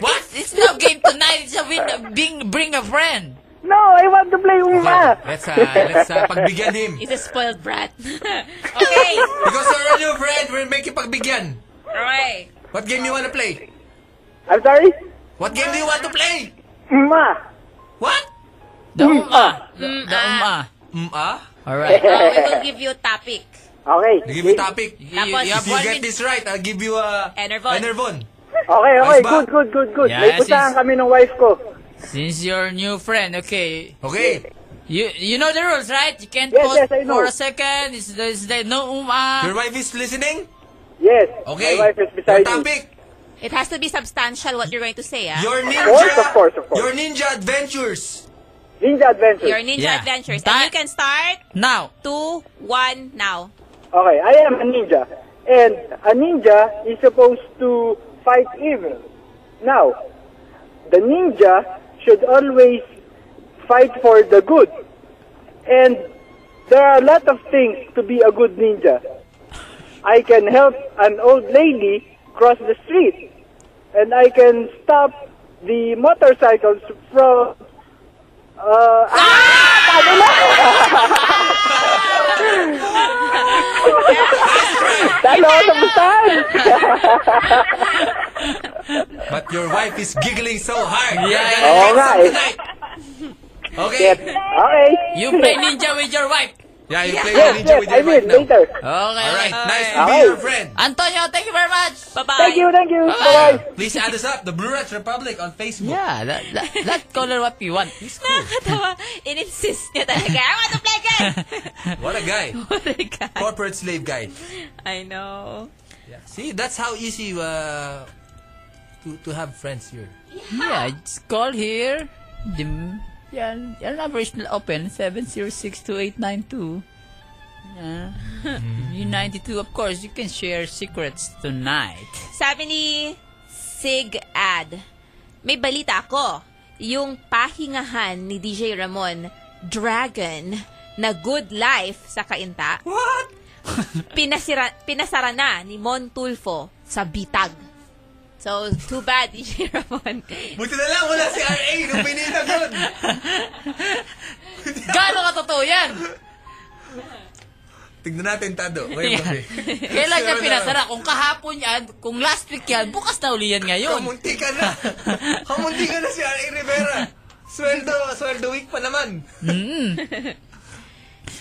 C: What?
B: It's no game tonight. It's a win- bring, bring a friend.
D: No, I want to play Uma.
C: Let's uh, let's uh, pagbigyan him.
A: He's a spoiled brat. okay.
C: Because you're a new friend, we'll make you pagbigyan.
A: Alright.
C: What game do you want to play?
D: I'm sorry?
C: What game do you want to play?
D: Uma.
C: What?
B: The Uma. The, Ah. the
A: Mm,
B: Uma.
C: Mm, ah?
B: Alright.
A: Uh, we will give you a topic.
D: Okay.
C: Give me topic.
B: You, you
A: Tapos-
B: have
C: If you
B: one
C: get
B: minute.
C: this right, I'll give you a...
A: Enervon.
C: Enervon.
D: Okay,
C: Ayos
D: okay.
C: ba?
D: Good, good, good, good. May
B: Yes,
D: pusahan
B: yes.
D: kami ng wife ko.
B: Since you're a new friend, okay.
C: Okay.
B: You you know the rules, right? You can't
D: Yes,
B: pause
D: yes, I know.
B: for a second. It's, there's the no um, uh,
C: Your
B: Uma.
C: wife is listening?
D: Yes.
C: Okay.
D: My wife is
C: Your
D: beside me.
C: topic.
A: It has to be substantial what you're going to say, ah.
C: Your ninja...
D: course, of course, of course.
C: Your ninja adventures.
D: Ninja Adventure.
A: Your Ninja
B: Yeah.
A: Adventures.
B: Ta-
A: and you can start
B: Now.
A: two, one, now.
D: Okay, I am a ninja. And a ninja is supposed to fight evil. Now, the ninja should always fight for the good. And there are a lot of things to be a good ninja. I can help an old lady cross the street. And I can stop the motorcycles from... Uh, Talo,
C: But your wife is giggling so hard.
B: Yeah,
C: You're gonna
B: yeah.
C: get some
D: Alright.
C: tonight. Okay.
D: Okay.
B: You play ninja with your wife.
C: Yeah, you play
D: Yes,
C: ninja
D: yes,
C: with
D: I
C: your
D: will,
C: wife now.
D: later.
B: Okay.
C: Alright,
B: okay.
C: nice to be
D: Okay.
C: your friend.
B: Antonio, thank you very much.
A: Bye-bye.
D: Thank you, thank you. Bye-bye.
C: Please add us up, the Blue Rats Republic on Facebook.
B: Yeah, that, that, that color what you want. It's cool.
A: Nakakatawa. In-insist niya talaga. I want to play again!
C: What a guy.
A: What a guy.
C: Corporate slave guy.
A: I know.
C: Yeah. See, that's how easy uh, to to have friends here.
B: Yeah, just call here. Dim. Yan, your number is open, 7062892. Yeah.
C: Mm-hmm.
B: U92, of course, you can share secrets tonight.
A: Sabi ni Sig Ad, may balita ako. Yung pahingahan ni DJ Ramon, Dragon, na good life sa kainta,
C: What?
A: pinasira, pinasara na ni Mon Tulfo sa bitag. So, too bad, DJ Ramon.
C: Buti na lang wala si RA nung pinita yun.
B: Gano'ng katotoo yan?
C: Tignan natin, Tado. Ngayong
B: Ayan.
C: gabi.
B: Kailan niya pinasara? Kung kahapon yan, kung last week yan, bukas na uli yan ngayon.
C: Kamunti ka na. Kamunti ka na si R.A. Rivera. Sweldo, sweldo week pa naman.
B: Mm-hmm.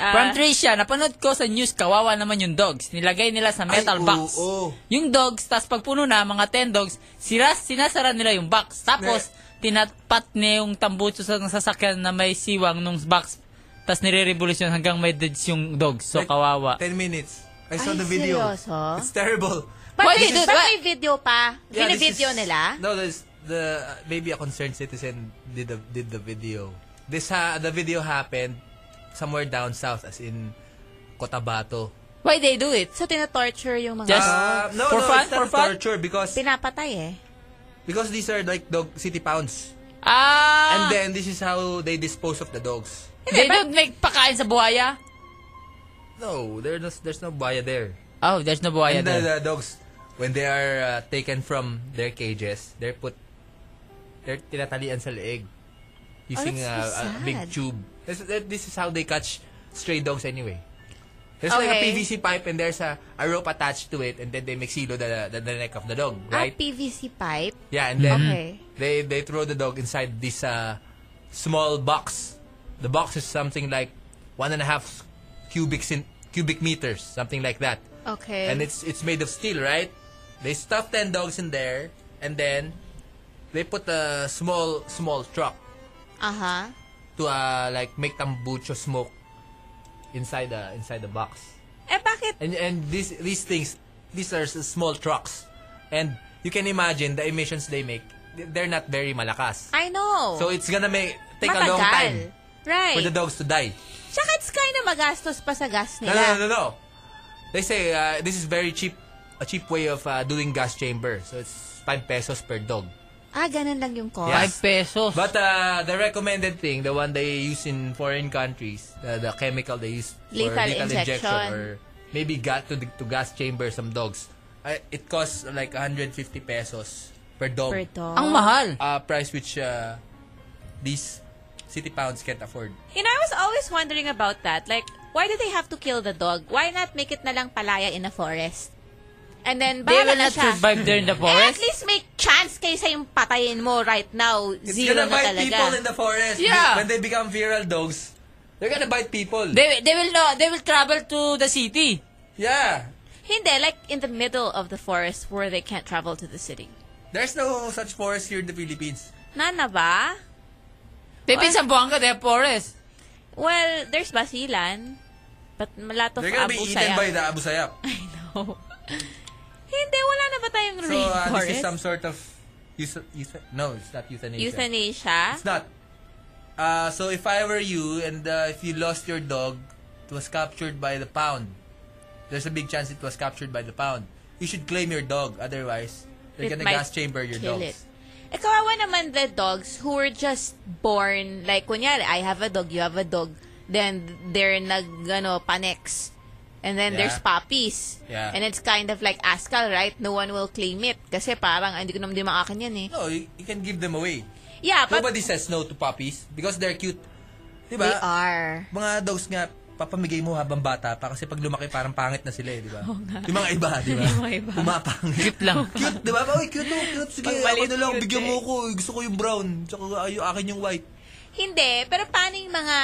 A: Ah.
B: From Tricia, napanood ko sa news, kawawa naman yung dogs. Nilagay nila sa metal
C: Ay,
B: box.
C: oo.
B: Yung dogs, tas pag puno na, mga 10 dogs, sira, sinasara nila yung box. Tapos, tinatpat niya yung tambutso sa ng sasakyan na may siwang nung box. Tas nire-revolution hanggang may deads yung dogs. So,
C: Like,
B: kawawa.
C: 10 minutes. I saw
A: Ay,
C: the video.
A: seryoso?
C: It's terrible.
A: But,
B: Why they do
A: but
B: that?
A: may video pa.
C: Yeah, this
A: Binivideo
C: is-
A: nila.
C: No, there's the maybe a concerned citizen did the did the video. This ha, the video happened somewhere down south as in Cotabato.
B: Why they do it?
A: So, tinatorture yung mga...
B: Just-
C: Uh, no, no,
B: For fun?
C: it's not
B: For fun?
C: torture because
A: pinapatay eh.
C: because these are like dog city pounds.
B: Ah!
C: And then this is how they dispose of the dogs.
B: they don't make pakain sa buhaya?
C: No, there's there's no buaya there.
B: Oh, there's no buhaya
C: And the, the
B: there.
C: dogs when they are uh, taken from their cages, they're put they're tinatalian sa leeg
A: Oh,
C: using
A: that's so
C: uh, a, big
A: sad.
C: tube. This, that- this is how they catch stray dogs anyway. There's like a
A: Okay.
C: PVC pipe and there's a, a rope attached to it and then they make silo the, the, the neck of the dog,
A: Right?
C: right?
A: PVC pipe.
C: Yeah, and then
A: Okay.
C: they they throw the dog inside this uh, small box. The box is something like one and a half cubic cent- cubic meters, something like that.
A: Okay.
C: And it's it's made of steel, right? They stuff ten dogs in there, and then they put a small small truck
A: Uh-huh.
C: to uh, like make tambucho smoke inside the inside the box.
A: Eh, bakit?
C: And and these these things, these are s- small trucks, and you can imagine the emissions they make. They're not very malakas,
A: I know.
C: so it's gonna make take
A: Oh. Matagal.
C: a long time
A: Right.
C: for the dogs to die.
A: Tsaka it's kind of magastos pa sa gas
C: No,
A: nila.
C: no, no, no, no. They say uh, this is very cheap, a cheap way of uh, doing gas chamber. So it's five pesos per dog.
A: Ah, ganun lang yung cost.
C: Yeah.
B: Five pesos.
C: But uh, the recommended thing, the one they use in foreign countries, the, the chemical they use for
A: Lethal injection.
C: or maybe got to, the, to gas chamber some dogs. Uh, it costs like 150 pesos per dog.
A: Per dog.
B: Ang mahal.
C: Uh, price which uh, these city pounds can't afford.
A: You know, I was always wondering about that. Like, why do they have to kill the dog? Why not make it na lang palaya in a forest? And then,
B: They
A: bahala
B: will
A: na
B: not
A: siya.
B: survive there in the
A: Eh, at
B: forest.
A: least may chance kaysa yung patayin mo right now.
C: It's
A: Zero
C: gonna
A: na
C: bite
A: talaga.
C: people in the forest.
B: Yeah.
C: When they become feral dogs, they're gonna bite people.
B: They, they will no, they will travel to the city.
C: yeah.
A: Hindi, like in the middle of the forest where they can't travel to the city.
C: There's no such forest here in the Philippines.
A: Nana ba?
B: They've been sa Buanga, they have forest.
A: Well, there's Basilan. But a lot of
C: They're gonna be
A: abu
C: eaten
A: sayang.
C: by the Abu Sayyaf.
A: Hindi, wala na ba tayong
C: So uh,
A: rainforest?
C: this is some sort of euth- euth- no, it's not euthanasia.
A: Euthanasia?
C: It's not. Uh, so if I were you and uh, if you lost your dog, it was captured by the pound. There's a big chance it was captured by the pound. You should claim your dog, otherwise they're
A: It
C: gonna
A: might
C: gas chamber your
A: kill
C: dogs.
A: it. Eh, kawawa naman the dogs who were just born, like, kunyari, I have a dog, you have a dog, then they're nag, ano, panex. And then
C: Yeah.
A: there's puppies.
C: Yeah.
A: And it's kind of like Askal, right? No one will claim it. Kasi parang, "Ah, hindi ko naman din maakin yan eh.
C: No, you, you can give them away.
A: Yeah, but
C: Nobody says no to puppies because they're cute. Diba?
A: they are.
C: mga dogs nga, papamigay mo habang bata pa kasi pag lumaki parang pangit na sila eh, di ba? Yung mga iba, di ba?
A: Yung mga iba.
C: Pumapangit. Cute
B: lang.
C: cute, di ba? Uy, cute, oh, cute. Sige,
A: Pag maliit,
C: ako na lang,
A: cute
C: bigyan
A: eh.
C: mo ko. Gusto ko yung brown. Tsaka ay, yung akin yung white.
A: Hindi, pero paano yung mga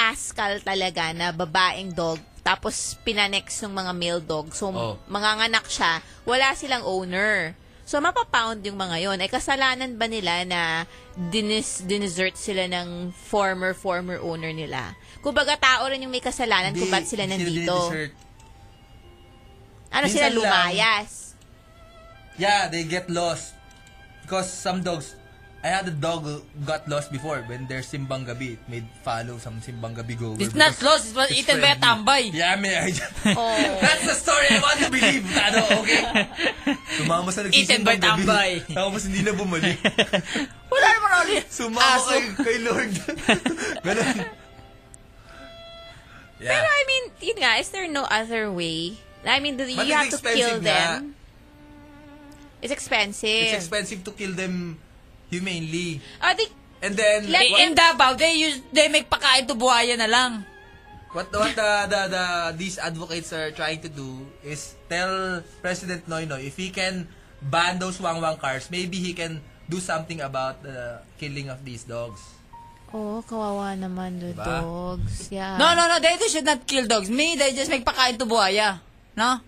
A: Askal talaga na babaeng dog tapos pinanex ng mga male dog. So,
C: Oh.
A: manganganak siya. Wala silang owner. So, mapapound yung mga yon. Eh, kasalanan ba nila na dinis, dinesert sila ng former, former owner nila? Kumbaga, tao rin yung may kasalanan kung ba't sila nandito.
C: dinidessert.
A: Ano
C: Minsan
A: sila,
C: lang.
A: lumayas?
C: Yeah, they get lost. Because some dogs, I had a dog who got lost before when there's simbang gabi. It made follow some simbang gabi goer.
B: It's not
C: because
B: lost, it was
C: it's
B: eaten by a
C: friendly.
B: tambay.
C: Yeah, I mean, I-
A: Oh.
C: That's the story I want to believe, Tado, okay? Tumama sa
B: Eaten by
C: nagsisimbang gabi.
B: tambay.
C: Tapos hindi na bumalik.
B: Wala naman ulit.
C: Sumama
B: Aso.
C: kay, kay Lord. Ganun. Yeah.
A: Pero, I mean, yun nga, is there no other way? I mean, do you
C: But it's
A: have to kill
C: expensive nga.
A: them? It's expensive.
C: It's expensive to kill them humanely.
A: Oh, they
C: And then,
A: Let-
C: what-
B: In Davao, they use, they make pakain to buhaya na lang.
C: What what the, the the these advocates are trying to do is tell President Noynoy if he can ban those wangwang cars, maybe he can do something about the killing of these dogs.
A: Oo, kawawa naman Ah. the
C: Diba?
A: dogs. Yeah.
B: No, no, no. They just should not kill dogs. Me, they just make pakain to buhaya. No?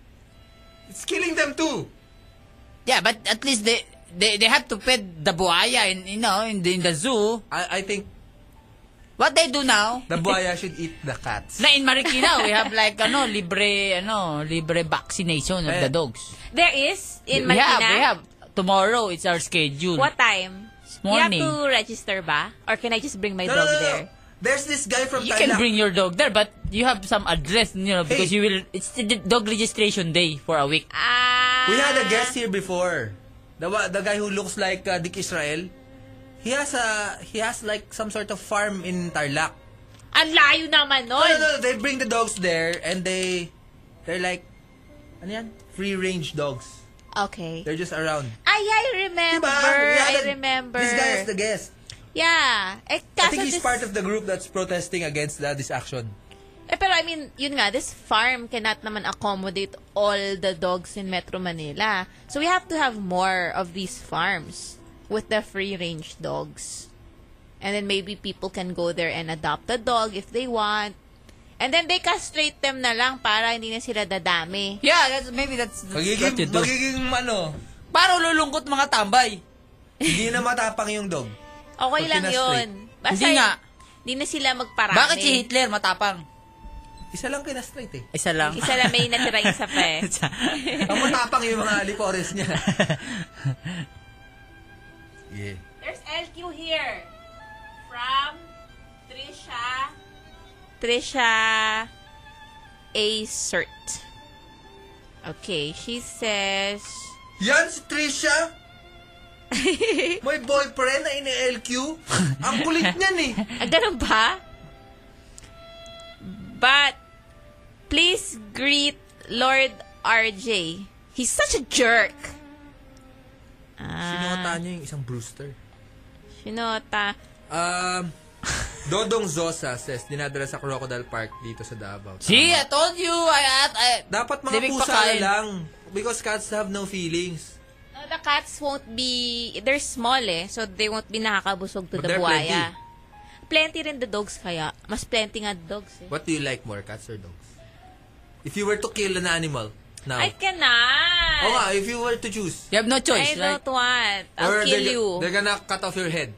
C: It's killing them too.
B: Yeah, but at least they they, they have to feed the buhaya in you know in the, in the zoo.
C: I I think
B: What they do now?
C: the buaya should eat the cats.
B: Na in Marikina, we have like ano libre ano libre vaccination of
C: Eh.
B: the dogs.
A: There is in
B: we have,
A: Marikina.
B: we have. Tomorrow it's our schedule.
A: What time?
B: Morning.
A: You have to register ba? Or can I just bring my
C: No, no,
A: dog
C: no, no.
A: there?
C: There's this guy from
B: You
C: Thailand.
B: can bring your dog there, but you have some address, you know, because
C: Hey.
B: you will. It's the dog registration day for a week.
A: Ah.
C: We had a guest here before. The wa- the guy who looks like uh, Dick Israel. He has a he has like some sort of farm in Tarlac.
A: Ang layo naman nun.
C: No, no, no, they bring the dogs there and they they're like ano yan? Free range dogs.
A: Okay.
C: They're just around.
A: Ay, I remember.
C: Diba? We
A: I
C: had a-
A: remember.
C: This guy is the guest.
A: Yeah. Eh,
C: I
A: kaso
C: think
A: this-
C: he's part of the group that's protesting against uh, this action.
A: Eh, pero I mean, yun nga, this farm cannot naman accommodate all the dogs in Metro Manila. So we have to have more of these farms with the free-range dogs. And then maybe people can go there and adopt a dog if they want. And then they castrate them na lang para hindi na sila dadami.
B: Yeah, that's maybe that's, that's what you
C: Magiging,
B: do.
C: magiging ano,
B: Parang lulungkot mga tambay.
C: hindi na matapang yung dog.
A: Okay lang yun.
C: kinastrate.
A: Basta
B: Hindi nga.
A: Hindi na sila magparami.
B: Bakit si Hitler matapang?
C: Isa lang kinastraight eh.
B: Isa lang.
A: Isa lang may natira isa pa eh.
C: Ang matapang yung mga alipores niya. yeah.
F: There's LQ here. From Trisha.
A: Trisha A. Cert. Okay, she says,
C: Yan si Trisha! May boyfriend na ini-LQ. Ang kulit niyan eh.
A: ah, ganun ba? But, please greet Lord RJ. He's such a jerk. Ah,
B: Ah.
C: Sinota eh. niyo yung isang Brewster.
A: Shinota.
C: Um, Dodong Zosa says, dinadala sa Crocodile Park dito sa Davao.
B: See, I told you. I, I, I-
C: Dapat mga
B: Dibig
C: pusa
B: pakain.
C: lang. Because cats have no feelings.
A: No, Uh, the cats won't be, they're small eh, so they won't be nakakabusog to
C: But
A: the
C: they're
A: buhaya. Plenty. rin the dogs kaya. Mas plenty nga dogs eh.
C: What do you like more, cats or dogs? If you were to kill an animal now.
A: I cannot.
C: Oh, nga, if you were to choose.
B: You have no
A: I
B: choice, right?
A: don't want. I'll kill
C: they're,
A: you.
C: They're gonna cut off your head.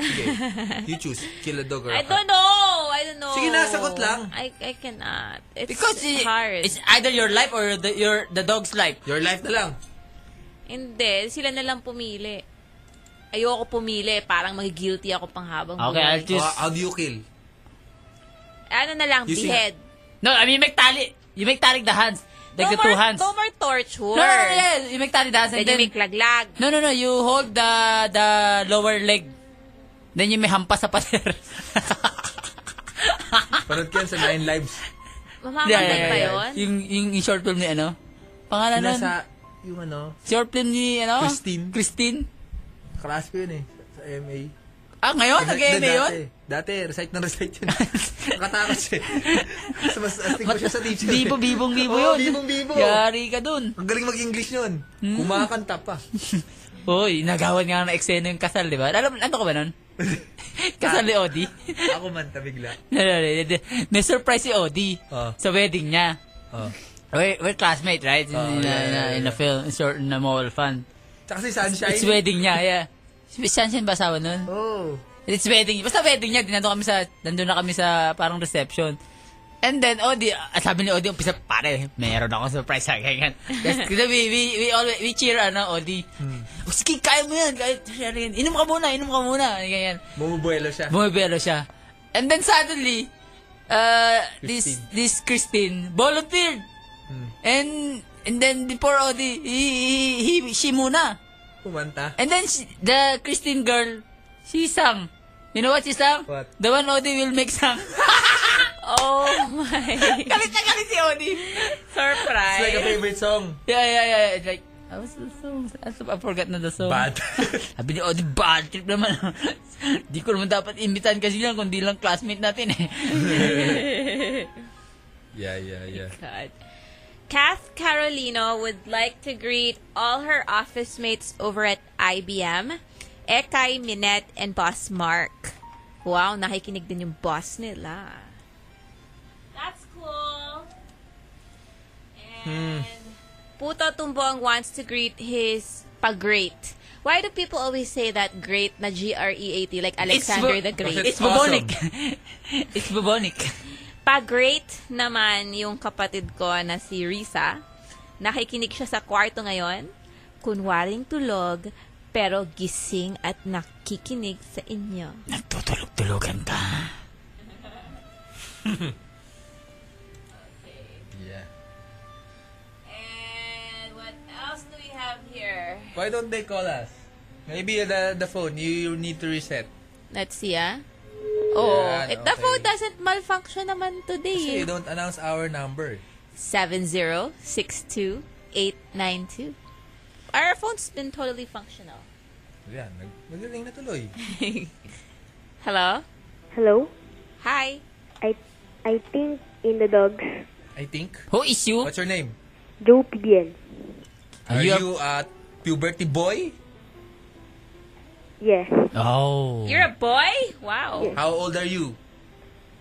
C: Sige. you choose. Kill a dog or a
A: I
C: cat.
A: don't know. I don't know.
C: Sige na, sagot lang.
A: I, I cannot. It's
B: Because i-
A: hard.
B: it's either your life or the, your the dog's life.
C: Your life na lang.
A: Hindi. Sila na lang pumili. Ayoko pumili. Parang mag-guilty ako pang habang
B: Okay, I'll
A: buhay.
B: choose.
C: Oh, how do you kill?
A: Ano na lang,
C: You see-
A: behead.
B: No, I mean, you make tali. You make tali the hands.
A: no
B: Like the
A: more,
B: two hands.
A: No more torture.
B: No, no, no, yeah. You make tali the hands and
A: Then,
B: then...
A: you make laglag.
B: No, no, no. You hold the the lower leg. Then you may hampas sa pader.
C: Parang yan sa Nine Lives.
A: Mamamatay pa yun.
B: Yung, yung, yung short film ni ano? Pangalan nun?
C: Nasa, yung ano,
B: Short film ni ano?
C: Christine.
B: Christine.
C: class ko yun eh. Sa MA.
B: Ah, ngayon? Nag-MA
C: Dati-
B: yun?
C: Dati, recite ng recite yun. Nakatakas siya. Mas, mas astig pa siya sa teacher.
B: Bibo, bibong, bibo
C: Oo,
B: yun.
C: bibong-bibo.
B: Yari ka dun. Hmm?
C: Ang galing mag-English nun. Kumakanta pa.
B: Uy, nagawan nga ng eksena yung kasal, di ba? Alam, ano ko ba nun? kasal ni Odi.
C: Ako man, tabigla.
B: Na-surprise si Odi
C: Ah.
B: sa wedding niya.
C: Oh.
B: We're, we're classmates, right? In,
C: Ah, yeah,
B: in, a- in a,
C: yeah,
B: in a
C: yeah.
B: film, short, in a mobile fan.
C: Tsaka si Sunshine.
B: It's wedding niya, yeah. Si Sunshine ba asawa nun?
C: Oh.
B: It's wedding. Basta wedding niya, dinando kami sa, nandun na kami sa parang reception. And then, Odi, ah, sabi ni Odi, umpisa, pare, meron akong surprise sa ganyan. Yes, kasi we, we, we, always, we cheer, ano, Odi.
C: Hmm.
B: Oh, sige, kaya mo yan, kaya kaya rin. Inom ka muna, inom ka muna. Ganyan.
C: Bumubuelo siya.
B: Bumibelo siya. And then suddenly, uh, this, this Christine volunteered. And, and then before Odi, he, he, he, she muna.
C: Kumanta.
B: And then she, the Christine girl, she sang. You know what she sang?
C: What?
B: The one Odi will make sang.
A: Oh my.
B: galit na galit si Odi.
C: It's like a
A: Surprise.
C: favorite song.
B: Yeah, yeah, yeah. It's like, I was the song. I so- I forgot na the song.
C: Bad.
B: Sabi ni Odi, bad trip naman. Di ko naman dapat imitan kasi lang, kundi lang classmate natin eh.
C: Yeah, yeah, yeah.
A: God. Kath Carolino would like to greet all her office mates over at IBM, Ekay, Minette, and Boss Mark. Wow, nakikinig din yung boss nila.
F: That's cool.
B: Hmm.
F: And
A: Puto Tumbong wants to greet his pag-great. Why do people always say that great na G-R-E-A-T, like Alexander
B: bu-
A: the Great?
B: It's
C: It's
B: bubonic.
C: awesome.
B: it's bubonic.
A: Pa-great naman yung kapatid ko na si Risa. Nakikinig siya sa kwarto ngayon. Kunwaring tulog, pero gising at nakikinig sa inyo.
B: Nagtutulog-tulugan ka.
C: Yeah.
A: And what else do we have here?
C: Why don't they call us? Maybe the, the phone, you need to reset.
A: Let's see, ah. Oh,
C: Yan,
B: eh,
A: it, the
C: okay.
A: phone doesn't malfunction naman
C: Kasi you
A: today.
C: don't announce our number.
A: 7062892. Our phone's been totally functional.
C: Yan, nag- magaling na tuloy.
A: Hello?
G: Hello?
A: Hi.
G: I I think in the dogs,
C: I think.
B: Who is you?
C: What's your name?
G: Joe PBL.
C: Are
B: You-
C: you a puberty boy?
G: Yes,
B: Oh.
A: You're a boy? Wow.
C: How old are you?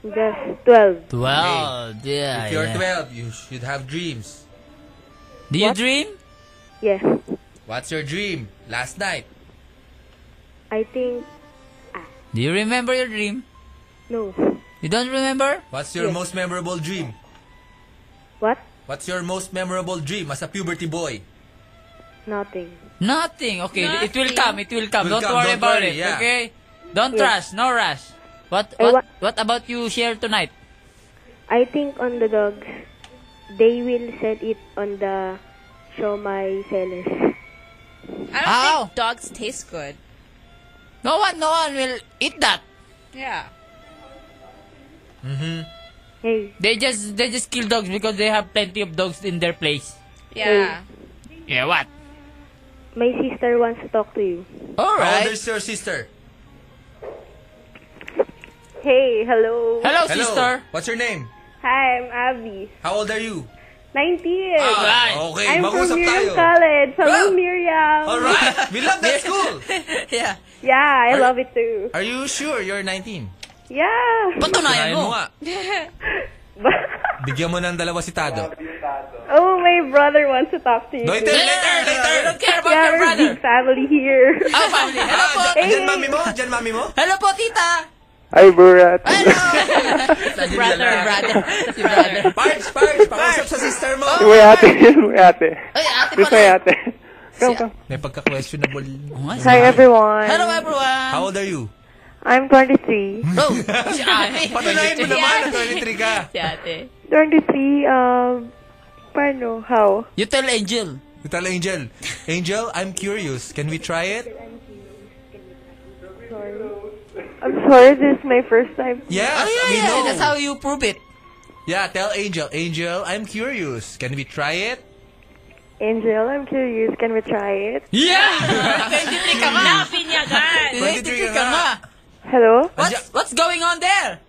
G: just 12.
B: 12. Yeah.
C: If you're
B: yeah.
C: 12, you should have dreams.
B: Do you dream?
G: Yes,
C: What's your dream? Last night.
G: I think,
B: Do you remember your dream?
G: no.
B: You don't remember?
C: What's your most memorable dream?
G: What?
C: What's your most memorable dream as a puberty boy?
G: Nothing.
B: Nothing. Okay, it will
A: Nothing.
B: come. It will come.
C: Will
B: don't
C: come,
B: worry
C: don't
B: about
C: worry,
B: it.
C: yeah.
B: Okay? Don't rush. No rush. What
G: Eh,
B: what
G: what-
B: what about you share tonight?
G: I think on the dogs, they will sell it on the show my sellers.
A: I don't
B: Ow.
A: think dogs taste good.
B: No one no one will eat that.
A: Yeah.
C: Mm-hmm.
G: Hey,
B: They just they just kill dogs because they have plenty of dogs in their place.
A: Yeah.
B: Yeah, what?
G: my sister wants to talk to you.
B: All
C: How old
B: right.
C: is your sister?
E: Hey, hello.
B: Hello, sister.
C: What's your name?
E: Hi, I'm Abby.
C: How old are you?
E: 19.
B: Alright.
C: Okay,
E: I'm
C: mag-usap
E: from Miriam
C: tayo.
E: College. Hello,
C: Ah.
E: Miriam.
C: Alright, we love that school.
B: yeah.
E: Yeah, I
C: Are-
E: love it too.
C: Are you sure you're 19?
E: Yeah.
B: Patunayan mo.
C: nga. Bigyan mo ng dalawa si Tado.
E: oh, my brother wants to talk to you.
C: Later,
E: too.
C: later, later.
B: I don't care about
E: Yeah,
B: your
E: we're a
B: brother.
E: big family here.
B: Oh, family. Hello po.
C: Ah, dyan mami mo? Dyan mami mo?
B: Hello po, tita.
D: Hi, Borat.
C: Sa
A: Brother, brother. Si brother.
C: Parts, parts. Pakusap sa sister mo.
D: Uy, ate. Uy, ate.
B: Ay, ate
D: This way,
B: pala.
D: ate. Come, come.
C: May pagka-questionable.
D: Hi, everyone.
B: Oh, Hello, everyone.
C: How old are you?
D: I'm 23.
B: Oh, si ate.
C: Patunayan mo naman na 23 ka.
A: Si ate.
D: 23, um, paano? How?
B: You tell Angel.
C: Tell Angel. Angel, I'm curious. Can we try it?
D: I'm sorry, this is my first time.
C: Yes,
B: Oh, yeah,
C: we
B: yeah.
C: know.
B: That's how you prove it.
C: Yeah, tell Angel. Angel, I'm curious. Can we try it?
D: Angel, I'm curious. Can we try it?
B: Yeah! 23 ka nga!
A: Pinyagan.
B: 23 ka nga!
D: Hello?
B: What's, what's going on there?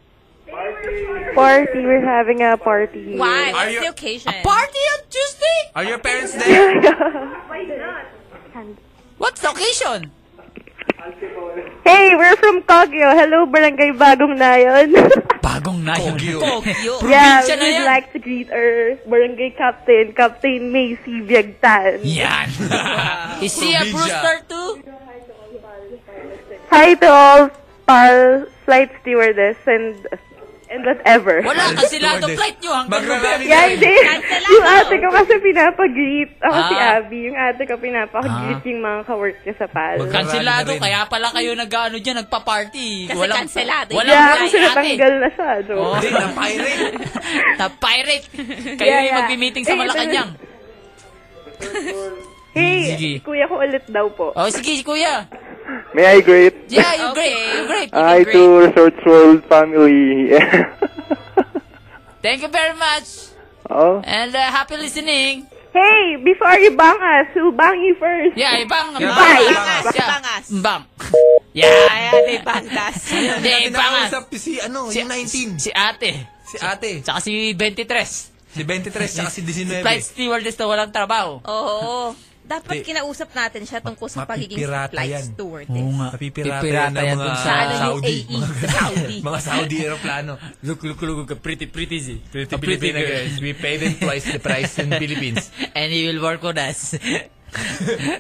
D: Party. We're having a party.
A: Why?
C: Are
A: What's
C: you-
A: the occasion?
B: Party on Tuesday?
C: Are your parents there?
B: What's the occasion?
E: Hey, we're from Kogyo. Hello, Barangay Bagong Nayon.
B: Bagong na yun.
C: Kogyo.
B: Kogyo.
E: yeah,
B: Probinsya na
E: we'd
B: yan.
E: like to greet our Barangay Captain, Captain Macy Viagtan.
B: Yan. Is she a
C: Probinsya.
B: brewster too?
E: Hi to all PAL flight stewardess and and whatever.
B: Wala kasi lahat ng flight nyo hanggang
C: Magrarally
B: November.
E: Yeah,
C: tayo.
E: hindi. Yung ate ko kasi pinapag-greet. Ako si
B: Ah.
E: Abby. Yung ate ko pinapag-greet yung mga kawork niya sa PAL.
C: Magka-
B: Kansilado,
C: Ah. Magrarally na rin.
B: kaya pala kayo nag-ano dyan, nagpa-party.
A: Kasi kansilado.
B: Walang
E: yeah,
B: flight,
E: kasi
B: ate.
E: natanggal na siya. So.
B: Oh.
C: Hindi, na-pirate.
B: Na pirate. Kayo
E: Yeah,
B: yung
E: yeah.
B: magbi-meeting sa
E: Eh,
B: Malacanang. Mm,
E: Hey,
B: Sige.
E: kuya ko ulit daw po.
B: Oh, sige, kuya.
D: May I greet?
B: Yeah, you're
A: Okay.
B: great. You're great. You're
D: Hi
B: great.
D: to Resorts World family.
B: Thank you very much.
D: oh,
B: And uh, happy listening.
E: Hey, before you bang us, who bang you first?
B: Yeah, ibang.
C: Yeah,
A: Bangas,
B: Yeah.
A: bangas.
B: Bang. Yeah.
A: Kaya they bangdas.
B: Hindi,
C: Hindi,
B: ibang.
C: si ano,
B: Si,
C: yung 19.
B: si ate.
C: Si ate.
B: Tsaka si 23.
C: Si 23 tsaka si 19.
B: Flight stewardess na walang trabaho.
A: Oo. Oh. Dapat
C: Di-
A: kinausap natin siya tungkol sa pagiging
C: mapipirata
A: flight
C: yan.
A: stewardess.
C: Napipirata, yan
B: Pipirata yan
C: ng mga
B: dun sa- ano,
A: Sa
C: Saudi.
A: UAE,
C: mga,
B: E,
A: sa Saudi.
C: mga Saudi aeroplano.
B: Look, look, look, look. Pretty, pretty, Z.
C: Pretty Filipino girls. We pay them twice the price in Philippines.
B: And he will work on us.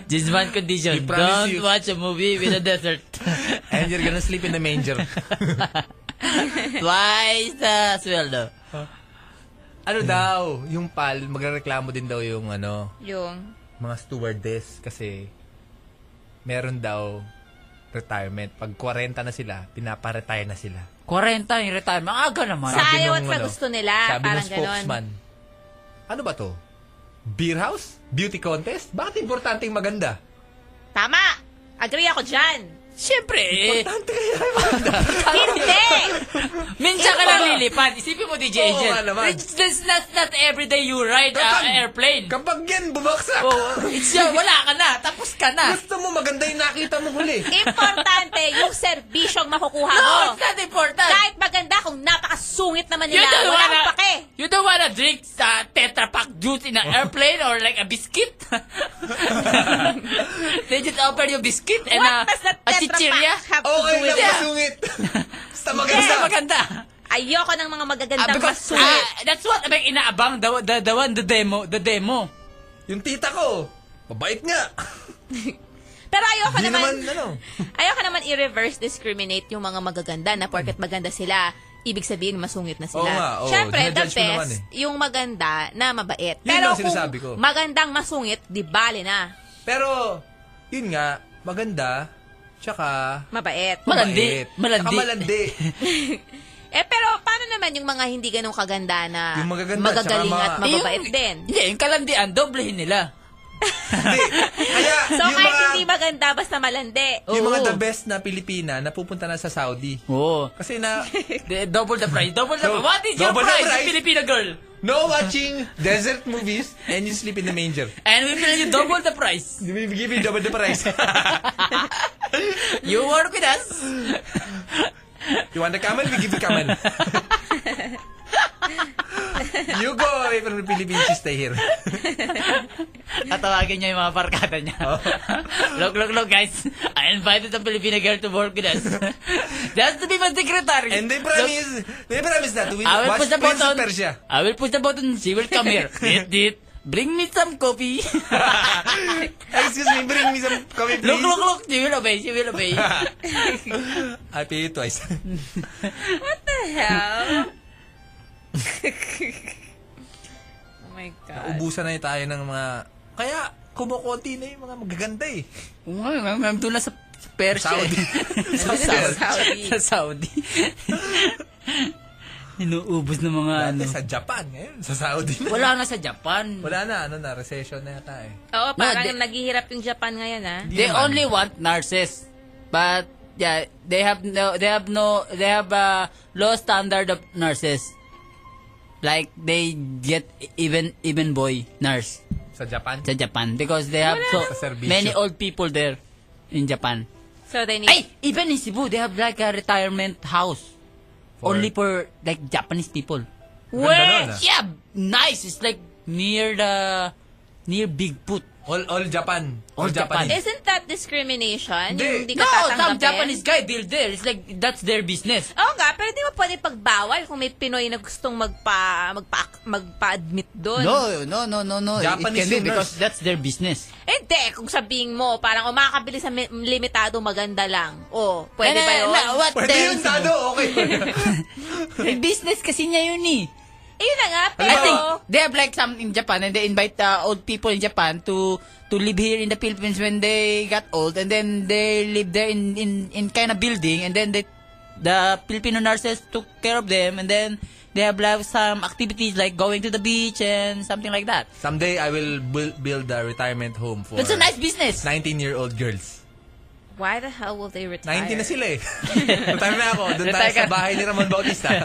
B: This one
C: We
B: condition.
C: promise
B: Don't
C: you.
B: watch a movie with a desert.
C: And you're gonna sleep in the manger.
B: Twice the sweldo.
C: ano daw, yung pal, magrereklamo din daw yung ano,
A: Yung,
C: mga stewardess kasi meron daw retirement. Pag 40 na sila, pinaparetire na sila.
B: 40 yung retirement. Aga naman.
A: Sa-
C: Sabi
A: ayaw at
C: nung,
A: sa
C: ano,
A: gusto nila,
C: Sabi
A: parang
C: ng spokesman, ano ba to? Beer house? Beauty contest? Bakit importanteng maganda?
A: tama! Agree ako dyan!
B: Siyempre, eh.
C: Importante kaya yung maganda.
A: Hindi!
B: Minsan ka
A: Iba.
B: lang lilipat. Isipin
A: Oh,
B: mo, DJ
C: Oo
B: Angel.
C: nga naman.
B: It's, it's not, not every day you ride uh,
C: Kapag-
B: an airplane.
C: Kapag yan, bumagsak.
B: Oh, it's your, wala ka na. Tapos ka na.
C: Gusto mo maganda yung nakita mo huli.
A: Importante yung serbisyong makukuha
B: No,
A: mo.
B: it's not important.
A: Kahit maganda kung napakasungit naman
B: You
A: nila,
B: don't
A: wala
B: wanna,
A: akong pake.
B: you don't wanna drink uh, Tetra Pak juice in an airplane or like a biscuit. They just offer you biscuit and
A: What
B: a,
A: does that
B: a
A: Tetra
B: chichirya.
A: Pak have to do
C: Okay lang,
A: with it?
C: masungit. Basta maganda.
B: Basta maganda.
A: Ayoko ng mga
B: Ah,
A: magagandang
B: because,
A: basura.
B: ah, that's what I'm inaabang. The, the, the one, the demo, the demo.
C: Yung tita ko, mabait nga.
A: Pero ayoko
C: Di
A: naman,
C: naman, ano.
A: ayoko naman i-reverse discriminate yung mga magaganda na porket maganda sila, ibig sabihin masungit na sila.
C: Oo nga, oo.
A: Siyempre, the
C: Dinajudge mo naman eh.
A: best, yung maganda na mabait.
C: Yun
A: Pero
C: ang sinasabi ko.
A: kung magandang masungit, di bale na.
C: Pero, yun nga, maganda, tsaka...
A: Mabait.
B: Malandi.
C: mabait.
B: Malandi.
C: Tsaka malandi.
A: Eh, pero paano naman yung mga hindi ganong kaganda na
C: Yung magaganda,
A: magagaling
C: tsaka
A: at
C: mga-
A: mababait din?
B: Hindi, yung kalandian, doblehin nila.
C: Hindi. Kaya,
A: So,
C: yung
A: kahit
C: mga,
A: hindi maganda, basta malandi.
C: yung mga
B: Oo.
C: the best na Pilipina, napupunta na sa Saudi.
B: Oo.
C: Kasi na,
B: The- double the price. Double the
C: Dou-
B: What is your
C: double the
B: price,
C: price.
B: Filipino girl?
C: no watching desert movies and you sleep in the manger.
B: And we pay you double the price.
C: You will give you double the price.
B: You work with us.
C: You want the camel? We give you camel. you go away from the Philippines, you stay here.
B: Tatawagin niya yung mga barkada niya.
C: Oh.
B: look, look, look, guys. I invited the Filipino girl to work with us. Just to be my secretary.
C: And they promise, they promise that we
B: So, I will
C: watch
B: push the
C: Prince of
B: button.
C: Persia.
B: I will push the button. She will come here. dit, dit. Bring me some coffee.
C: Excuse me, bring me some coffee, please.
B: look, look, look. She will obey. She will obey.
C: I pay you twice.
A: hell? oh my God.
C: Ubusan na tayo ng mga... Kaya, kumukunti na yung mga magaganda eh.
B: Ngayon, ngayon, ngayon doon na sa sa Persia.
C: Saudi.
B: eh. sa
A: Sa Saudi.
B: Saudi. sa Saudi. Inuubos ng mga ano.
C: Dati sa Japan ngayon, sa Saudi na.
B: Wala na sa Japan.
C: Wala na, ano na, recession na yata eh.
A: Oo, parang
B: di-
A: naghihirap yung Japan ngayon, ah. ha?
B: They
C: naman.
B: only want nurses. But yeah, they have no they have no they have a low standard of nurses. Like they get even even boy nurse
C: Sa Japan.
B: sa Japan because they have so
C: Sa serbisyo.
B: many old people there in Japan.
A: So, they need...
B: Ay, even in Cebu they have like a retirement house
C: For-
B: only for like Japanese people.
C: Ganda
B: Where?
C: nun, ah.
B: Yeah, nice. It's like near the near Bigfoot.
C: All, all Japan.
B: All Japan.
C: Japanese.
A: Isn't that discrimination?
C: Hindi.
A: Yung hindi ka
B: No, some
A: tatanggapin?
B: Japanese guy build there. It's like that's their business.
A: Oo nga, pero di mo pwede pagbawal kung may Pinoy na gustong magpa, magpa, magpa-admit doon.
B: No, no, no, no, no.
C: Japanese
B: it can
C: owners.
B: be because that's their business.
A: Hindi, kung sabihin mo, parang o makakabili sa mi- limitado, maganda lang. O, pwede
B: Eh,
A: ba yun?
B: na- what
C: Pwede
B: the-
C: yun, Dado, okay.
B: Eh, business kasi niya yun eh.
A: Eh, yun na nga, pero...
B: I think they have like some in Japan and they invite uh, old people in Japan to to live here in the Philippines when they got old and then they live there in in in kind of building and then they the Filipino nurses took care of them and then they have like some activities like going to the beach and something like that.
C: Someday, I will bu- build a retirement home for
B: That's a nice business.
C: 19-year-old girls.
A: Why the hell will they retire?
C: 90 na sila eh. Retire na ako. Doon tayo sa bahay ni Ramon Bautista.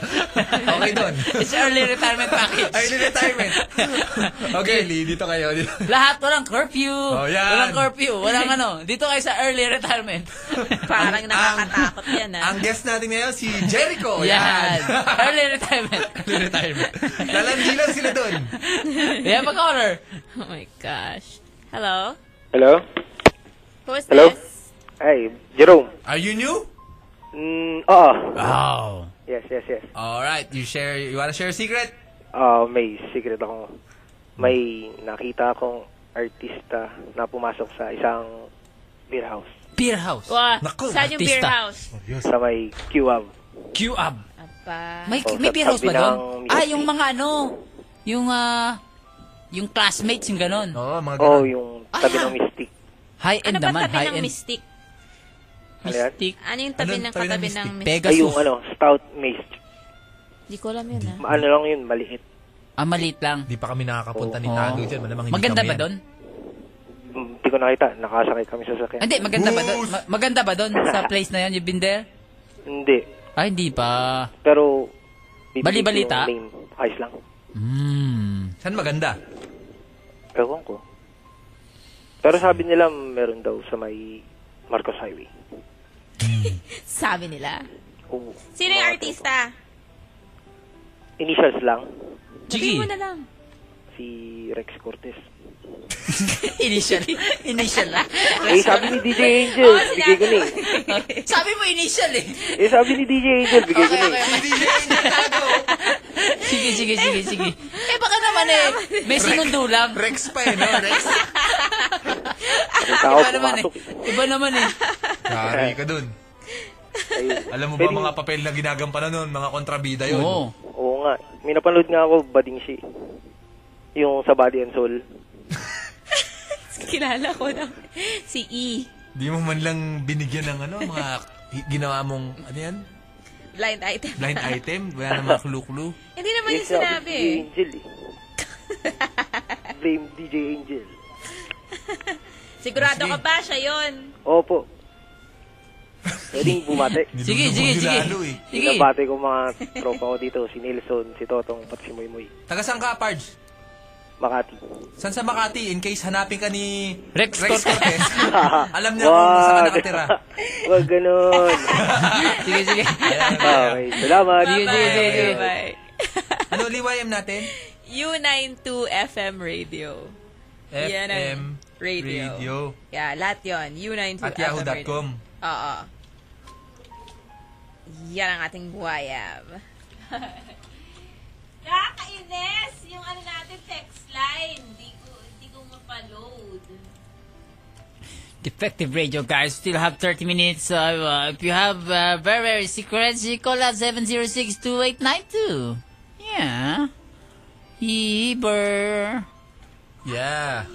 C: Okay doon.
B: It's early retirement package.
C: Early retirement. Okay, Lee, dito kayo. Dito.
B: Lahat, walang curfew.
C: Oh, yan.
B: Walang curfew. Walang ano. Dito kayo sa early retirement.
A: Parang
C: Ang-
A: nakakatakot yan ah.
C: Ang guest natin ngayon, si Jericho. Oh,
B: Yan.
C: Yan.
B: early retirement.
C: Early retirement. Lalandi lang sila doon.
B: We have a caller.
A: oh my gosh. Hello?
D: Hello?
A: Who is
D: Hello?
A: this?
D: Hi, Jerome.
C: Are you new?
D: Mm, oo.
C: Oh.
D: Yes, yes, yes.
C: All right, you share. You wanna share a secret?
D: Ah, may secret ako. May nakita akong artista na pumasok sa isang beer house
B: Beer house.
A: Wah,
C: Naku,
A: saan yung beer
B: artista.
A: house?
C: Oh,
D: sa may QAM.
B: Q up.
A: Aba.
B: May,
D: Oh,
B: may
D: sa
B: beer house ba
D: tabi
B: doon?
D: ng
B: Ah,
D: Miyagi.
B: yung mga ano. Yung, ah, yung classmates, yung ganun.
C: Oo, mga
D: Oh,
C: ganun.
D: yung tabi ng Mystic.
A: Ano
B: High-end
A: ba
B: naman.
A: tabi ng
B: High-end.
A: mystic?
D: Ano yan?
B: Mystic.
A: Ano yung tabi
C: Ano
A: ng
C: tabi ng
A: katabi ng
C: mystic?
A: mystic?
D: Ay, yung
B: Pegasus.
D: ano, stout mist.
A: Hindi ko alam yun ah.
D: Ano lang yun, maliit.
B: Ah, maliit lang.
C: Di pa kami nakakapunta ni
B: Oo.
C: Tago dyan. Malamang hindi
B: Maganda
C: kami
B: ba
C: yan.
B: doon?
D: Hindi ko nakita, nakasakay kami sa sakyan.
B: Hindi, maganda ba doon?
C: Boost!
B: Ma- maganda ba doon sa place na yun? You've been there?
D: Hindi,
B: Ay, Ah, hindi pa.
D: pero... bibigay
B: Bali-balita?
D: ko yung Name. Ayos lang.
B: Mm.
C: Saan maganda?
D: Ewan ko. Pero sabi nila meron daw sa may Marcos Highway.
A: Sabi nila.
D: Oo.
A: Sino yung
D: Mga
A: artista?
D: tipo. Initials lang.
A: Sabihin
B: Sige.
A: mo na lang.
D: Si Rex Cortez.
B: Initial. Initial lang.
D: Eh, sabi ni DJ Angel,
A: Oo, sinabi
D: bigay ko na
A: mo.
D: eh.
B: Sabi mo initial eh.
D: Eh, sabi ni DJ Angel, bigay ko na eh.
C: Hindi yan, hindi Tago.
B: Sige, sige, sige, sige. Eh, baka naman eh. May sinundo lang.
C: Rex pa eh, no? Rex.
D: May tao
B: Iba naman eh.
D: pumasok.
B: Iba naman eh.
C: Kari ka dun.
D: Ayun.
C: Alam mo ba
D: Pwedeng-
C: mga papel na ginagampanan nun? Mga kontrabida yun.
B: Oo.
D: Oo nga. May napanood nga ako, Bading Si. Yung sa Body and Soul.
A: Kilala ko na. Si E.
C: Di mo man lang binigyan ng ano, mga hi- ginawa mong, ano yan?
A: Blind item.
C: Blind item? Wala na mga clue-clue?
A: Hindi naman
D: Yes,
A: yung
D: sabi
A: sinabi
D: ni
A: eh.
D: DJ Angel eh. Blame DJ Angel.
A: Sigurado
C: Sige.
A: ka ba siya yun?
D: Opo. Pwedeng bumate.
B: Sige, sige, sige.
C: Lalo eh.
B: Sige.
D: Pinabate ko mga tropa ko dito. Si Nelson, si Totong, pati si Moymoy.
C: Taga saan ka, Pards?
D: Makati.
C: San sa Makati? In case hanapin ka ni
B: Rex
C: Cortez. Alam niya kung saan ka nakatira.
D: Huwag ganun.
B: Sige, sige.
D: okay, salamat.
B: Sige, sige, sige, sige.
A: Bye.
C: Ano ulit YM natin?
A: U92 FM Radio. Yan ang
C: FM
A: radio.
C: Radio.
A: Yeah, lahat yun. U92 FM
C: At
A: Radio.
C: yahoo.com.
A: Oo. Yan ang ating buhayab.
F: Nakakainis yung ano natin, text line. Hindi ko, hindi ko mapaload.
B: Defective Radio, guys. Still have 30 minutes. So, uh, if you have uh, very, very secrets, you call us 706-2892. Yeah. Heber.
C: Yeah.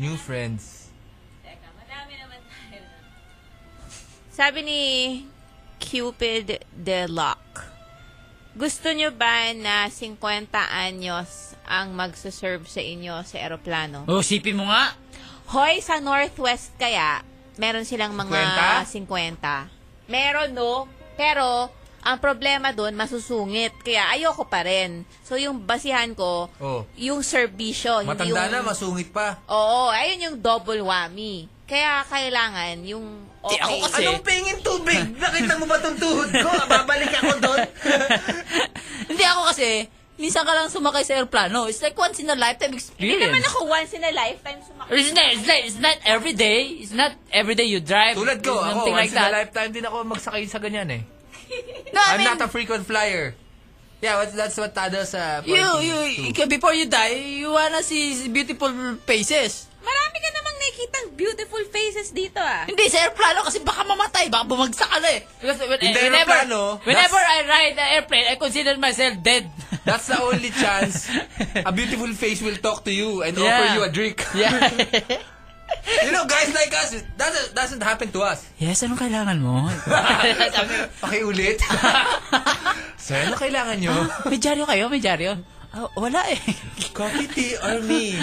C: New friends.
F: Teka, madami naman tayo na.
A: Sabi ni Cupid Deloc, gusto nyo ba na 50 anyos ang magsaserve sa inyo sa eroplano?
B: Oh, sipin mo nga.
A: Hoy, sa Northwest kaya, meron silang mga 50. Meron, no? Pero, ang problema doon, masusungit. Kaya ayoko pa rin. So, yung basihan ko,
C: Oh.
A: yung serbisyo. hindi
C: Matanda
A: yung...
C: na, masungit pa.
A: Oo, ayun yung double whammy. Kaya kailangan yung okay.
B: ako kasi-
C: Anong pingin tubig? Nakita mo ba tong tuhod ko? Babalik ako doon.
B: Hindi ako kasi, minsan ka lang sumakay sa airplano. It's like once in a lifetime
A: Hindi
B: experience.
A: naman ako once in a lifetime sumakay.
B: It's not, it's not, it's not every day. It's not every day you drive.
C: Tulad ko,
B: It's
C: ako,
B: something
C: once
B: like
C: in a
B: that.
C: lifetime din ako magsakay sa ganyan eh.
B: No, I
C: I'm
B: mean,
C: not a frequent flyer. Yeah, what, that's what Tado sa
B: you, you, ikaw, before you die, you wanna see beautiful faces.
A: Marami ka namang nakikitang beautiful faces dito ah.
B: Hindi, sa airplano kasi baka mamatay, baka bumagsak ka na eh. Because when-
C: In the
B: whenever,
C: aeroplano,
B: whenever I ride the airplane, I consider myself dead.
C: That's the only chance a beautiful face will talk to you and offer
B: Yeah.
C: you a drink.
B: yeah.
C: You know, guys like us, that doesn't- doesn't happen to us.
B: yes, ano? anong kailangan mo? Sabi ko,
C: Pakiulit. Sir, ano kailangan nyo?
B: may dyaryo Ah, kayo, may dyaryo. Ah, wala eh.
C: Coffee, tea, or me?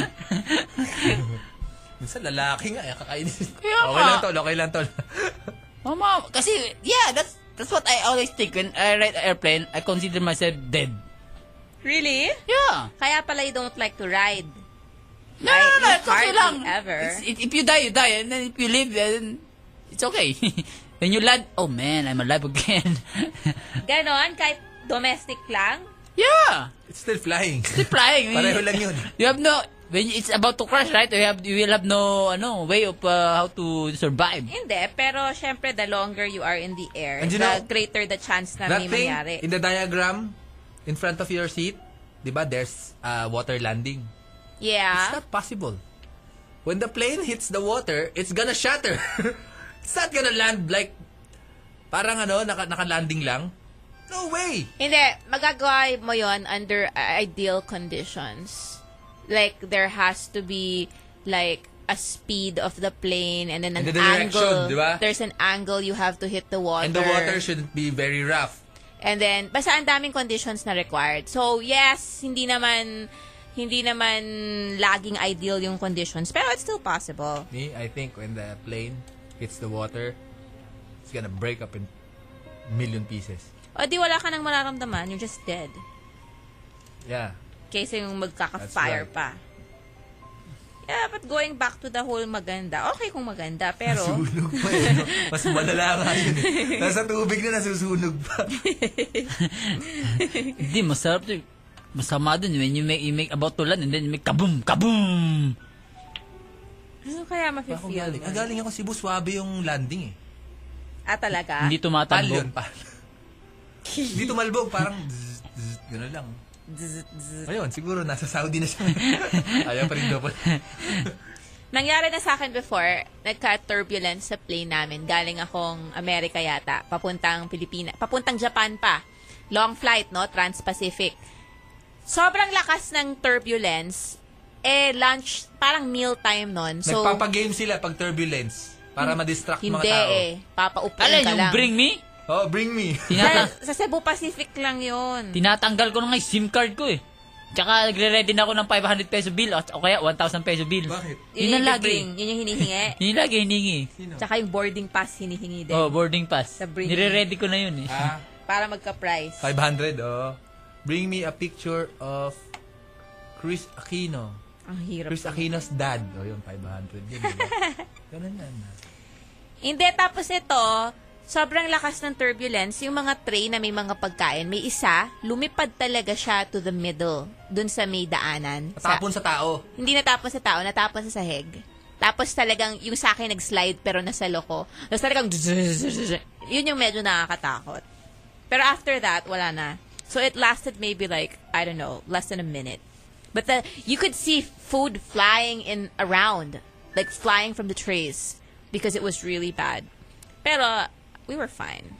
C: Minsan lalaki nga, eh, kakainis.
B: Kaya
C: okay
B: nga.
C: lang tol, okay lang tol.
B: Mama, Oh, kasi, yeah, that's that's what I always think. When I ride an airplane, I consider myself dead.
A: Really?
B: Yeah.
A: Kaya pala you don't like to ride.
B: No, no, no,
A: I-
B: it's okay
A: hardly
B: lang.
A: ever.
B: It's- it- if you die, you die. And then if you live, then it's okay. When you land, oh man, I'm alive again.
A: Ganon, kahit domestic lang.
B: yeah.
C: It's still flying.
B: Still flying.
C: Pareho lang yun.
B: You have no, when it's about to crash, right? You have, you will have no, ano, way of uh, how to survive.
A: Hindi, pero syempre the longer you are in the air,
C: And you
A: the
C: know,
A: greater the chance na
C: That
A: may
C: thing,
A: mangyari.
C: in the diagram, in front of your seat, di ba, there's uh, water landing. It's
A: yeah.
C: not possible. When the plane hits the water, it's gonna shatter. it's not gonna land like, parang ano, naka, naka-landing lang. No way!
A: Hindi, magagawa mo yon under ideal conditions. Like, there has to be, like, a speed of the plane and then an
C: And the direction,
A: angle.
C: di ba?
A: There's an angle you have to hit the water.
C: And the water shouldn't be very rough.
A: And then, basta ang daming conditions na required. So, yes, hindi naman, hindi naman laging ideal yung conditions, pero it's still possible.
C: Me, I think when the plane hits the water, it's gonna break up in million pieces.
A: O di wala ka nang mararamdaman, you're just dead.
C: Yeah.
A: Kaysa yung magkaka-fire
C: That's right.
A: pa. Yeah, but going back to the whole maganda, okay kung maganda, pero...
C: Sunog pa eh. no? Mas malala nga yun eh. Nasa tubig na nasusunog pa.
B: Hindi, masarap yun. Masama dun when you make, you make about to land and then you make kaboom, kaboom.
A: ano kaya
C: Ako
A: mafe-feel
C: galing.
A: mo?
C: Ang galing ako Cebu, swabe yung landing eh.
A: Ah, talaga?
B: Hindi
C: Pal
B: tumatalbo.
C: yun, pal. Hindi tumalbog, parang zzz, zzz, gano'n lang. Ayun, siguro nasa Saudi na siya. Ayaw pa rin daw pala.
A: Nangyari na sa akin before, nagka-turbulence sa plane namin. Galing akong Amerika yata, papuntang Pilipinas, papuntang Japan pa. Long flight, no? Trans-Pacific. Sobrang lakas ng turbulence. Eh, lunch, parang meal time nun. So,
C: Nagpapagame sila pag turbulence para ma-distract mga
A: hindi
C: tao.
A: eh. Papaupin
B: Alin,
A: ka
B: yung
A: lang.
B: bring me?
C: Oh, bring me.
A: Sa,
B: Tinata-
A: sa Cebu Pacific lang yun.
B: tinatanggal ko na nga yung SIM card ko eh. Tsaka nagre-ready na ako ng 500 peso bill o, o kaya 1,000 peso bill.
C: Bakit?
B: Yun ang lagi.
A: i-bring. Yun yung hinihingi.
B: Yun yung lagi hiningi.
A: Tsaka yung boarding pass hinihingi din.
B: Oh, boarding pass.
A: Sa bring me.
B: Nire-ready ko na yun eh.
C: Ah,
A: Para magka-price.
C: 500, oh. Bring me a picture of Chris Aquino.
A: Ang hirap.
C: Chris Aquino's dad. Oh, yun, 500. Yun, diba? Ganun yan. ah.
A: Hindi, tapos ito, sobrang lakas ng turbulence. Yung mga tray na may mga pagkain, may isa, lumipad talaga siya to the middle. Dun sa may daanan. Sa-
C: Natapon sa tao.
A: hindi natapon sa tao, natapon sa sahig. Tapos talagang yung sa akin nag-slide pero nasa loko. Tapos talagang yun yung medyo nakakatakot. Pero after that, wala na. So it lasted maybe like, I don't know, less than a minute. But the, you could see food flying in around, like flying from the trays because it was really bad. Pero we were fine.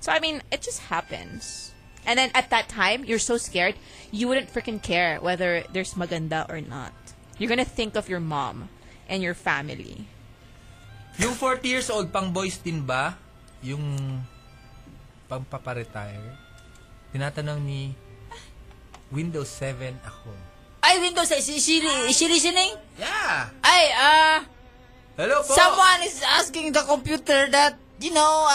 A: So I mean, it just happens. And then at that time, you're so scared, you wouldn't freaking care whether there's maganda or not. You're gonna think of your mom and your family.
C: Yung 40 years old pang boys din ba? Yung pang paparetire? Tinatanong ni Windows 7 ako.
B: Ay, Windows, is is she, is she listening?
C: Yeah!
B: Ay, ah,
C: Hello po!
B: someone is asking the computer that, you know,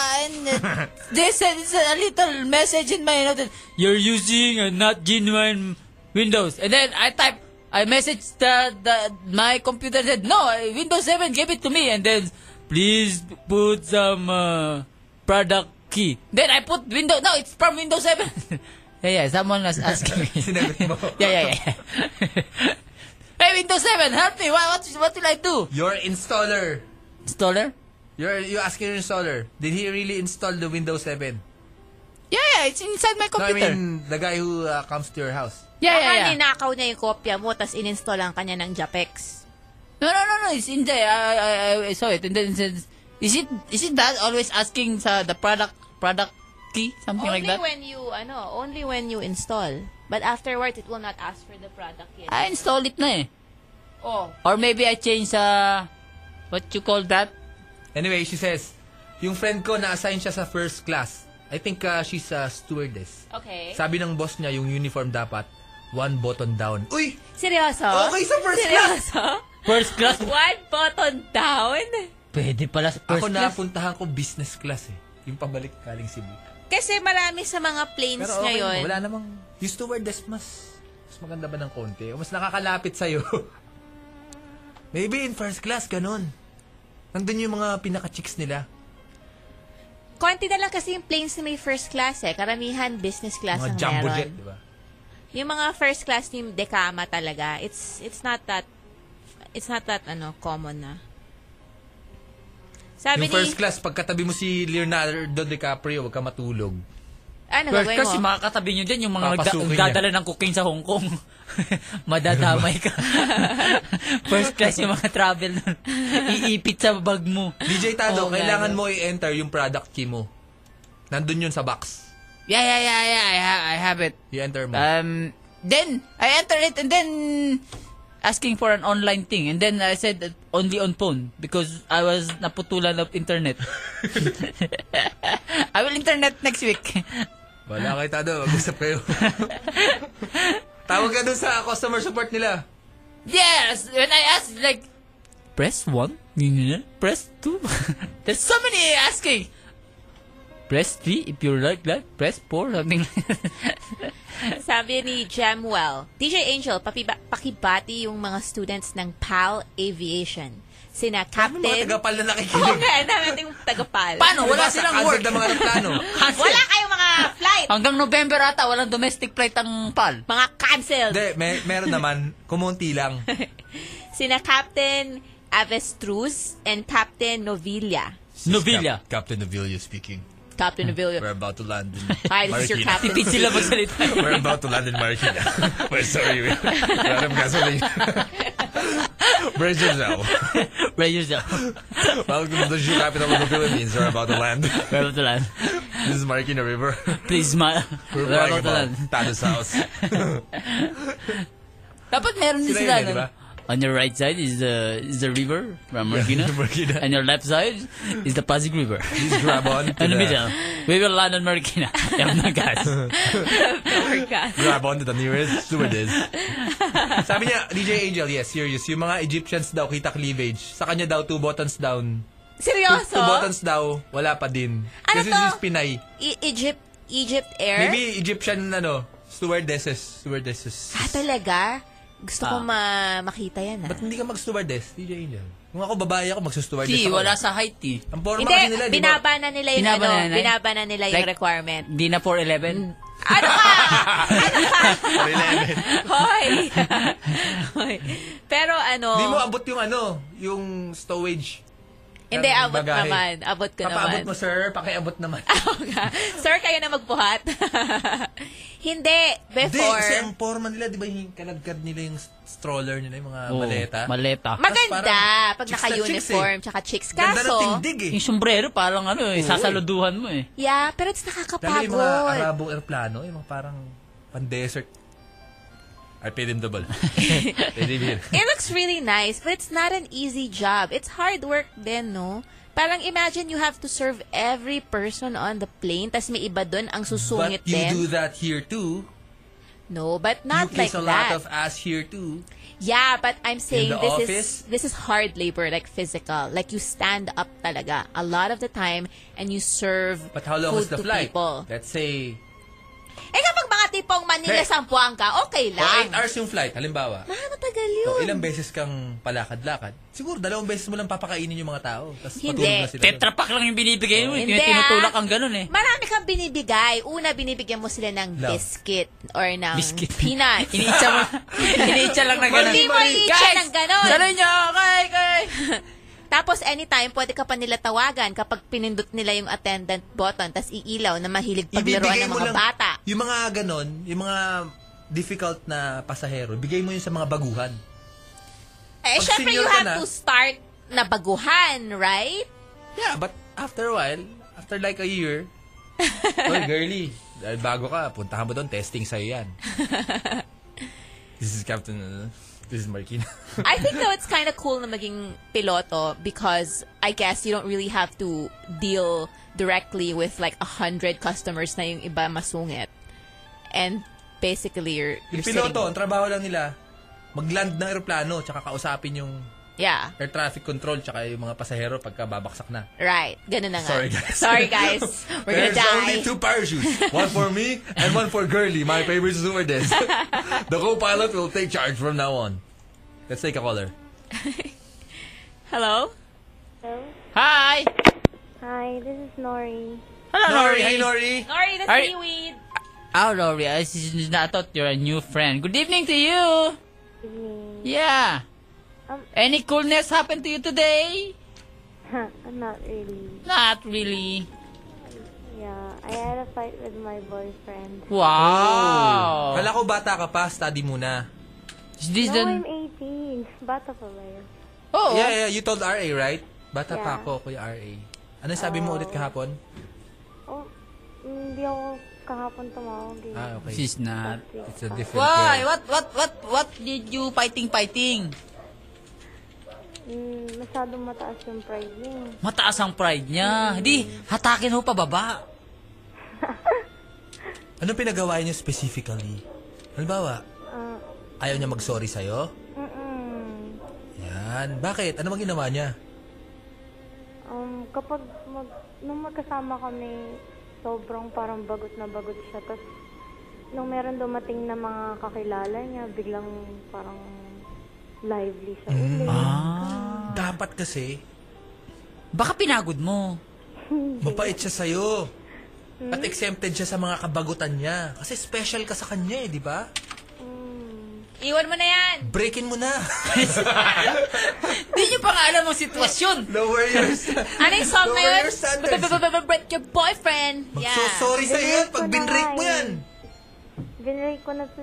B: and uh, they said it's a little message in my note that you're using a not genuine Windows. And then I type, I messaged the, the my computer said, no, uh, Windows 7 gave it to me. And then, please put some uh, product key. Then I put Windows, no, it's from Windows 7. yeah, yeah, someone was asking me.
C: Sinagot mo.
B: yeah, yeah, yeah. hey, Windows 7, help me. What, what, what will I do?
C: Your installer.
B: Installer?
C: You're, you ask your installer, did he really install the Windows 7?
B: Yeah, yeah, it's inside my
C: No, I
B: computer.
C: mean, the guy who uh, comes to your house.
B: yeah, yeah,
A: Baka
B: yeah.
A: ninakaw niya yung kopya mo, tas ininstall ang kanya ng Japex.
B: No, no, no, no, it's in there. I, I, I saw it. And then it says, is it, is it that always asking sa the product, product key? Something
A: Only
B: like that?
A: when you, ano, only when you install. But afterwards, it will not ask for the product yet.
B: I installed it na eh.
A: oh,
B: Or maybe I change sa, what you call that?
C: Anyway, she says, yung friend ko na-assign siya sa first class. I think uh, she's a stewardess.
A: okay.
C: Sabi ng boss niya, yung uniform dapat, one button down. Uy!
A: Seryoso?
C: Okay sa first
A: Seryoso?
B: First class.
A: One button down?
B: Pwede pala sa first
C: Ako
B: class.
C: napuntahan ko business class eh. Yung pabalik galing Cebu.
A: Kasi marami sa mga planes
C: Pero okay,
A: ngayon.
C: mo, wala namang... Used to wear this mas... Mas maganda ba ng konti? O mas nakakalapit sa'yo? Maybe in first class, ganun. Nandun yung mga pinaka-chicks nila.
A: Konti na lang kasi yung planes na may first class eh. Karamihan business class
C: Mga
A: ang
C: jumbo
A: meron.
C: jet, di ba?
A: Yung mga first class ni Dekama talaga, it's it's not that it's not that ano common na. Sabi
C: Yung
A: ni
C: first class, pagkatabi mo si Leonardo DiCaprio, huwag ka matulog.
A: ano
B: First
A: gagawin
B: class,
A: mo?
B: yung mga katabi nyo dyan, yung mga da-
C: Papasukin niya.
B: dadala ng cocaine sa Hong Kong. Madadamay ka. first class yung mga travel nun. Iipit sa bag mo.
C: DJ Tado,
B: Oo nga,
C: kailangan mo
B: no.
C: i-enter yung product key mo. Nandun yun sa box.
B: Yeah, yeah, yeah, yeah. I, ha- I have it.
C: I-enter mo.
B: Um, then, I entered it and then asking for an online thing. And then I said that only on phone because I was naputulan of internet. I will internet next week.
C: Wala kay Tado, mag-usap kayo. Tawag ka dun sa customer support nila.
B: yes! When I asked, like, press 1, press 2. There's so many asking. Press 3 if you like that. Press 4, something like that.
A: Sabi ni Jamwell, DJ Angel, papiba- pakibati yung mga students ng PAL Aviation. Sina Captain...
C: Mga tagapal na
A: Oo
C: nakikinig.
A: nga, namin yung tagapal.
B: Paano? Wala
C: Diba, sa
B: silang
C: cancer
B: work.
C: na mga plano.
A: Wala kayong mga flight!
B: Hanggang November ata, walang domestic flight ang PAL.
A: Mga canceled!
C: Hindi, Eh, may, meron naman. Kumunti lang.
A: Sina Captain Avestruz and Captain Novilla.
B: Novilla.
C: Cap- Captain Novilla speaking.
A: Captain Novilla.
C: about to land in
A: Hi, this is your
C: Hmm. Marikina.
A: captain.
B: Tipid sila magsalita.
C: We're about to land in Marikina. We're sorry. We're out of gasoline. Brace yourself.
B: Where yourself.
C: Welcome to the G capital of the Philippines. We're about to land.
B: Where to land.
C: This is Marikina River.
B: Please, ma.
C: We're
B: Where
C: flying
B: to
C: about
B: land.
C: Tado's house.
B: Dapat meron din
C: Sila
B: sila.
C: yun,
B: no?
C: di ba?
B: On your right side is the is the river from Marikina.
C: the Marikina.
B: And your left side is the Pasig River.
C: Please grab on to
B: And
C: the-
B: the middle, we will land on Marikina. Yam na guys.
C: grab on to the nearest stewardess. Sabi niya, DJ Angel, yes, serious. Yung mga Egyptians daw, kita cleavage. Sa kanya daw, two buttons down.
A: Seryoso?
C: Two buttons daw, wala pa din.
A: Ano
C: Kasi
A: to?
C: she's Pinay.
A: E- Egypt, Egypt Air?
C: Maybe Egyptian, ano, stewardesses. Stewardesses.
A: Ah, talaga? Gusto ko ma- makita yan, ah.
C: Ba't hindi ka mag-stewardess, DJ Angel? Kung ako babae ako, mag-stewardess
B: Di,
C: ako.
B: wala sa height eh.
C: Ang forma
A: Hindi,
C: kasi nila, di ba?
A: binaba na nila yung,
B: Binaba
A: ano,
B: na nila?
A: binaba na nila yung
B: Like-
A: requirement.
B: Di na 4'11.
A: Ano ka? ano ka? Hoy! Hoy. Pero ano,
C: Di mo abot yung ano, yung stowage.
A: hindi
C: ng
A: abot
C: bagahe.
A: naman. Abot ko naman.
C: Papaabot mo, sir. Pakiabot naman.
A: Sir, kayo na magbuhat. hindi,
C: Hindi,
A: before.
C: kasi ang forma nila, di ba yung kalagkad nila yung stroller nila, yung mga
B: Oo,
C: maleta?
B: Maleta.
A: Maganda,
C: parang
A: pag oh.
C: chicks na
A: naka-uniform, tsaka chicks.
C: Ganda
A: Kaso,
C: na tindig eh.
B: Yung sombrero parang ano eh, sasaluduhan mo eh.
A: yeah, pero it's
C: Lalo yung mga
A: nakakapagod.
C: Arabong aeroplano, yung mga parang pan-desert. I paid him double. paid him here.
A: It looks really nice, but it's not an easy job. It's hard work din, no? Parang imagine you have to serve every person on the plane, tas may iba dun ang
C: But
A: susungit
C: you do
A: din.
C: that here too.
A: No, but
C: You
A: not like
C: kiss a lot
A: that.
C: of ass here too.
A: Yeah, but I'm saying
C: the
A: this
C: office?
A: is this is hard labor, like physical. Like you stand up talaga a lot of the time and you serve
C: But how long
A: food
C: is the
A: to
C: flight?
A: people.
C: Let's say,
A: Eh kapag mga tipong Manila
C: Hey.
A: Sampuan ka, okay
C: o 8
A: lang.
C: hours yung flight, halimbawa.
A: Ah, matagal yun.
C: So, ilang beses kang palakad-lakad? Siguro, dalawang beses mo lang papakainin yung mga tao. Tapos
A: Hindi.
C: matulog na sila. doon.
B: Tetra pack lang yung binibigay mo. eh.
A: Hindi,
B: Tinutulak
A: ah.
B: ang ganun eh.
A: Marami kang binibigay. Una, binibigyan mo sila ng
C: Love.
A: biscuit or ng
B: Biscuit.
A: peanuts.
B: Iniitsa mo. Iniitsa lang na ganun.
A: Hindi mo iitsa
B: Guys,
A: ng ganun.
B: Ganun nyo. Okay, okay.
A: Tapos anytime, pwede ka pa nila tawagan kapag pinindot nila yung attendant button tas iilaw na mahilig paglaruan
C: Ibibigay
A: ng
C: mo
A: mga
C: lang,
A: bata.
C: Yung mga ganon, yung mga difficult na pasahero, bigay mo yun sa mga baguhan.
A: Eh,
C: Pag
A: syempre you
C: senior ka
A: have
C: na-
A: to start na baguhan, right?
C: Yeah, but after a while, after like a year, Oy, girly, dahil bago ka, puntahan mo doon, testing sa'yo yan. this is Captain, uh, this is Marquina.
A: I think though it's kind of cool na maging piloto because I guess you don't really have to deal directly with like a hundred customers na yung iba masungit. And basically you're, you're
C: yung piloto,
A: sitting-
C: ang trabaho lang nila, mag-land ng aeroplano tsaka kausapin yung
A: Yeah.
C: air traffic control tsaka yung mga pasahero pagka babaksak na.
A: Right. Ganun na nga.
C: Sorry, guys.
A: Sorry, guys. We're gonna
C: There's only
A: die.
C: two parachutes. One for me and one for Girly, my favorite stewardess. the co-pilot will take charge from now on. Let's take a caller.
A: Hello?
B: Hi!
F: Hi, this is Nori.
B: Hello,
C: Nori!
B: Nori!
C: Hey, Nori!
D: Nori, the
B: Are-
D: seaweed.
B: Oh, Nori, I, s- I thought you're a new friend. Good evening to you! Yeah.
F: Um,
B: Any coolness happened to you today?
F: Not really.
B: Not really.
F: Yeah, I had a fight with my boyfriend.
B: Wow!
C: Kala ko bata ka pa, study muna.
B: This
F: No,
B: the-
F: I'm 18. Bata pa ba yun?
B: Oh,
C: Yeah, yeah, you told RA, right? Bata pa
F: Yeah.
C: ako, Kuya RA. Ano sabi mo ulit kahapon?
F: Oh, hindi ako kahapon tumawag. eh.
C: Ah, okay.
B: she's not.
C: It's a different
B: Why?
C: girl.
B: What? What? What? What did you fighting? Fighting?
F: Mm, masyadong mataas yung price niya.
B: Mataas ang pride niya. Di, hatakin ho pababa.
C: Anong pinagawa niyo specifically? Halimbawa,
F: Ah,
C: ayaw niya mag-sorry sa'yo?
F: mm
C: Yan. Bakit? Ano bang ginawa niya?
F: Um, kapag mag, nung magkasama kami, sobrang parang bagot na bagot siya. Tapos, nung meron dumating na mga kakilala niya, biglang parang lively siya ulit.
C: Mm. Dapat kasi,
B: Ah. Baka pinagod mo.
C: mapait siya sa'yo.
B: Hmm?
C: At exempted siya sa mga kabagutan niya. Kasi special ka sa kanya eh, di ba?
D: Iwan mo na yan.
C: Breakin mo na.
B: Di niyo pa nga alam ang sitwasyon.
C: Lower your sta-
A: Ano yung song na yun?
C: Lower your standards.
A: Break your boyfriend. Yeah.
C: Magsusorry sa'yo yan pag binrake mo yan.
F: Binrate eh. ko na si,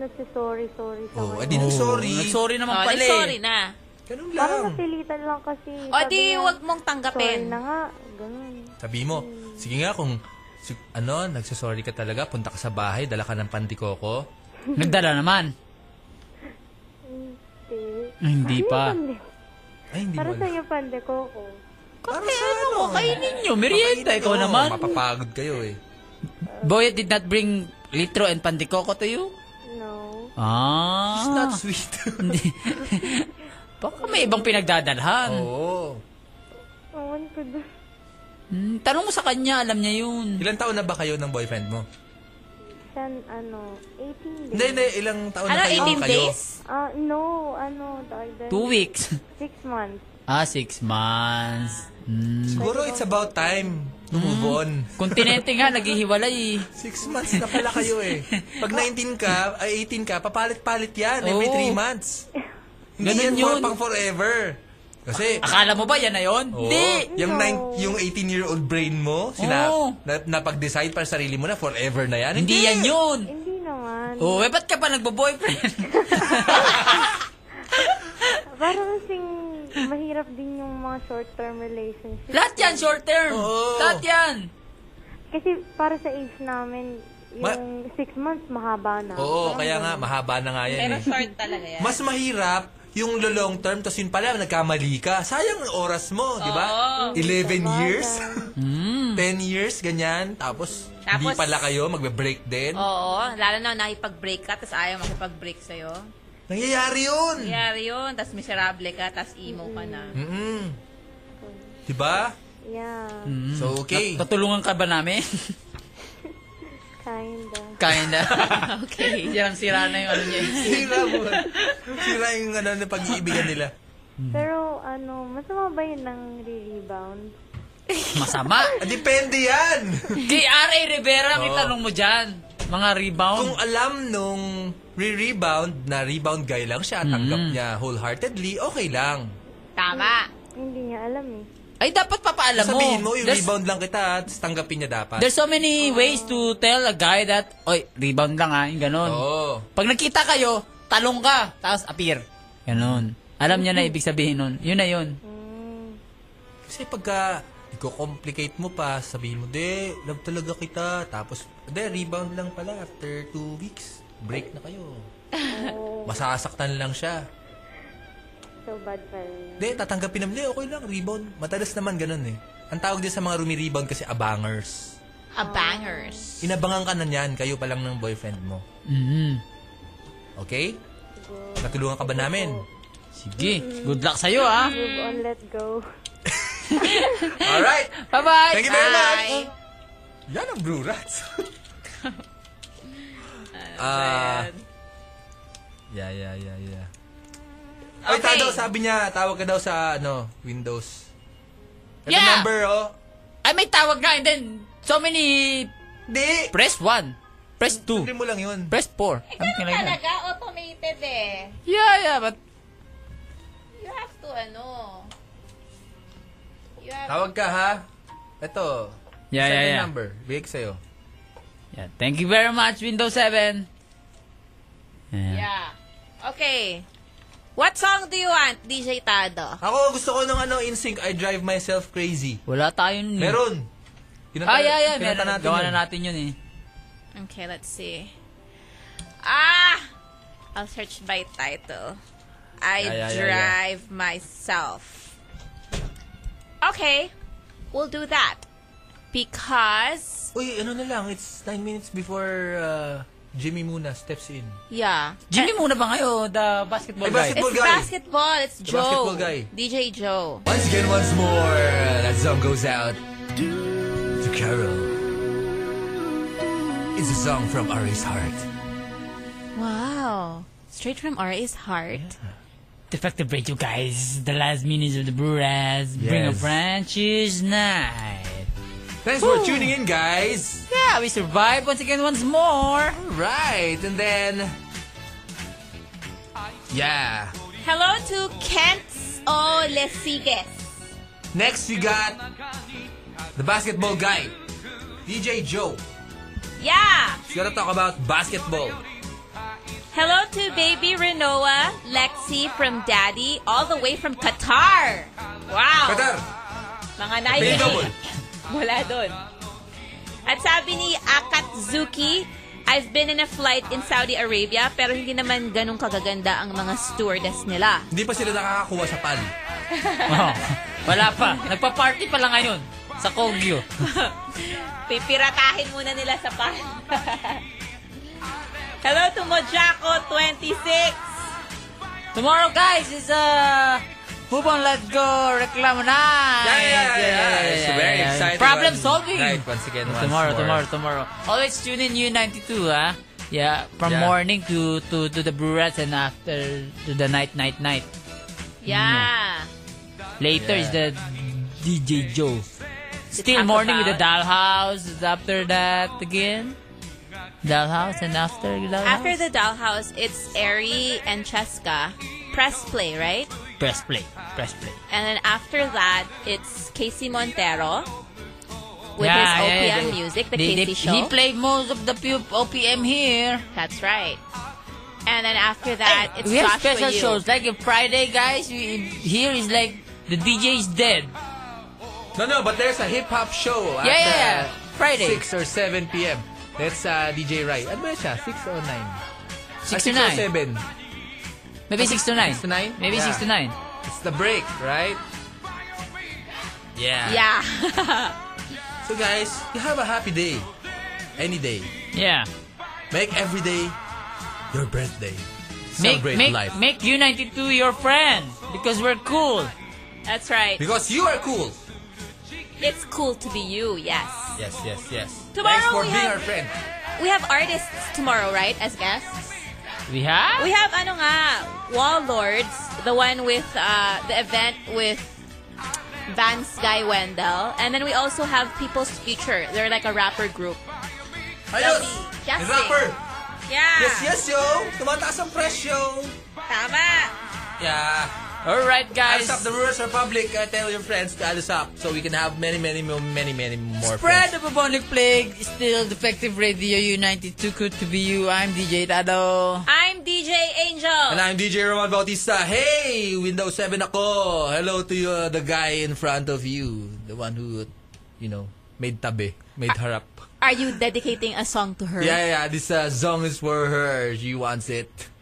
F: na si sorry, sorry sa
C: Oh,
F: kanya.
C: adi sorry.
B: Sorry naman
A: Oh,
B: pala
A: like,
B: eh.
A: sorry na.
C: Ganun
F: Parang
C: lang.
F: napilitan lang kasi.
A: O
F: Sabi
A: di,
F: niya,
A: huwag mong
F: Sorry
A: tanggapin.
F: na nga. Ganun.
C: Sabi mo, sige nga kung sig- ano, nagsasorry ka talaga, punta ka sa bahay, dala ka ng pandikoko.
B: Nagdala naman.
F: Hindi.
B: Hindi pa.
F: Pande.
C: Ay, hindi
F: Para
C: mo alam.
F: sa'yo, pande ko ko.
C: Para sa ano?
B: Kainin niyo, merienda. Ikaw
C: Oo,
B: naman.
C: Mapapagod kayo eh.
B: Boyet did not bring litro and pandikoko to you?
F: No.
B: Ah.
C: It's not sweet.
B: Hindi. Baka may ibang pinagdadalhan.
C: Oo.
F: Ewan ko dun.
B: Hmm, tanong mo sa kanya, alam niya yun.
C: Ilang taon na ba kayo ng boyfriend mo?
F: San, ano,
C: Hindi,
F: 18 days.
C: hindi. Ilang taon
A: Ano,
C: na kayo?
A: 18
C: kayo?
A: days?
F: Ah, no, ano, dardan.
B: Two weeks.
F: Six months.
B: Ah, six months. Hmm.
C: Siguro it's about time to move on.
B: Kontinente nga, naghihiwalay eh.
C: Six months na pala kayo eh.
B: Oh.
C: Pag 19 ka, ay 18 ka, papalit-palit yan every
B: Oo.
C: three months. Hindi
B: Oh. Ganun
C: yan for,
B: yun.
C: pang forever. Kasi,
B: Akala mo ba yan na yun?
C: oo,
B: Hindi.
C: yung, nine, yung 18-year-old brain mo, sina,
B: Oo.
C: na, napag-decide para sa sarili mo na forever na yan.
B: Oh. Hindi yan yun.
F: Hindi naman.
B: Oh, eh, ba't ka pa nagbo-boyfriend?
F: Parang kasing mahirap din yung mga short-term relationship.
B: Lahat yan, short term.
C: Oo.
B: Lahat yan.
F: Kasi para sa age namin,
C: Ma-
F: yung six months, mahaba na.
C: Oo,
F: Parang
C: kaya nga,
F: ganun.
C: mahaba na nga yan
D: Pero
C: eh.
D: short talaga yan.
C: Mas mahirap yung long term, tapos yun pala, nagkamali ka. Sayang ang oras mo, di ba? 11 years?
B: Hmm.
C: 10 years, ganyan. Tapos, hindi
D: Tapos-
C: pala kayo, magbe-break din.
A: Oo, lalo na nakipag-break ka, tapos ayaw makipag-break sa'yo.
C: Nangyayari yun!
A: Nangyari yun, tapos miserable ka, tapos emo ka na.
C: Mm-mm. Di ba?
F: Yeah,
C: Diba? So, okay.
B: Mm. Nat- Natulungan ka ba namin?
F: kinda.
B: Kinda. okay. Yan ang sira na yung ano niya.
C: Sira mo. Sira yung ano, na pag-iibigan nila.
F: Pero ano, masama ba yun ng re-rebound?
B: Masama.
C: Ah, Depende yan!
B: Kay R.A. Rivera, may
C: Oo.
B: tanong mo dyan. Mga rebound.
C: Kung alam nung re-rebound na rebound guy lang siya,
B: Mm.
C: tanggap niya wholeheartedly, okay lang.
A: Tama.
F: Hindi niya alam eh.
B: Ay, dapat papaalam mo.
C: Sabihin mo,
B: there's,
C: i-rebound lang kita, tapos tanggapin niya dapat.
B: there's so many ways to tell a guy that, oy, rebound lang ha, yung ganon.
C: Oo.
B: Pag nakita kayo, talong ka, tapos appear. Ganon. Alam niya
C: Mm-hmm.
B: na ibig sabihin nun. Yun na yun.
C: Kasi pagka i-complicate mo pa, sabihin mo, de, love talaga kita. Tapos, de, rebound lang pala after two weeks. Break na kayo. Masasaktan lang siya.
F: So bad pala.
C: De, tatanggapin naman, de, okay lang, rebound. Matalas naman ganun eh. Ang tawag din sa mga rumi-rebound kasi abangers.
A: A bangers.
B: Mm-hmm.
C: Inabangan ka na niyan, kayo pa lang ng boyfriend mo.
B: Mhm.
C: Okay? Natulungan ka ba namin?
B: Sige, good luck sa'yo ah. ha.
G: Move on, let go.
C: Alright!
B: Bye-bye!
C: Thank you very much! Yan ang Brew Rats. Ah. yeah, yeah, yeah, yeah. Ay,
A: Okay.
C: tao daw, sabi niya, tawag ka daw sa, ano, Windows. Ito
B: Yeah.
C: number, oh.
B: Ay, may tawag nga and then so many...
C: Di!
B: Press 1. Press
C: Sundin
B: 2.
C: mo lang yun.
B: Press 4. Something like that.
F: Talaga, automated eh.
B: Yeah, yeah, but...
F: You have to, ano. You have
C: Tawag ka, ha? Ito.
B: Yeah,
C: send
B: yeah,
C: yung
B: yeah.
C: number. Big sa'yo.
B: Yeah, thank you very much, Windows 7. Yeah.
F: Yeah.
A: Okay. What song do you want, DJ Tado?
C: Ako, gusto ko ng ano, InSync, I Drive Myself Crazy.
B: Wala tayong...
C: Meron. Kinanta,
B: Ah, yeah, yeah,
C: kinanta
B: meron.
C: natin
B: Gawa
C: yun.
B: na natin yun eh.
A: Okay, let's see. Ah! I'll search by title. I
C: Yeah, yeah, yeah, yeah.
A: drive myself. Okay, we'll do that. Because,
C: Uy, ano na lang, it's 9 minutes before uh, Jimmy Muna steps in.
A: yeah.
B: Jimmy muna ba kayo, the
C: Ay,
B: basketball guy?
C: basketball-
A: It's
C: guy.
A: basketball. It's Joe.
C: basketball guy.
A: DJ Joe.
C: Once again, once more, that song goes out to Carol. It's a song from Ari's heart.
A: Wow. Straight from R.A.'s heart.
B: Defective Radio guys, the last minutes of the Brewers. Bring a
C: Yes.
B: friend, cheers night.
C: Thanks for tuning in, guys.
B: Yeah, we survived once again once more.
C: Right, and then... Yeah.
A: Hello to Kent O. Lesigues.
C: Next, we got the basketball guy, DJ Joe.
A: Yeah.
C: He's gonna talk about basketball.
A: Hello to baby Renoa, Lexi from Daddy, all the way from Qatar. Wow.
C: Qatar,
A: Mga
C: pay
A: nakikinig.
C: double.
A: Mula dun. At sabi ni Akatsuki, I've been in a flight in Saudi Arabia pero hindi naman ganun kagaganda ang mga stewardess nila.
C: Hindi pa sila nakakakuha sa pan.
B: Oh, wala pa. Nagpa-party pa lang ngayon sa Kogyo.
A: Pipiratahin muna nila sa pan. Hello to Mojako 26.
B: Tomorrow guys is uh Move on, let's go! Reklamo na!
C: Yeah, yeah, yeah, yeah. It's very exciting
B: Problem
C: one.
B: solving!
C: Right, once again, once
B: tomorrow,
C: more.
B: tomorrow, tomorrow. Always tune in U92, ah. Yeah, from
C: Yeah.
B: morning to, to, to the Brewers and after to the night, night, night.
A: Yeah.
B: Later is the DJ Joe. Still
A: talk
B: morning with
A: about-
B: the Dollhouse. After that again, Dollhouse and after Dollhouse.
A: After the dollhouse, it's Ari and Cheska. Press play, right?
B: press play, press play.
A: And then after that, it's Casey Montero with
B: Yeah,
A: his
B: yeah,
A: OPM
B: they-
A: music, the
B: they-
A: Casey
B: they-
A: Show.
B: He played most of the pu- OPM here.
A: That's right. And then after that, it's
B: we have
A: Joshua
B: special
A: Yu.
B: shows like a Friday, guys. We, here is like the DJ is dead.
C: No, no, but there's a hip-hop show at
B: Yeah,
C: uh,
B: yeah, yeah. Friday.
C: 6 or 7 p.m. That's uh, DJ Rai. Ano ba siya? 6 or 9? Ah,
B: Six to nine.
C: 7.
B: Maybe six to nine.
C: Six to nine?
B: Maybe
C: Yeah.
B: six to nine.
C: It's the break, right? Yeah.
A: Yeah.
C: So guys, you have a happy day. Any day.
B: Yeah.
C: Make every day your birthday.
B: Make
C: Celebrate
B: make
C: life.
B: make U92 your friend because we're cool.
A: That's right.
C: because you are cool.
A: It's cool to be you, yes.
C: Yes, yes, yes.
A: Tomorrow
C: Thanks for
A: we
C: being
A: have-
C: our friend.
A: We have artists tomorrow, right, as guests?
B: We have.
A: We have, ano nga, Warlords, the one with, uh, the event with Vance Guy Wendell. And then we also have People's Future. They're like a rapper group.
C: Ayos!
A: Justin.
C: Rapper!
A: Yeah.
C: Yes, yes, yo! Tumataas ang presyo!
A: Tama.
C: Yeah.
B: All right, guys.
C: Alis up the Brewers Republic. Uh, tell your friends to alis up so we can have many, many, mo- many, many more friends.
B: Spread the bubonic plague. Still defective radio U92. Good to be you. I'm DJ Dado.
A: I'm DJ
C: And
A: Angel.
C: I'm DJ Roman Bautista. Hey, Windows 7 ako. Hello to uh, the guy in front of you. The one who, you know, made tabi. Made harap.
A: Are you dedicating a song to her?
C: Yeah, yeah, this uh, song is for her. She wants it.